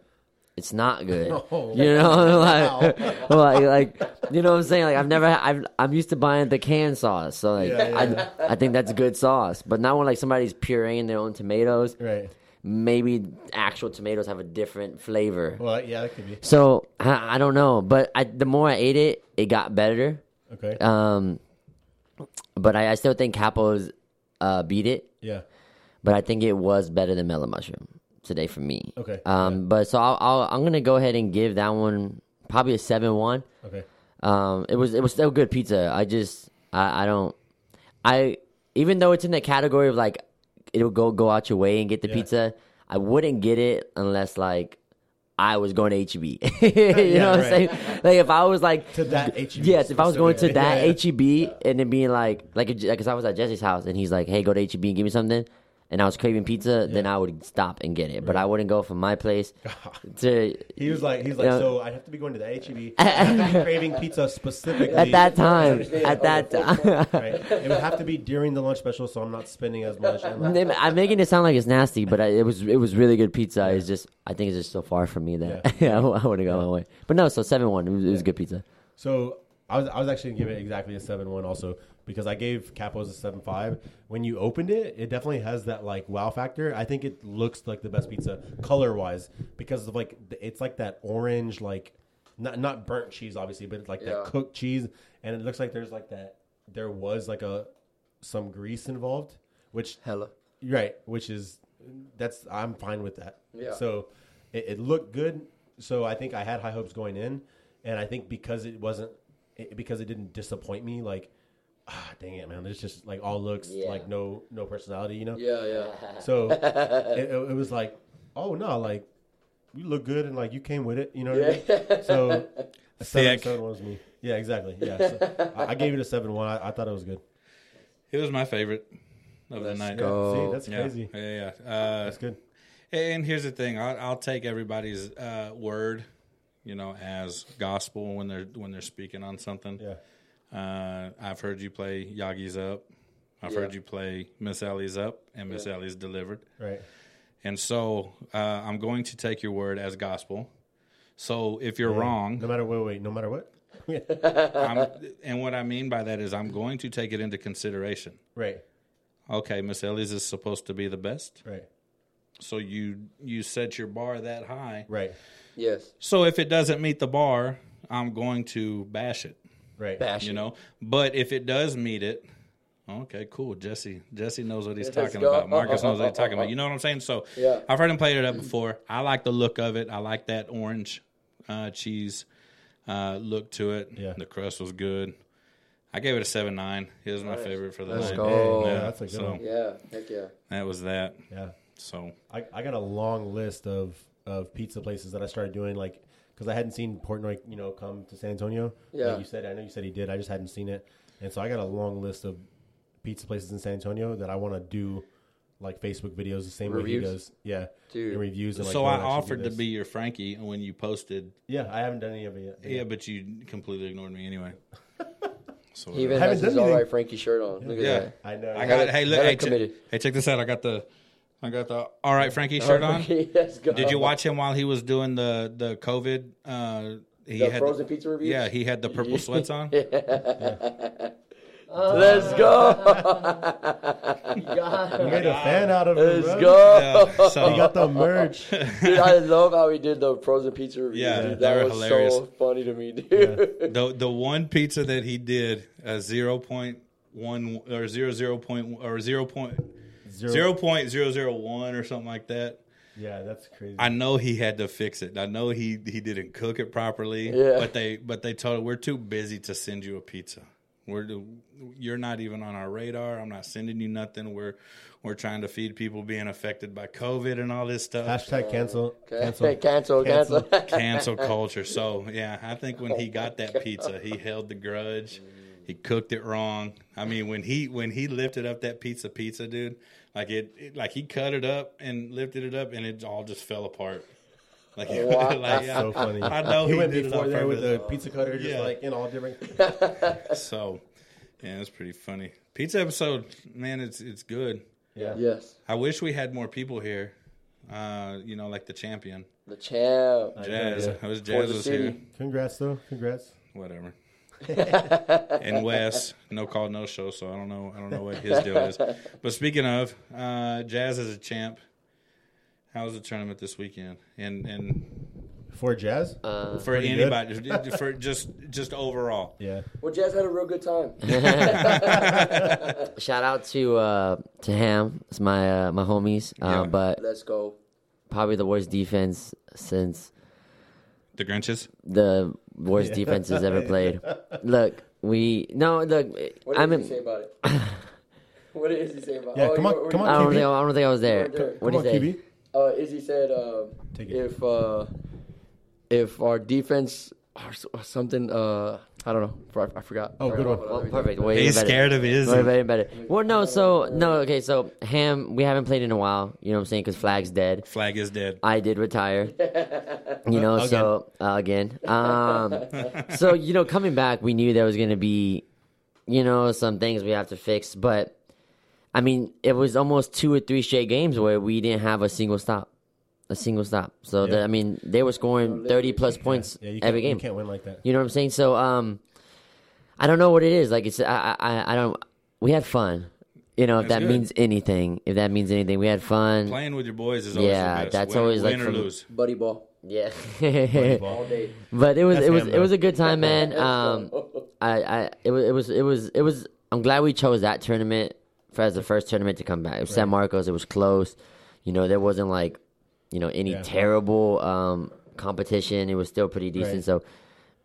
Speaker 1: it's not good.
Speaker 4: No.
Speaker 1: You know, like, like like you know what I'm saying. Like I've never I've I'm used to buying the canned sauce, so like
Speaker 4: Yeah, yeah.
Speaker 1: I I think that's good sauce. But not when like somebody's pureeing their own tomatoes.
Speaker 4: Right.
Speaker 1: Maybe actual tomatoes have a different flavor.
Speaker 4: Well, yeah, that could be
Speaker 1: So I, I don't know, but I, the more I ate it, it got better.
Speaker 4: okay.
Speaker 1: Um, but I, I still think Capo's uh, beat it.
Speaker 4: yeah.
Speaker 1: But I think it was better than Mellow Mushroom today for me.
Speaker 4: Okay,
Speaker 1: Um, but so I'll, I'll, I'm gonna go ahead and give that one probably a seven one.
Speaker 4: Okay.
Speaker 1: Um, it was it was still good pizza. I just I, I don't I even though it's in the category of like it'll go go out your way and get the
Speaker 4: Yeah.
Speaker 1: pizza. I wouldn't get it unless like I was going to HEB. you know what I'm
Speaker 4: right.
Speaker 1: saying? Like if I was like
Speaker 4: To that H. E
Speaker 1: Yes, if I was going to that E
Speaker 4: yeah.
Speaker 1: HEB E and then being like, like, because I was at Jesse's house and he's like, "Hey, go to HEB and give me something," and I was craving pizza, then I would stop and get it. But I wouldn't go from my place to
Speaker 4: He was like, he's like,
Speaker 1: Yeah.
Speaker 4: so I'd have to be going to the HEB. I'd have to be craving pizza specifically.
Speaker 1: at that time. At that
Speaker 4: Oh,
Speaker 1: time.
Speaker 4: right? It would have to be during the lunch special, so I'm not spending as much. And like,
Speaker 1: I'm making it sound like it's nasty, but I, it was it was really good pizza. It's just I think it's just so far from me that I, wouldn't go my way. But no, so seven one, it was, it was good pizza.
Speaker 4: So I was I was actually gonna give it exactly a seven one also because I gave Capos a seven five. When you opened it, it definitely has that like wow factor. I think it looks like the best pizza color wise because of like the- it's like that orange like not not burnt cheese obviously, but it's like
Speaker 2: Yeah.
Speaker 4: that cooked cheese, and it looks like there's like that there was like a some grease involved, which
Speaker 2: Hella.
Speaker 4: Right, which is that's I'm fine with that.
Speaker 2: Yeah.
Speaker 4: So it, it looked good. So I think I had high hopes going in, and I think because it wasn't it, because it didn't disappoint me. Like, ah, dang it, man! It's just like all looks,
Speaker 1: Yeah.
Speaker 4: like no no personality, you know.
Speaker 2: Yeah, yeah.
Speaker 4: So it, it, it was like, oh no, like you look good and like you came with it, you know what I mean? So a seven
Speaker 3: Thick.
Speaker 4: seven was me. Yeah, exactly. Yeah, so I, I gave it a seven one. I, I thought it was good.
Speaker 3: It was my favorite of the
Speaker 2: Let's
Speaker 3: night.
Speaker 4: Yeah,
Speaker 2: Go.
Speaker 4: see, that's
Speaker 3: Yeah,
Speaker 4: crazy.
Speaker 3: Yeah, yeah. yeah. Uh,
Speaker 4: That's good.
Speaker 3: And here's the thing: I'll, I'll take everybody's uh, word, you know, as gospel when they're when they're speaking on something.
Speaker 4: Yeah.
Speaker 3: Uh, I've heard you play Yagi's up. I've
Speaker 2: Yeah.
Speaker 3: heard you play Miss Ellie's up, and Miss Ellie's delivered.
Speaker 4: Right.
Speaker 3: And so uh, I'm going to take your word as gospel. So if you're wrong,
Speaker 4: No matter what, wait, no matter what.
Speaker 3: I'm, and what I mean by that is I'm going to take it into consideration.
Speaker 4: Right,
Speaker 3: Okay, Miss Ellie's is supposed to be the best,
Speaker 4: right,
Speaker 3: so you you set your bar that high.
Speaker 4: right,
Speaker 2: Yes.
Speaker 3: So if it doesn't meet the bar, I'm going to bash it,
Speaker 4: right.
Speaker 2: Bash.
Speaker 3: you
Speaker 2: it.
Speaker 3: know. But if it does meet it, okay, cool. Jesse Jesse knows what he's
Speaker 2: Let's
Speaker 3: talking
Speaker 2: go.
Speaker 3: about. Marcus knows what he's talking about. You know what I'm saying? So
Speaker 2: Yeah.
Speaker 3: I've heard him play it up before. I like the look of it. I like that orange uh, cheese uh, look to it.
Speaker 4: Yeah.
Speaker 3: The crust was good. I gave it a seven nine. It was my favorite for the
Speaker 2: Let's
Speaker 3: night.
Speaker 2: go.
Speaker 4: Yeah,
Speaker 3: Yeah,
Speaker 4: that's a good
Speaker 3: so
Speaker 4: one.
Speaker 2: Yeah, heck yeah.
Speaker 3: that was that.
Speaker 4: Yeah,
Speaker 3: So
Speaker 4: I, I got a long list of of pizza places that I started doing like because I hadn't seen Portnoy, you know, come to San Antonio.
Speaker 2: Yeah.
Speaker 4: like you said I know you said he did. I just hadn't seen it, and so I got a long list of pizza places in San Antonio that I want to do like Facebook videos the same
Speaker 2: Reviews?
Speaker 4: way he does. Yeah,
Speaker 2: Dude.
Speaker 4: and reviews. And, like,
Speaker 3: so
Speaker 4: no
Speaker 3: I
Speaker 4: one actually
Speaker 3: offered
Speaker 4: did
Speaker 3: to
Speaker 4: this.
Speaker 3: be your Frankie when you posted.
Speaker 4: Yeah, I haven't done any of it yet. but
Speaker 3: Yeah, but you completely ignored me anyway. So
Speaker 2: He even
Speaker 4: Haven't
Speaker 2: has his
Speaker 4: done
Speaker 2: all
Speaker 4: anything.
Speaker 2: right Frankie shirt on. Look at
Speaker 3: Yeah.
Speaker 2: that.
Speaker 4: I know.
Speaker 3: I got
Speaker 2: Had it-
Speaker 3: hey look
Speaker 2: had it
Speaker 3: hey, check,
Speaker 2: committed.
Speaker 3: hey check this out. I got the I got the all right Frankie shirt on.
Speaker 2: Okay, let's go.
Speaker 3: Did you watch him while he was doing the the COVID? Uh, he
Speaker 2: the
Speaker 3: had
Speaker 2: frozen pizza review?
Speaker 3: yeah he had the purple sweats on.
Speaker 2: Let's go.
Speaker 4: you made a fan out of it.
Speaker 2: Let's
Speaker 4: bro.
Speaker 2: go.
Speaker 3: Yeah,
Speaker 4: You got
Speaker 3: so
Speaker 4: the merch.
Speaker 2: Dude, I love how he did the frozen pizza review.
Speaker 3: Yeah,
Speaker 2: dude.
Speaker 3: they
Speaker 2: that
Speaker 3: were
Speaker 2: was so
Speaker 3: hilarious.
Speaker 2: funny to me, dude.
Speaker 3: the the one pizza that he did a zero point one or zero zero point or zero point
Speaker 4: Zero.
Speaker 3: zero point zero zero one or something like that.
Speaker 4: Yeah, that's crazy.
Speaker 3: I know he had to fix it. I know he he didn't cook it properly.
Speaker 2: Yeah.
Speaker 3: But they but they told him we're too busy to send you a pizza. We're you're not even on our radar. I'm not sending you nothing. We're we're trying to feed people being affected by COVID and all this stuff.
Speaker 4: Hashtag cancel. Cancel.
Speaker 2: Cancel, cancel, cancel.
Speaker 3: Cancel culture. So yeah, I think when he got
Speaker 2: Oh
Speaker 3: that pizza, he held the grudge. He cooked it wrong. I mean, when he when he lifted up that pizza, pizza dude, like it, it- like he cut it up and lifted it up, and it all just fell apart. Like,
Speaker 2: Wow.
Speaker 3: like,
Speaker 4: so funny.
Speaker 3: I know
Speaker 4: he,
Speaker 3: he,
Speaker 4: went
Speaker 3: did it
Speaker 4: before
Speaker 3: on
Speaker 4: there with the
Speaker 3: purpose.
Speaker 4: pizza cutter, just
Speaker 3: Yeah.
Speaker 4: like in all different.
Speaker 3: So, yeah, it's pretty funny. Pizza episode, man, it's it's good.
Speaker 4: Yeah,
Speaker 2: yes,
Speaker 3: I wish we had more people here. Uh, you know, like the champion,
Speaker 2: the champ.
Speaker 3: Jazz.
Speaker 4: yeah.
Speaker 3: I wish
Speaker 2: For
Speaker 3: Jazz
Speaker 2: the
Speaker 3: was
Speaker 2: city.
Speaker 3: here.
Speaker 4: Congrats though. Congrats.
Speaker 3: Whatever. and Wes, no call, no show. So I don't know. I don't know what his deal is. But speaking of, uh, Jazz is a champ. How was the tournament this weekend? And and
Speaker 4: For jazz.
Speaker 1: Uh,
Speaker 3: for
Speaker 4: pretty good.
Speaker 3: anybody, for just just overall,
Speaker 4: yeah.
Speaker 2: Well, Jazz had a real good time.
Speaker 1: Shout out to uh, to Ham, it's my uh, my homies. Uh,
Speaker 3: Yeah.
Speaker 1: But
Speaker 2: Let's go.
Speaker 1: probably the worst defense since
Speaker 3: the Grinches.
Speaker 1: the worst defense has ever played. Look, we no look.
Speaker 2: What did
Speaker 1: I'm.
Speaker 2: he say
Speaker 1: in-
Speaker 2: about it? what did Izzy say about it? Oh,
Speaker 4: Yeah, come on,
Speaker 2: you-
Speaker 4: come
Speaker 2: you-
Speaker 1: I
Speaker 4: on.
Speaker 1: don't
Speaker 4: KB.
Speaker 1: think I don't think I was there.
Speaker 2: Come on,
Speaker 1: What do you say?
Speaker 4: QB.
Speaker 2: Uh, Izzy said um,
Speaker 4: Take it.
Speaker 2: if uh, if our defense or s- or something. Uh, I don't know. For- I, I forgot.
Speaker 4: Oh, good one.
Speaker 1: Well, perfect. Way
Speaker 3: He's
Speaker 1: better.
Speaker 3: scared of his.
Speaker 1: Way better, better. Well, no, so no, okay, so Ham, we haven't played in a while. You know what I'm saying? Because Flag's dead.
Speaker 3: Flag is dead.
Speaker 1: I did retire. You know,
Speaker 4: Again.
Speaker 1: so uh, again, um, so you know, coming back, we knew there was going to be, you know, some things we have to fix. But I mean, it was almost two or three straight games where we didn't have a single stop, a single stop. So the, I mean, they were scoring thirty plus points
Speaker 4: Yeah, you can't,
Speaker 1: every game.
Speaker 4: You can't win like that.
Speaker 1: You know what I'm saying? So um, I don't know what it is. Like it's I I, I- I don't. We had fun. You know, if
Speaker 3: That's
Speaker 1: that
Speaker 3: good.
Speaker 1: means anything, if that means anything, we had fun.
Speaker 3: Playing with your boys is always
Speaker 1: Yeah,
Speaker 3: the best.
Speaker 1: that's
Speaker 3: win,
Speaker 1: always, like,
Speaker 3: win or
Speaker 1: from-
Speaker 3: lose.
Speaker 2: buddy ball
Speaker 1: Yeah.
Speaker 2: all day.
Speaker 1: but it was
Speaker 4: That's
Speaker 1: it was
Speaker 4: him,
Speaker 1: it
Speaker 4: though.
Speaker 1: was a good time, man. Um, I, I it was it was it was it was. I'm glad we chose that tournament for as the first tournament to come back. It was San Marcos. It was close. You know, there wasn't like you know any
Speaker 4: Yeah.
Speaker 1: terrible um, competition. It was still pretty decent.
Speaker 4: Right.
Speaker 1: So.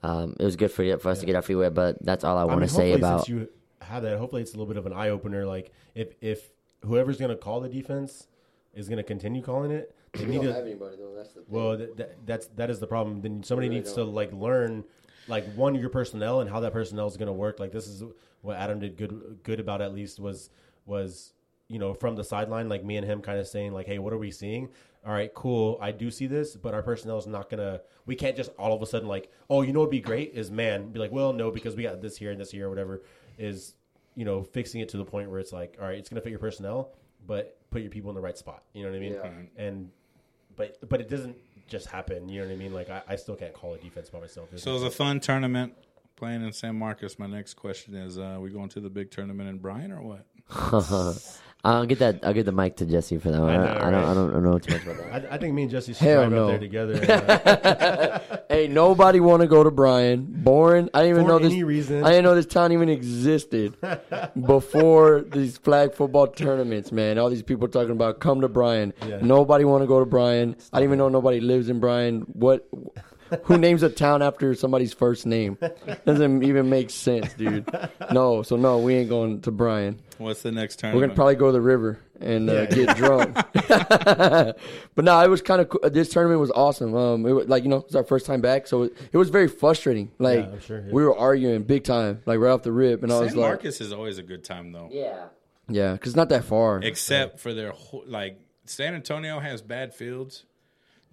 Speaker 1: Um, it was good for for us to get our feet wet, but that's all I want
Speaker 4: I mean,
Speaker 1: to say
Speaker 4: hopefully
Speaker 1: about.
Speaker 4: since you have that. Hopefully, it's a little bit of an eye opener. Like if if whoever's going to call the defense is going to continue calling it, they
Speaker 2: We
Speaker 4: need
Speaker 2: don't have
Speaker 4: to.
Speaker 2: anybody though. That's the thing.
Speaker 4: Well, that, that, that's that is the problem. Then somebody
Speaker 2: really
Speaker 4: needs to
Speaker 2: don't.
Speaker 4: like learn, like one your personnel and how that personnel is going to work. Like this is what Adam did good good about at least was was you know from the sideline, like me and him kind of saying like, hey, what are we seeing? All right, cool. I do see this, but our personnel is not gonna. We can't just all of a sudden like, oh, you know, what'd be great is man. Be like, well, no, because we got this here and this here, or whatever. Is you know fixing it to the point where it's like, all right, it's gonna fit your personnel, but put your people in the right spot. You know what I mean?
Speaker 2: Yeah.
Speaker 4: And but but it doesn't just happen. You know what I mean? Like I, I still can't call a defense by myself.
Speaker 3: So it was a fun tournament playing in San Marcos. My next question is: uh, We going to the big tournament in Bryan or what?
Speaker 1: I'll get that. I'll get the mic to Jesse for that one. I,
Speaker 4: know,
Speaker 1: I don't. I don't, know too much about that.
Speaker 4: I, I think me and Jesse should
Speaker 2: Hell
Speaker 4: drive
Speaker 2: no.
Speaker 4: up there together. And, uh,
Speaker 2: Hey, nobody want to go to Brian. Boring. I didn't even
Speaker 4: For
Speaker 2: know this.
Speaker 4: any reason.
Speaker 2: I didn't know this town even existed before these flag football tournaments. Man, all these people talking about come to Brian.
Speaker 4: Yeah.
Speaker 2: Nobody want to go to Brian. I didn't even know nobody lives in Brian. What? Who names a town after somebody's first name? Doesn't even make sense, dude. No, so no, we ain't going to Brian.
Speaker 3: What's the next
Speaker 2: We're
Speaker 3: tournament?
Speaker 2: gonna probably go to the river and uh,
Speaker 4: Yeah,
Speaker 2: get drunk. but no, it was kind of cool. this tournament was awesome. Um, it was, like you know, it's our first time back, so it, it was very frustrating. Like
Speaker 4: I'm sure, yeah.
Speaker 2: we were arguing big time, like right off the rip, and I was
Speaker 3: San
Speaker 2: like,
Speaker 3: Marcos is always a good time though,
Speaker 1: Yeah.
Speaker 2: yeah, because it's not that far.
Speaker 3: except for their whole, like San Antonio has bad fields.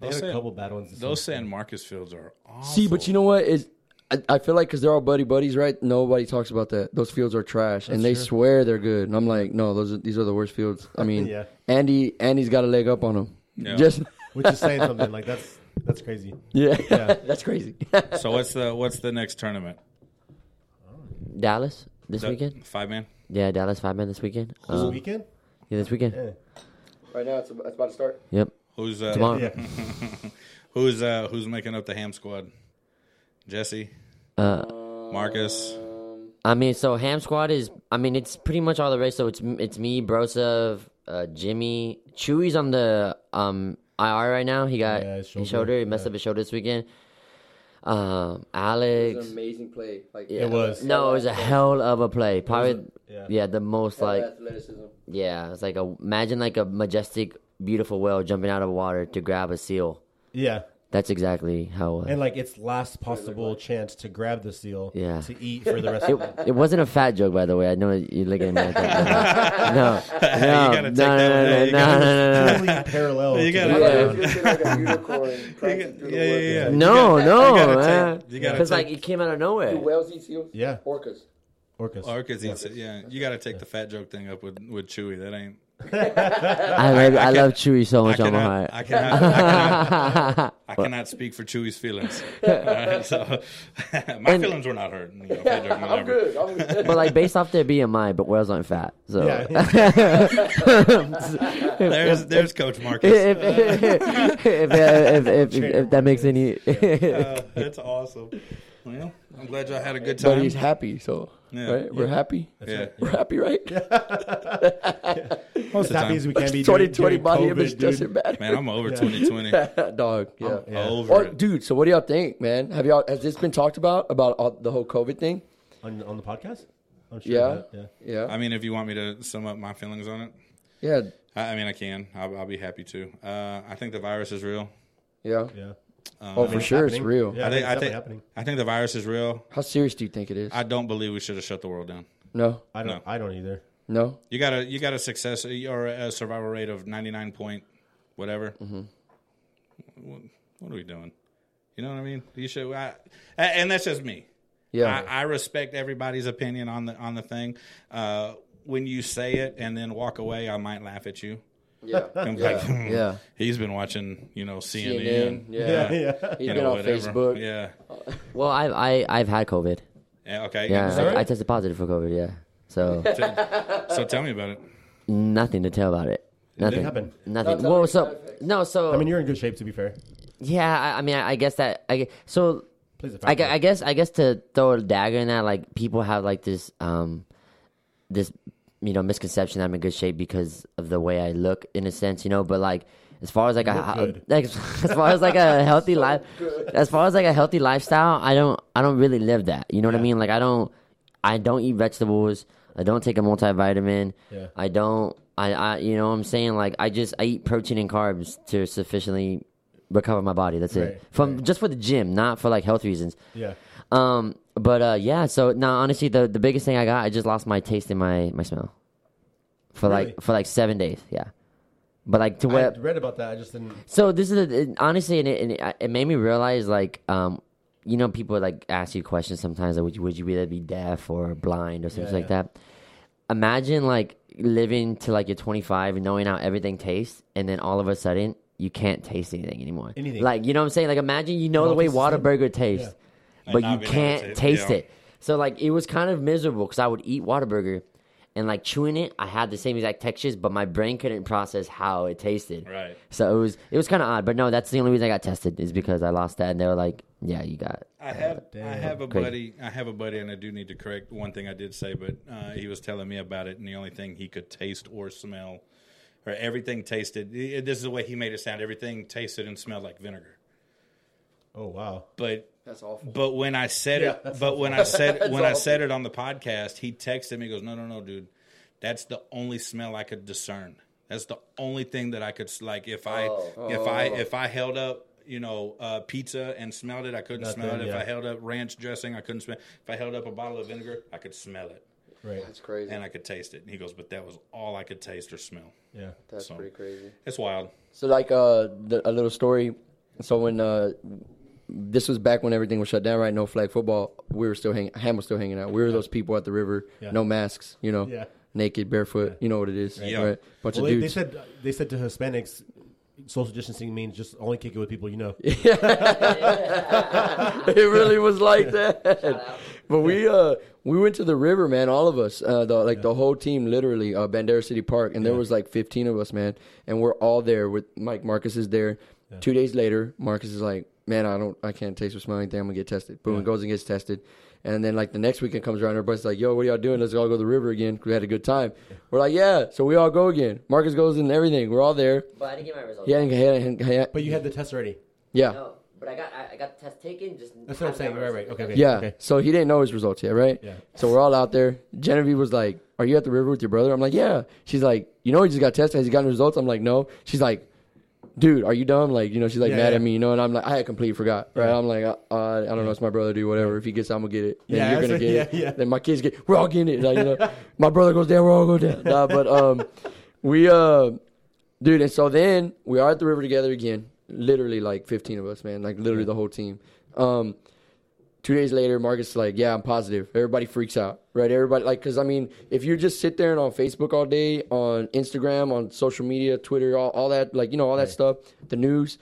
Speaker 4: they had
Speaker 3: Those
Speaker 4: a
Speaker 3: San-
Speaker 4: couple bad ones. this
Speaker 3: Those
Speaker 4: week.
Speaker 3: San Marcos fields are awful.
Speaker 2: See, but you know what is. I, I feel like because they're all buddy buddies, right? Nobody talks about that. Those fields are trash, and they swear they're good. And I'm like, no, those are, these are the worst fields. I mean,
Speaker 4: Yeah.
Speaker 2: Andy, Andy's got a leg up on them.
Speaker 3: Yeah.
Speaker 2: Just
Speaker 4: which is saying something. Like that's that's crazy.
Speaker 2: yeah, that's crazy.
Speaker 3: so what's the what's the next tournament?
Speaker 1: Dallas this weekend.
Speaker 3: Five man.
Speaker 1: Yeah, Dallas five man this weekend.
Speaker 4: This
Speaker 1: Um,
Speaker 4: weekend.
Speaker 1: yeah, this weekend.
Speaker 4: Yeah.
Speaker 2: right now, it's, it's about to start.
Speaker 1: Yep.
Speaker 3: Who's uh,
Speaker 1: Tomorrow.
Speaker 4: Yeah.
Speaker 3: Who's uh, who's making up the ham squad? Jesse,
Speaker 1: Uh,
Speaker 3: Marcus.
Speaker 2: Um,
Speaker 1: I mean, so Ham Squad is. I mean, it's pretty much all the race. So it's it's me, Brosev, uh, Jimmy, Chewy's on the um IR right now. He got
Speaker 4: Yeah, his
Speaker 1: his shoulder.
Speaker 4: shoulder,
Speaker 1: He messed
Speaker 4: yeah.
Speaker 1: up his shoulder this weekend. Um,
Speaker 2: It
Speaker 1: Alex.
Speaker 2: was an amazing play. Like
Speaker 1: Yeah.
Speaker 4: It was.
Speaker 1: No, it was a hell of a play. Probably.
Speaker 4: yeah.
Speaker 1: yeah, the most
Speaker 2: like
Speaker 1: like
Speaker 2: athleticism.
Speaker 1: Yeah, it's like a imagine like a majestic, beautiful whale jumping out of water to grab a seal.
Speaker 4: Yeah.
Speaker 1: That's exactly how. Uh,
Speaker 4: And like its last possible chance to grab the seal
Speaker 1: Yeah.
Speaker 4: to eat for the rest of
Speaker 1: it, it wasn't a fat joke, by the way. I know you're looking at me. Like that. No,
Speaker 3: You
Speaker 1: no,
Speaker 3: gotta
Speaker 1: no, no,
Speaker 3: take that one.
Speaker 1: no, no, no, no,
Speaker 3: You gotta-
Speaker 1: no, no.
Speaker 4: Totally parallel.
Speaker 3: You
Speaker 4: to
Speaker 3: gotta-
Speaker 4: the
Speaker 3: Yeah.
Speaker 4: ground.
Speaker 2: like a unicorn prancing through the
Speaker 3: Yeah, yeah,
Speaker 2: woods.
Speaker 3: yeah.
Speaker 1: No,
Speaker 3: gotta
Speaker 1: no,
Speaker 3: take-
Speaker 1: man.
Speaker 3: you gotta
Speaker 1: Because
Speaker 3: take-
Speaker 1: like it came out of
Speaker 2: Do
Speaker 1: nowhere.
Speaker 2: whales eat seals?
Speaker 4: Yeah.
Speaker 2: Orcas.
Speaker 4: uh, Orcas.
Speaker 3: Orcas, yeah. yeah. You got to take the fat joke thing up with, with Chewy. That ain't.
Speaker 1: I, love- I love Chewy so
Speaker 3: I
Speaker 1: much on my
Speaker 3: cannot,
Speaker 1: heart.
Speaker 3: I cannot. I cannot, I cannot speak for Chewy's feelings. All right, so my
Speaker 1: And-
Speaker 3: feelings were not hurt. You know, fat joke,
Speaker 2: I'm
Speaker 3: whatever.
Speaker 2: good. I'm good.
Speaker 1: But like based off their BMI, but whales aren't fat. So
Speaker 4: Yeah.
Speaker 3: There's there's Coach Marcus.
Speaker 1: if, if, if, if, if, if, if that makes any.
Speaker 3: Uh, that's awesome. Well, I'm glad y'all had a good
Speaker 2: But
Speaker 3: time.
Speaker 2: he's happy, so
Speaker 3: Yeah.
Speaker 2: right? We're happy.
Speaker 3: Yeah.
Speaker 2: We're happy, right?
Speaker 3: Most of the
Speaker 4: That
Speaker 3: time.
Speaker 4: means we can't be doing,
Speaker 2: 2020
Speaker 4: doing
Speaker 2: body
Speaker 4: COVID,
Speaker 2: image
Speaker 4: dude.
Speaker 2: doesn't matter.
Speaker 3: Man, I'm over 2020. I'm
Speaker 2: Dog. Yeah.
Speaker 4: Yeah.
Speaker 3: Over
Speaker 2: Oh,
Speaker 3: it.
Speaker 2: dude. So what do y'all think, man? Have y'all has this been talked about about all, the whole COVID thing?
Speaker 4: on on the podcast. I'm sure.
Speaker 2: Yeah.
Speaker 4: of that, Yeah.
Speaker 2: Yeah.
Speaker 3: I mean, if you want me to sum up my feelings on it,
Speaker 2: yeah.
Speaker 3: I, I mean, I can. I'll, I'll be happy to. Uh, I think the virus is real.
Speaker 2: Yeah.
Speaker 4: Yeah.
Speaker 2: oh,
Speaker 4: mean,
Speaker 2: for
Speaker 4: it's
Speaker 2: sure, it's
Speaker 4: happening.
Speaker 2: real.
Speaker 4: Yeah,
Speaker 3: I think I
Speaker 4: it's
Speaker 3: think
Speaker 4: happening.
Speaker 3: Um, I think the virus is real.
Speaker 2: How serious do you think it is?
Speaker 3: I don't believe we should have shut the world down.
Speaker 2: no,
Speaker 4: I don't.
Speaker 3: No.
Speaker 4: I don't either.
Speaker 2: no.
Speaker 3: You got a you got a success or a survival rate of ninety nine point whatever.
Speaker 2: Mm-hmm.
Speaker 3: What, what are we doing? You know what I mean? You should. I, a- and that's just me.
Speaker 2: Yeah,
Speaker 3: I, I respect everybody's opinion on the on the thing. Uh, when you say it and then walk away, I might laugh at you.
Speaker 2: yeah,
Speaker 3: I'm like,
Speaker 2: yeah.
Speaker 3: "Hmm,
Speaker 2: yeah.
Speaker 3: he's been watching, you know, CNN.
Speaker 2: CNN, yeah.
Speaker 4: Yeah,
Speaker 2: He's
Speaker 4: yeah.
Speaker 3: you
Speaker 2: been
Speaker 3: know,
Speaker 2: on
Speaker 3: whatever.
Speaker 2: Facebook.
Speaker 3: Yeah.
Speaker 1: Well, I've I, I've had COVID.
Speaker 3: Yeah, Okay.
Speaker 1: Yeah,
Speaker 4: that
Speaker 1: I,
Speaker 4: right?
Speaker 1: I tested positive for COVID. Yeah, so
Speaker 3: So tell me about it.
Speaker 1: nothing to tell about it. Nothing.
Speaker 4: happen.
Speaker 1: Nothing.
Speaker 2: Not tell
Speaker 1: Well,
Speaker 2: me
Speaker 1: so
Speaker 2: side effects.
Speaker 1: no, so
Speaker 4: I mean, you're in good shape to be fair.
Speaker 1: yeah. I, I mean, I, I guess that I gue- so
Speaker 4: Please,
Speaker 1: I, gue- I guess I guess to throw a dagger in that, like people have like this um this you know misconception that I'm in good shape because of the way I look in a sense, you know. But like as far as like a
Speaker 4: look
Speaker 1: ho-
Speaker 4: good.
Speaker 1: like as far as like a healthy life, as far as like a healthy lifestyle, I don't I don't really live that. You know what I mean? Like I don't I don't eat vegetables. I don't take a multivitamin.
Speaker 4: Yeah.
Speaker 1: I don't. I, I you know what I'm saying like I just I eat protein and carbs to sufficiently recover my body. That's
Speaker 4: Right,
Speaker 1: it. From just for the gym, not for like health reasons.
Speaker 4: yeah.
Speaker 1: Um, but uh, yeah. So now, honestly, the the biggest thing I got, I just lost my taste and my my smell for
Speaker 4: Really?
Speaker 1: like for like seven days. Yeah, but like to
Speaker 4: I
Speaker 1: what?
Speaker 4: read about that. I just didn't.
Speaker 1: So this is the, it- honestly, and it, and it it made me realize like um. You know, people like ask you questions sometimes like, "Would you, would you rather be deaf or blind or things
Speaker 4: Yeah,
Speaker 1: like that?" Imagine like living to like you're 25 and knowing how everything tastes, and then all of a sudden you can't taste anything anymore.
Speaker 4: Anything.
Speaker 1: Like you know what I'm saying? Like imagine you know
Speaker 4: It
Speaker 1: the
Speaker 4: all
Speaker 1: way
Speaker 4: tastes the same.
Speaker 1: Whataburger tastes,
Speaker 3: And
Speaker 1: but
Speaker 3: not
Speaker 1: you
Speaker 3: being able to
Speaker 1: can't
Speaker 3: ta- yeah.
Speaker 1: taste it. So like it was kind of miserable because I would eat Whataburger and like chewing it, I had the same exact textures, but my brain couldn't process how it tasted.
Speaker 3: Right.
Speaker 1: So it was it was kind of odd, but no, that's the only reason I got tested is because I lost that, and they were like, "Yeah, you got." It.
Speaker 3: I have I have a
Speaker 1: Crazy.
Speaker 3: buddy I have a buddy and I do need to correct one thing I did say but uh, he was telling me about it and the only thing he could taste or smell or everything tasted i- this is the way he made it sound everything tasted and smelled like vinegar
Speaker 4: Oh wow.
Speaker 3: but
Speaker 2: That's awful.
Speaker 3: but when I said
Speaker 4: Yeah,
Speaker 3: it
Speaker 4: that's
Speaker 3: but when I said
Speaker 2: That's
Speaker 3: when I
Speaker 2: awful.
Speaker 3: said it on the podcast he texted me he goes no no no dude that's the only smell I could discern that's the only thing that I could s- like if I
Speaker 2: Oh.
Speaker 3: if I
Speaker 2: Oh.
Speaker 3: if I held up, you know, uh, pizza and smelled it, I couldn't
Speaker 4: Nothing,
Speaker 3: smell it. If
Speaker 4: yeah.
Speaker 3: I held up ranch dressing, I couldn't smell. If I held up a bottle of vinegar, I could smell it
Speaker 4: Right.
Speaker 2: That's crazy.
Speaker 3: and I could taste it. And he goes, but that was all I could taste or smell.
Speaker 4: Yeah.
Speaker 2: That's
Speaker 3: so-
Speaker 2: pretty crazy.
Speaker 3: It's wild.
Speaker 2: So like uh, the, a little story. So when uh, this was back when everything was shut down, right? No flag football. We were still hanging. Ham was still hanging out. We were those people at the river,
Speaker 4: Yeah.
Speaker 2: no masks. You know,
Speaker 4: Yeah.
Speaker 2: naked, barefoot. You know what it is,
Speaker 3: Yeah.
Speaker 2: right? Bunch
Speaker 4: Well,
Speaker 2: of
Speaker 4: they, they
Speaker 2: dudes.
Speaker 4: said they said to Hispanics, social distancing means just only kick it with people you know.
Speaker 2: it really was like that. But we uh we went to the river, man. All of us, uh, the like the whole team, literally, uh, Bandera City Park, and there was like fifteen of us, man. And we're all there with Mike. Marcus is there. Two days later, Marcus is like, man, I don't, I can't taste or smell anything. I'm gonna get tested. Boom, goes and gets tested. And then like the next weekend comes around, everybody's like, yo, what are y'all doing? Let's all go to the river again. 'cause We had a good time. We're like, yeah. So we all go again. Marcus goes and everything. We're all there.
Speaker 1: But I didn't get my results.
Speaker 2: Yeah, and- and- and-
Speaker 4: But you had the test already.
Speaker 2: yeah.
Speaker 1: No, but I got I, I got the test taken. Just
Speaker 4: That's what I'm
Speaker 1: haven't
Speaker 4: saying.
Speaker 1: got my
Speaker 4: Right. Right.
Speaker 1: results.
Speaker 4: Okay. okay,
Speaker 2: Yeah.
Speaker 4: Okay.
Speaker 2: So he didn't know his results yet, right?
Speaker 4: Yeah.
Speaker 2: So we're all out there. Genevieve was like, "Are you at the river with your brother?" I'm like, "Yeah." She's like, "You know, he just got tested. Has he gotten the results?" I'm like, "No." She's like, "Dude, are you dumb?" Like, you know, she's like
Speaker 4: Yeah,
Speaker 2: mad
Speaker 4: yeah.
Speaker 2: at me, you know. And I'm like, I had completely forgot, right? I'm like, uh, uh, I don't know. It's my brother, dude. Whatever. If he gets, it, I'm gonna get it. Then
Speaker 4: Yeah,
Speaker 2: you're
Speaker 4: that's
Speaker 2: gonna
Speaker 4: what-
Speaker 2: get it.
Speaker 4: yeah, yeah.
Speaker 2: Then my kids get. We're all getting it. Like, you know, my brother goes down. We're all going down. Nah, but um, we uh, dude. And so then we are at the river together again. Literally like 15 of us, man. Like literally the whole team. Um, Two days later, Marcus is like, "Yeah, I'm positive." Everybody freaks out, right? Everybody like, because I mean, if you just sit there and on Facebook all day, on Instagram, on social media, Twitter, all, all that, like you know, all that stuff, the news,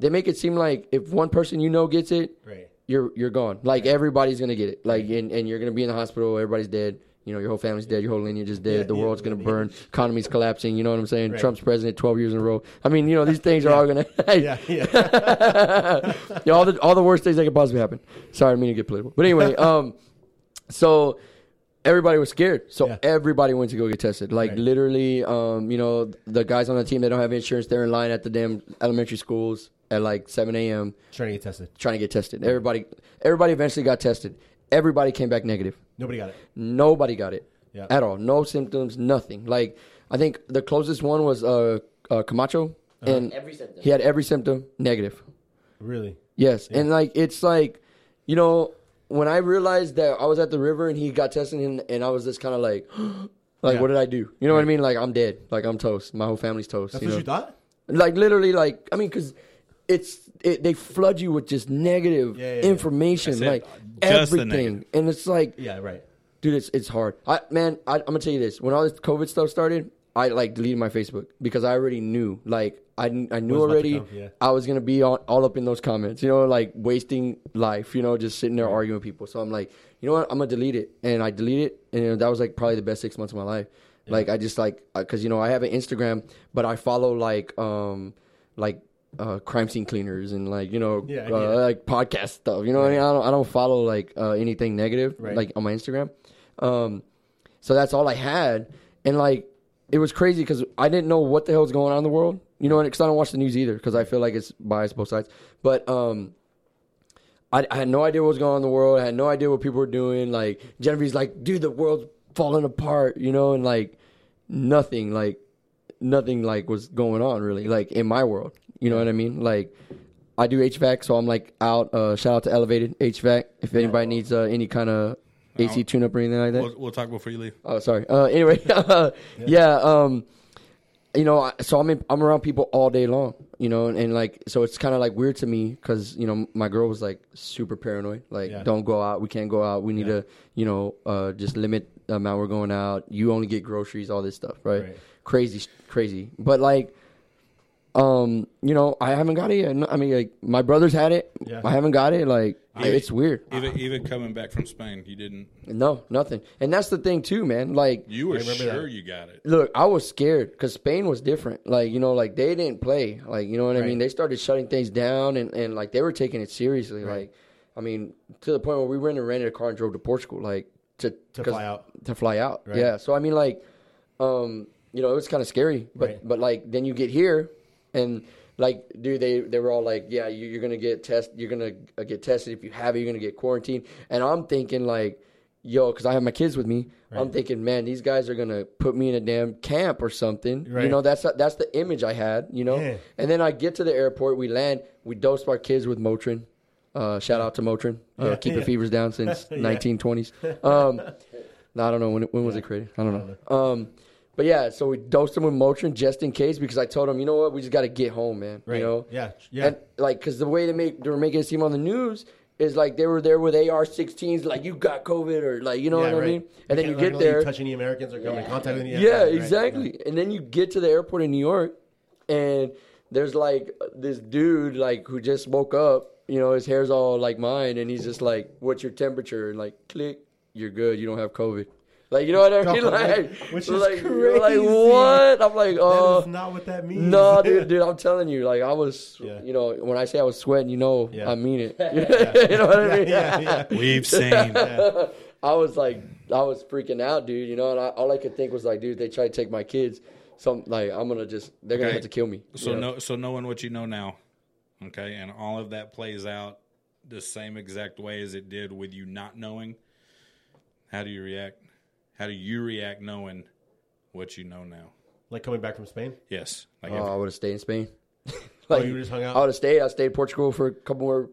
Speaker 2: they make it seem like if one person you know gets it,
Speaker 4: Right.
Speaker 2: you're you're gone. Like everybody's gonna get it. Like and, and you're gonna be in the hospital. Everybody's dead. You know, your whole family's dead. Your whole lineage is dead.
Speaker 4: Yeah,
Speaker 2: the
Speaker 4: yeah,
Speaker 2: world's gonna burn. Economy's collapsing. You know what I'm saying?
Speaker 4: Right.
Speaker 2: Trump's president 12 years in a row. I mean, you know, these things are all gonna.
Speaker 4: Yeah. Yeah.
Speaker 2: Yeah, all the all the worst things that could possibly happen. Sorry, I didn't mean to get political. But anyway, um, so everybody was scared. So
Speaker 4: Yeah.
Speaker 2: everybody went to go get tested. Like
Speaker 4: Right.
Speaker 2: literally, um, you know, the guys on the team they don't have insurance. They're in line at the damn elementary schools at like 7 a.m.
Speaker 4: Trying to get tested.
Speaker 2: trying to get tested. Everybody, everybody eventually got tested. Everybody came back negative.
Speaker 4: Nobody got it.
Speaker 2: Nobody got it
Speaker 4: Yeah.
Speaker 2: at all. No symptoms, nothing. Like I think the closest one was uh, uh Camacho, and
Speaker 4: Uh-huh.
Speaker 1: Every symptom.
Speaker 2: he had every symptom negative.
Speaker 4: Really?
Speaker 2: Yes, and like it's like, you know, when I realized that I was at the river and he got tested and, and I was just kind of like, like
Speaker 3: Yeah.
Speaker 2: what did I do? You know what I mean? Like I'm dead. Like I'm toast. My whole family's toast.
Speaker 4: That's
Speaker 2: you
Speaker 4: what
Speaker 2: know?
Speaker 4: you thought?
Speaker 2: Like literally, like I mean, because it's it, they flood you with just negative
Speaker 4: Yeah, yeah, yeah.
Speaker 2: information,
Speaker 3: That's it.
Speaker 2: like
Speaker 3: Just the
Speaker 2: everything,
Speaker 3: negative.
Speaker 2: and it's like
Speaker 4: Yeah, right.
Speaker 2: dude, it's it's hard. I man, I, I'm gonna tell you this. When all this COVID stuff started, I like deleted my Facebook because I already knew. Like I kn- I knew
Speaker 4: Was about to
Speaker 2: already
Speaker 4: come, yeah.
Speaker 2: I was gonna be all, all up in those comments. You know, like wasting life. You know, just sitting there arguing with people. So I'm like, you know what? I'm gonna delete it, and I delete it, and you know, that was like probably the best six months of my life. Like I just like because you know I have an Instagram, but I follow like um like. Uh, crime scene cleaners and like you know
Speaker 4: Yeah,
Speaker 2: uh,
Speaker 4: yeah.
Speaker 2: like podcast stuff you know what I mean I don't I don't follow like uh, anything negative
Speaker 4: Right.
Speaker 2: like on my Instagram. Um, so that's all I had, and like it was crazy because I didn't know what the hell was going on in the world. You know, because I don't watch the news either because I feel like it's biased both sides. But um, I, I had no idea what was going on in the world. I had no idea what people were doing. Like Genevieve's like, dude, the world's falling apart. You know, and like nothing, like nothing, like was going on really, like in my world. You know what I mean? Like I do HVAC, so I'm like out. Uh, shout out to Elevated HVAC if anybody needs uh, any kind of AC tune up or anything like that.
Speaker 3: We'll, we'll talk before you leave.
Speaker 2: Oh, sorry. Uh, anyway, yeah. Um, you know, I- so I'm in, I'm around people all day long. You know, and, and like so it's kind of like weird to me because you know my girl was like super paranoid. Like,
Speaker 4: Yeah.
Speaker 2: don't go out. We can't go out. We need to you know uh, just limit the amount we're going out. You only get groceries, all this stuff, right?
Speaker 4: Right.
Speaker 2: Crazy, crazy. But like. Um, you know, I haven't got it yet. No, I mean, like my brother's had it.
Speaker 4: Yeah.
Speaker 2: I haven't got it. Like,
Speaker 3: Yeah.
Speaker 2: it's weird.
Speaker 3: Even even coming back from Spain, you didn't.
Speaker 2: No, nothing. And that's the thing too, man. Like,
Speaker 3: You were
Speaker 4: remember that.
Speaker 3: sure you got it.
Speaker 2: look, I was scared because Spain was different. Like you know, like they didn't play. Like you know what I mean.
Speaker 4: Right.
Speaker 2: They started shutting things down, and, and like they were taking it seriously. Like, I mean, to the point where we went and rented a car and drove to Portugal, like to
Speaker 4: To
Speaker 2: 'cause-
Speaker 4: fly out.
Speaker 2: To fly out, yeah. So I mean, like, um, you know, it was kind of scary, but
Speaker 4: Right.
Speaker 2: but like then you get here, and like, dude, they they were all like, yeah, you, you're gonna get test, you're gonna uh, get tested if you have it, you're gonna get quarantined, and I'm thinking like. Yo, because I have my kids with me, I'm thinking, man, these guys are gonna put me in a damn camp or something. You
Speaker 4: Right.
Speaker 2: know, that's that's the image I had. You know,
Speaker 4: Yeah.
Speaker 2: and then I get to the airport, we land, we dosed our kids with Motrin. Uh, shout out to Motrin, uh,
Speaker 4: Yeah,
Speaker 2: keeping
Speaker 4: yeah.
Speaker 2: fevers down since
Speaker 4: Yeah.
Speaker 2: 1920s. Um, no, I don't know when it, when was it created. I don't know. Um, but yeah, so we dosed them with Motrin just in case because I told them, you know what, we just got to get home, man.
Speaker 4: Right.
Speaker 2: You know,
Speaker 4: Yeah, yeah.
Speaker 2: And, like because the way they make they were making it seem on the news is like they were there with AR-16s, like you got COVID or like you know
Speaker 4: Yeah,
Speaker 2: what I
Speaker 4: right.
Speaker 2: mean. And then you get
Speaker 4: can't let
Speaker 2: there,
Speaker 4: You touch any Americans or come in contact with any
Speaker 2: yeah,
Speaker 4: Americans, right?
Speaker 2: exactly. And then you get to the airport in New York, and there's like this dude like who just woke up. You know, his hair's all like mine, and he's just like, "What's your temperature?" And like, click, you're good. You don't have COVID. Like, you know what I mean?
Speaker 4: God,
Speaker 2: Like,
Speaker 4: which is
Speaker 2: like, you're like,
Speaker 4: crazy.
Speaker 2: what? I'm like,
Speaker 4: That
Speaker 2: oh,
Speaker 4: is not what that means.
Speaker 2: no, dude, dude, I'm telling you, like I was,
Speaker 4: Yeah.
Speaker 2: you know, when I say I was sweating, you know,
Speaker 4: Yeah.
Speaker 2: I mean it. you know what I mean?
Speaker 4: yeah, yeah.
Speaker 3: We've seen.
Speaker 2: I was like, I was freaking out, dude. You know, and I, all I could think was like, dude, they try to take my kids. Some like I'm gonna just they're gonna
Speaker 3: Okay.
Speaker 2: have to kill me.
Speaker 3: So
Speaker 2: you know?
Speaker 3: no, so knowing what you know now, okay, and all of that plays out the same exact way as it did with you not knowing. How do you react? How do you react knowing what you know now?
Speaker 4: Like coming back from Spain.
Speaker 3: Yes, like
Speaker 4: Uh,
Speaker 2: oh, I would have stayed in Spain.
Speaker 4: oh, you just hung out.
Speaker 2: I would have stayed. I stayed in Portugal for a couple more,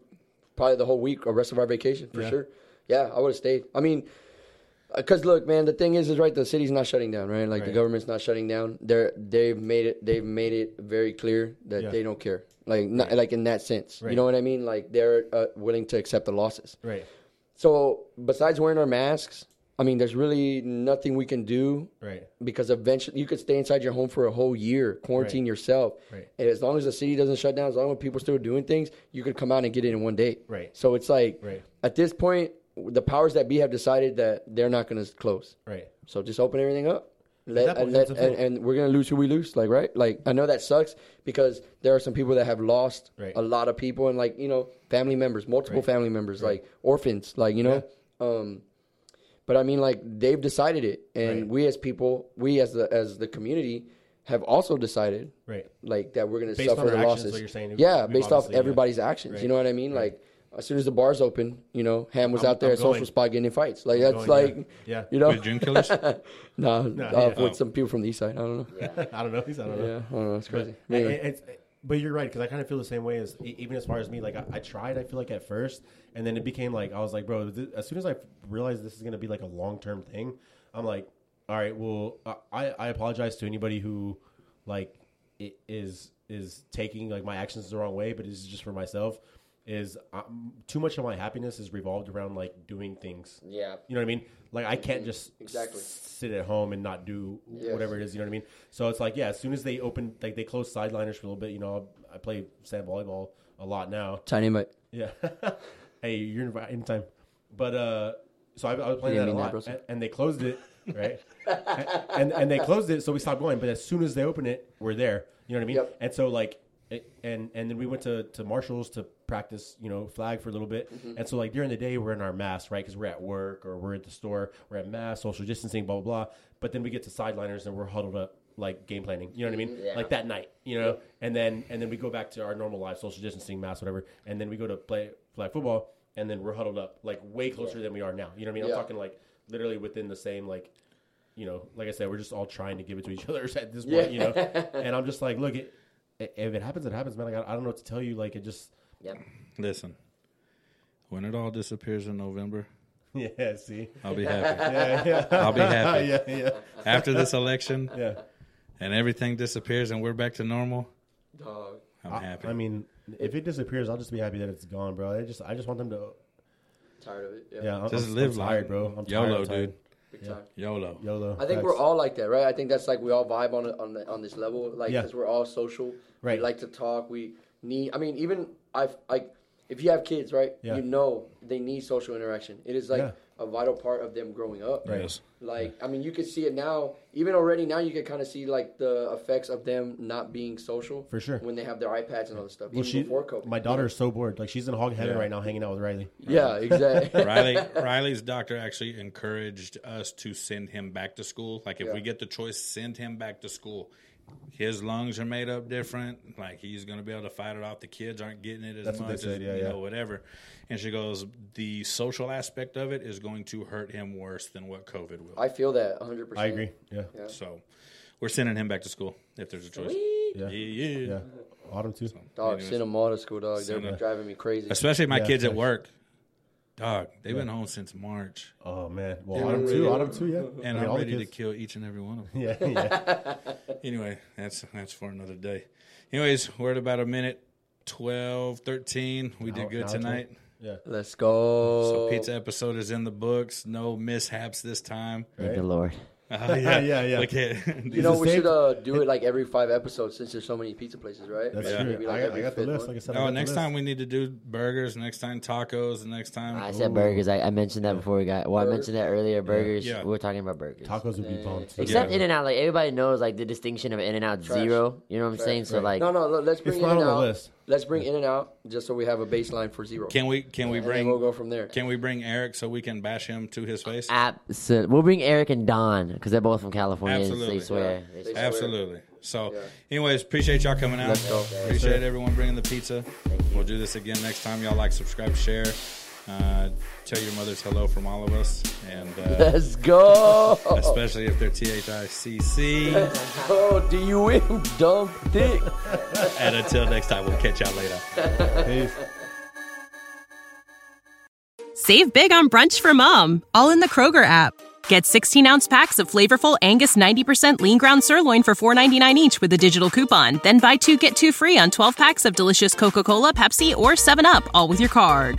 Speaker 2: probably the whole week or rest of our vacation for
Speaker 4: Yeah.
Speaker 2: sure. Yeah, I would have stayed. I mean, because look, man, the thing is, is right. The city's not shutting down, right? Like the
Speaker 4: Right.
Speaker 2: government's not shutting down. They're they've made it. They've made it very clear that
Speaker 4: Yeah.
Speaker 2: they don't care. Like not, like in that sense, you
Speaker 4: Right.
Speaker 2: know what I mean? Like they're uh, willing to accept the losses.
Speaker 4: Right.
Speaker 2: So besides wearing our masks, I mean, there's really nothing we can do
Speaker 4: Right.
Speaker 2: because eventually you could stay inside your home for a whole year, quarantine
Speaker 4: Right.
Speaker 2: yourself,
Speaker 4: Right.
Speaker 2: and as long as the city doesn't shut down, as long as people still doing things, you could come out and get it in one day.
Speaker 4: Right.
Speaker 2: So it's like
Speaker 4: Right.
Speaker 2: at this point, the powers that be have decided that they're not going to close.
Speaker 4: Right.
Speaker 2: So just open everything up.
Speaker 4: that
Speaker 2: Let,
Speaker 4: point,
Speaker 2: and, let-
Speaker 4: that's the
Speaker 2: and,
Speaker 4: thing.
Speaker 2: and we're gonna lose who we lose, like right, like I know that sucks because there are some people that have lost
Speaker 4: Right.
Speaker 2: a lot of people and like you know family members, multiple family members, like orphans, like you know, um, but I mean, like they've decided it, and
Speaker 4: Right.
Speaker 2: we as people, we as the as the community, have also decided,
Speaker 4: Right.
Speaker 2: like that we're going to
Speaker 4: Based
Speaker 2: suffer
Speaker 4: on our
Speaker 2: the
Speaker 4: actions,
Speaker 2: losses.
Speaker 4: what you're saying,
Speaker 2: yeah,
Speaker 4: we've
Speaker 2: based off
Speaker 4: obviously, yeah.
Speaker 2: everybody's actions. You
Speaker 4: Right.
Speaker 2: know what I mean? Like as soon as the bars open, you know, Ham was
Speaker 4: I'm-
Speaker 2: out there
Speaker 4: I'm
Speaker 2: at
Speaker 4: going.
Speaker 2: social spot getting in fights. Like that's
Speaker 4: going, yeah.
Speaker 2: like,
Speaker 4: Yeah.
Speaker 2: you know,
Speaker 3: with June Killers.
Speaker 2: no, uh,
Speaker 4: yeah. um,
Speaker 2: with some people from the east side. I don't know. Yeah,
Speaker 4: I don't know. He's, I don't know.
Speaker 2: I don't know. It's crazy.
Speaker 4: It-
Speaker 2: Anyway.
Speaker 4: it's- but you're right because I kind of feel the same way as e- even as far as me. Like I, I tried, I feel like at first, and then it became like I was like, bro. Th- as soon as I realized this is gonna be like a long term thing, I'm like, all right, well, I- I I apologize to anybody who like i- is is taking like my actions the wrong way, but this is just for myself. Is um, too much of my happiness is revolved around like doing things.
Speaker 1: Yeah.
Speaker 4: You know what I mean? Like I can't just
Speaker 2: Exactly.
Speaker 4: s- sit at home and not do
Speaker 2: Yes.
Speaker 4: whatever it is. You know what I mean? So it's like, yeah, as soon as they open, like they close sideliners for a little bit. You know, I play sand volleyball a lot now.
Speaker 1: Tiny but
Speaker 4: Yeah. hey, you're invi- in time. But uh, so I, I was playing
Speaker 1: You
Speaker 4: that a
Speaker 1: mean that,
Speaker 4: lot,
Speaker 1: Russell?
Speaker 4: and, and they closed it, right? and and they closed it, so we stopped going. But as soon as they open it, we're there. You know what I mean?
Speaker 2: Yep.
Speaker 4: And so like, it, and and then we went to to Marshalls to practice, you know, flag for a little bit.
Speaker 2: Mm-hmm.
Speaker 4: And so like during the day, we're in our masks, right? Because we're at work or we're at the store, we're at mass, social distancing, blah blah blah. But then we get to sideliners and we're huddled up. Like game planning, you know what I mean?
Speaker 2: Mm,
Speaker 1: Yeah.
Speaker 4: Like that night, you know, and then and then we go back to our normal life, social distancing, mass, whatever, and then we go to play flag football, and then we're huddled up like way closer than we are now. You know what I mean?
Speaker 2: Yeah.
Speaker 4: I'm talking like literally within the same like you know, like I said, we're just all trying to give it to each other at this
Speaker 2: Yeah.
Speaker 4: point, you know. And I'm just like, look, it, if it happens, it happens, man. Like, I, I don't know what to tell you. Like, it just,
Speaker 1: Yep.
Speaker 3: Listen, when it all disappears in November,
Speaker 4: yeah. See,
Speaker 3: I'll be happy.
Speaker 4: yeah, yeah,
Speaker 3: I'll be happy.
Speaker 4: yeah, yeah,
Speaker 3: After this election
Speaker 4: yeah.
Speaker 3: and everything disappears and we're back to normal,
Speaker 2: Dog.
Speaker 3: I'm
Speaker 4: I,
Speaker 3: happy.
Speaker 4: I mean, if it disappears, I'll just be happy that it's gone, bro. I just, I just want them to,
Speaker 2: Tired of it. Yeah.
Speaker 4: yeah. I'm,
Speaker 3: Just
Speaker 4: I'm,
Speaker 3: live
Speaker 4: I'm tired,
Speaker 3: life.
Speaker 4: bro. I'm tired,
Speaker 3: YOLO,
Speaker 4: I'm tired.
Speaker 3: dude.
Speaker 2: Big time.
Speaker 3: YOLO.
Speaker 4: YOLO.
Speaker 2: I think
Speaker 4: Facts.
Speaker 2: we're all like that, right? I think that's like we all vibe on on the, on this level, like
Speaker 4: Yeah.
Speaker 2: because we're all social.
Speaker 4: Right.
Speaker 2: We like to talk. We need. I mean, even I've like if you have kids, right?
Speaker 4: Yeah.
Speaker 2: You know they need social interaction. It is like
Speaker 4: Yeah.
Speaker 2: a vital part of them growing up.
Speaker 4: Right.
Speaker 3: Yes.
Speaker 2: Like I mean, you could see it now. Even already now, you could kind of see like the effects of them not being social
Speaker 4: For sure.
Speaker 2: when they have their iPads and all this stuff.
Speaker 4: Well,
Speaker 2: even
Speaker 4: she,
Speaker 2: before COVID,
Speaker 4: my daughter is so bored. Like, she's in hog heaven
Speaker 3: Yeah.
Speaker 4: right now, hanging out with Riley.
Speaker 2: Yeah, exactly.
Speaker 3: Riley Riley's doctor actually encouraged us to send him back to school. Like if
Speaker 2: Yeah.
Speaker 3: we get the choice, send him back to school. His lungs are made up different. Like he's going to be able to fight it off. The kids aren't getting it as
Speaker 4: That's what
Speaker 3: much
Speaker 4: they said,
Speaker 3: as
Speaker 4: yeah,
Speaker 3: you
Speaker 4: yeah.
Speaker 3: know whatever. And she goes, the social aspect of it is going to hurt him worse than what COVID will.
Speaker 2: I feel that 100. percent
Speaker 4: I agree. Yeah,
Speaker 2: Yeah.
Speaker 3: so we're sending him back to school if there's a choice.
Speaker 4: yeah, yeah.
Speaker 3: Yeah, yeah.
Speaker 4: Autumn too.
Speaker 2: Dog,
Speaker 3: Anyways.
Speaker 2: send them all to school, dog. They're
Speaker 3: Send 'em.
Speaker 2: driving me crazy.
Speaker 3: Especially my
Speaker 4: Yeah,
Speaker 3: kids at
Speaker 4: facts.
Speaker 3: work. Dog, they've been home since March,
Speaker 4: Oh man. Well, autumn too.
Speaker 3: really-
Speaker 4: Autumn too. Uh, Yeah. I
Speaker 3: and
Speaker 4: mean,
Speaker 3: I'm
Speaker 4: all the
Speaker 3: ready to
Speaker 4: kids-
Speaker 3: kill each and every one of them.
Speaker 4: Yeah, yeah.
Speaker 3: anyway that's that's for another day anyways we're at about a minute 12 13 we did
Speaker 4: Hour-
Speaker 3: good
Speaker 4: hour
Speaker 3: tonight
Speaker 2: Let's go.
Speaker 4: Oh.
Speaker 3: so pizza episode is in the books no mishaps this time
Speaker 1: Thank
Speaker 4: Right.
Speaker 1: the Lord.
Speaker 3: oh,
Speaker 4: Yeah, yeah.
Speaker 3: look at
Speaker 2: You know,
Speaker 4: the
Speaker 2: we
Speaker 4: same-
Speaker 2: should uh, do it like every five episodes since there's so many pizza places, right?
Speaker 4: That's
Speaker 3: Yeah.
Speaker 4: true.
Speaker 2: Maybe, like,
Speaker 4: I, got, I
Speaker 2: every
Speaker 4: got the
Speaker 2: fifth
Speaker 4: list.
Speaker 2: one.
Speaker 4: Like I said, I
Speaker 3: no
Speaker 4: got the
Speaker 3: Oh, next
Speaker 4: list.
Speaker 3: time we need to do burgers next time tacos next time
Speaker 1: I said burgers. I, I mentioned that before we got. Well, I
Speaker 2: Burger.
Speaker 1: mentioned that earlier. Burgers.
Speaker 3: Yeah.
Speaker 1: We were talking about burgers.
Speaker 4: Tacos would be bumped.
Speaker 1: Except
Speaker 3: Yeah.
Speaker 1: In and Out, like everybody knows, like the distinction of In and Out
Speaker 2: Trash.
Speaker 1: zero. You know what I'm
Speaker 2: Trash.
Speaker 1: saying? So
Speaker 4: Right.
Speaker 1: like,
Speaker 2: No, no, look, let's bring
Speaker 4: It's
Speaker 2: in
Speaker 4: not
Speaker 2: and
Speaker 4: on the
Speaker 2: out.
Speaker 4: list.
Speaker 2: Let's bring in and out just so we have a baseline for zero.
Speaker 3: can we can we
Speaker 2: and then we'll
Speaker 3: bring
Speaker 2: go from there.
Speaker 3: can we bring eric so we can bash him to his face
Speaker 1: absolutely. We'll bring Eric and Don because they're both from California. and
Speaker 3: Absolutely.
Speaker 1: They swear.
Speaker 2: Yeah.
Speaker 1: They swear.
Speaker 3: absolutely so
Speaker 2: Yeah.
Speaker 3: anyways appreciate y'all coming out
Speaker 2: Let's go.
Speaker 3: appreciate everyone bringing the pizza we'll do this again next time y'all like subscribe share uh, tell your mothers hello from all of us and uh,
Speaker 2: Let's go.
Speaker 3: especially if they're T-H-I-C-C.
Speaker 2: oh, do you win, dumb dick?
Speaker 3: and until next time, we'll catch y'all later.
Speaker 4: Peace.
Speaker 5: Save big on brunch for mom, all in the Kroger app. Get 16 ounce packs of flavorful Angus 90% lean ground sirloin for $4.99 each with a digital coupon. Then buy two get two free on 12 packs of delicious Coca Cola, Pepsi, or 7UP, all with your card.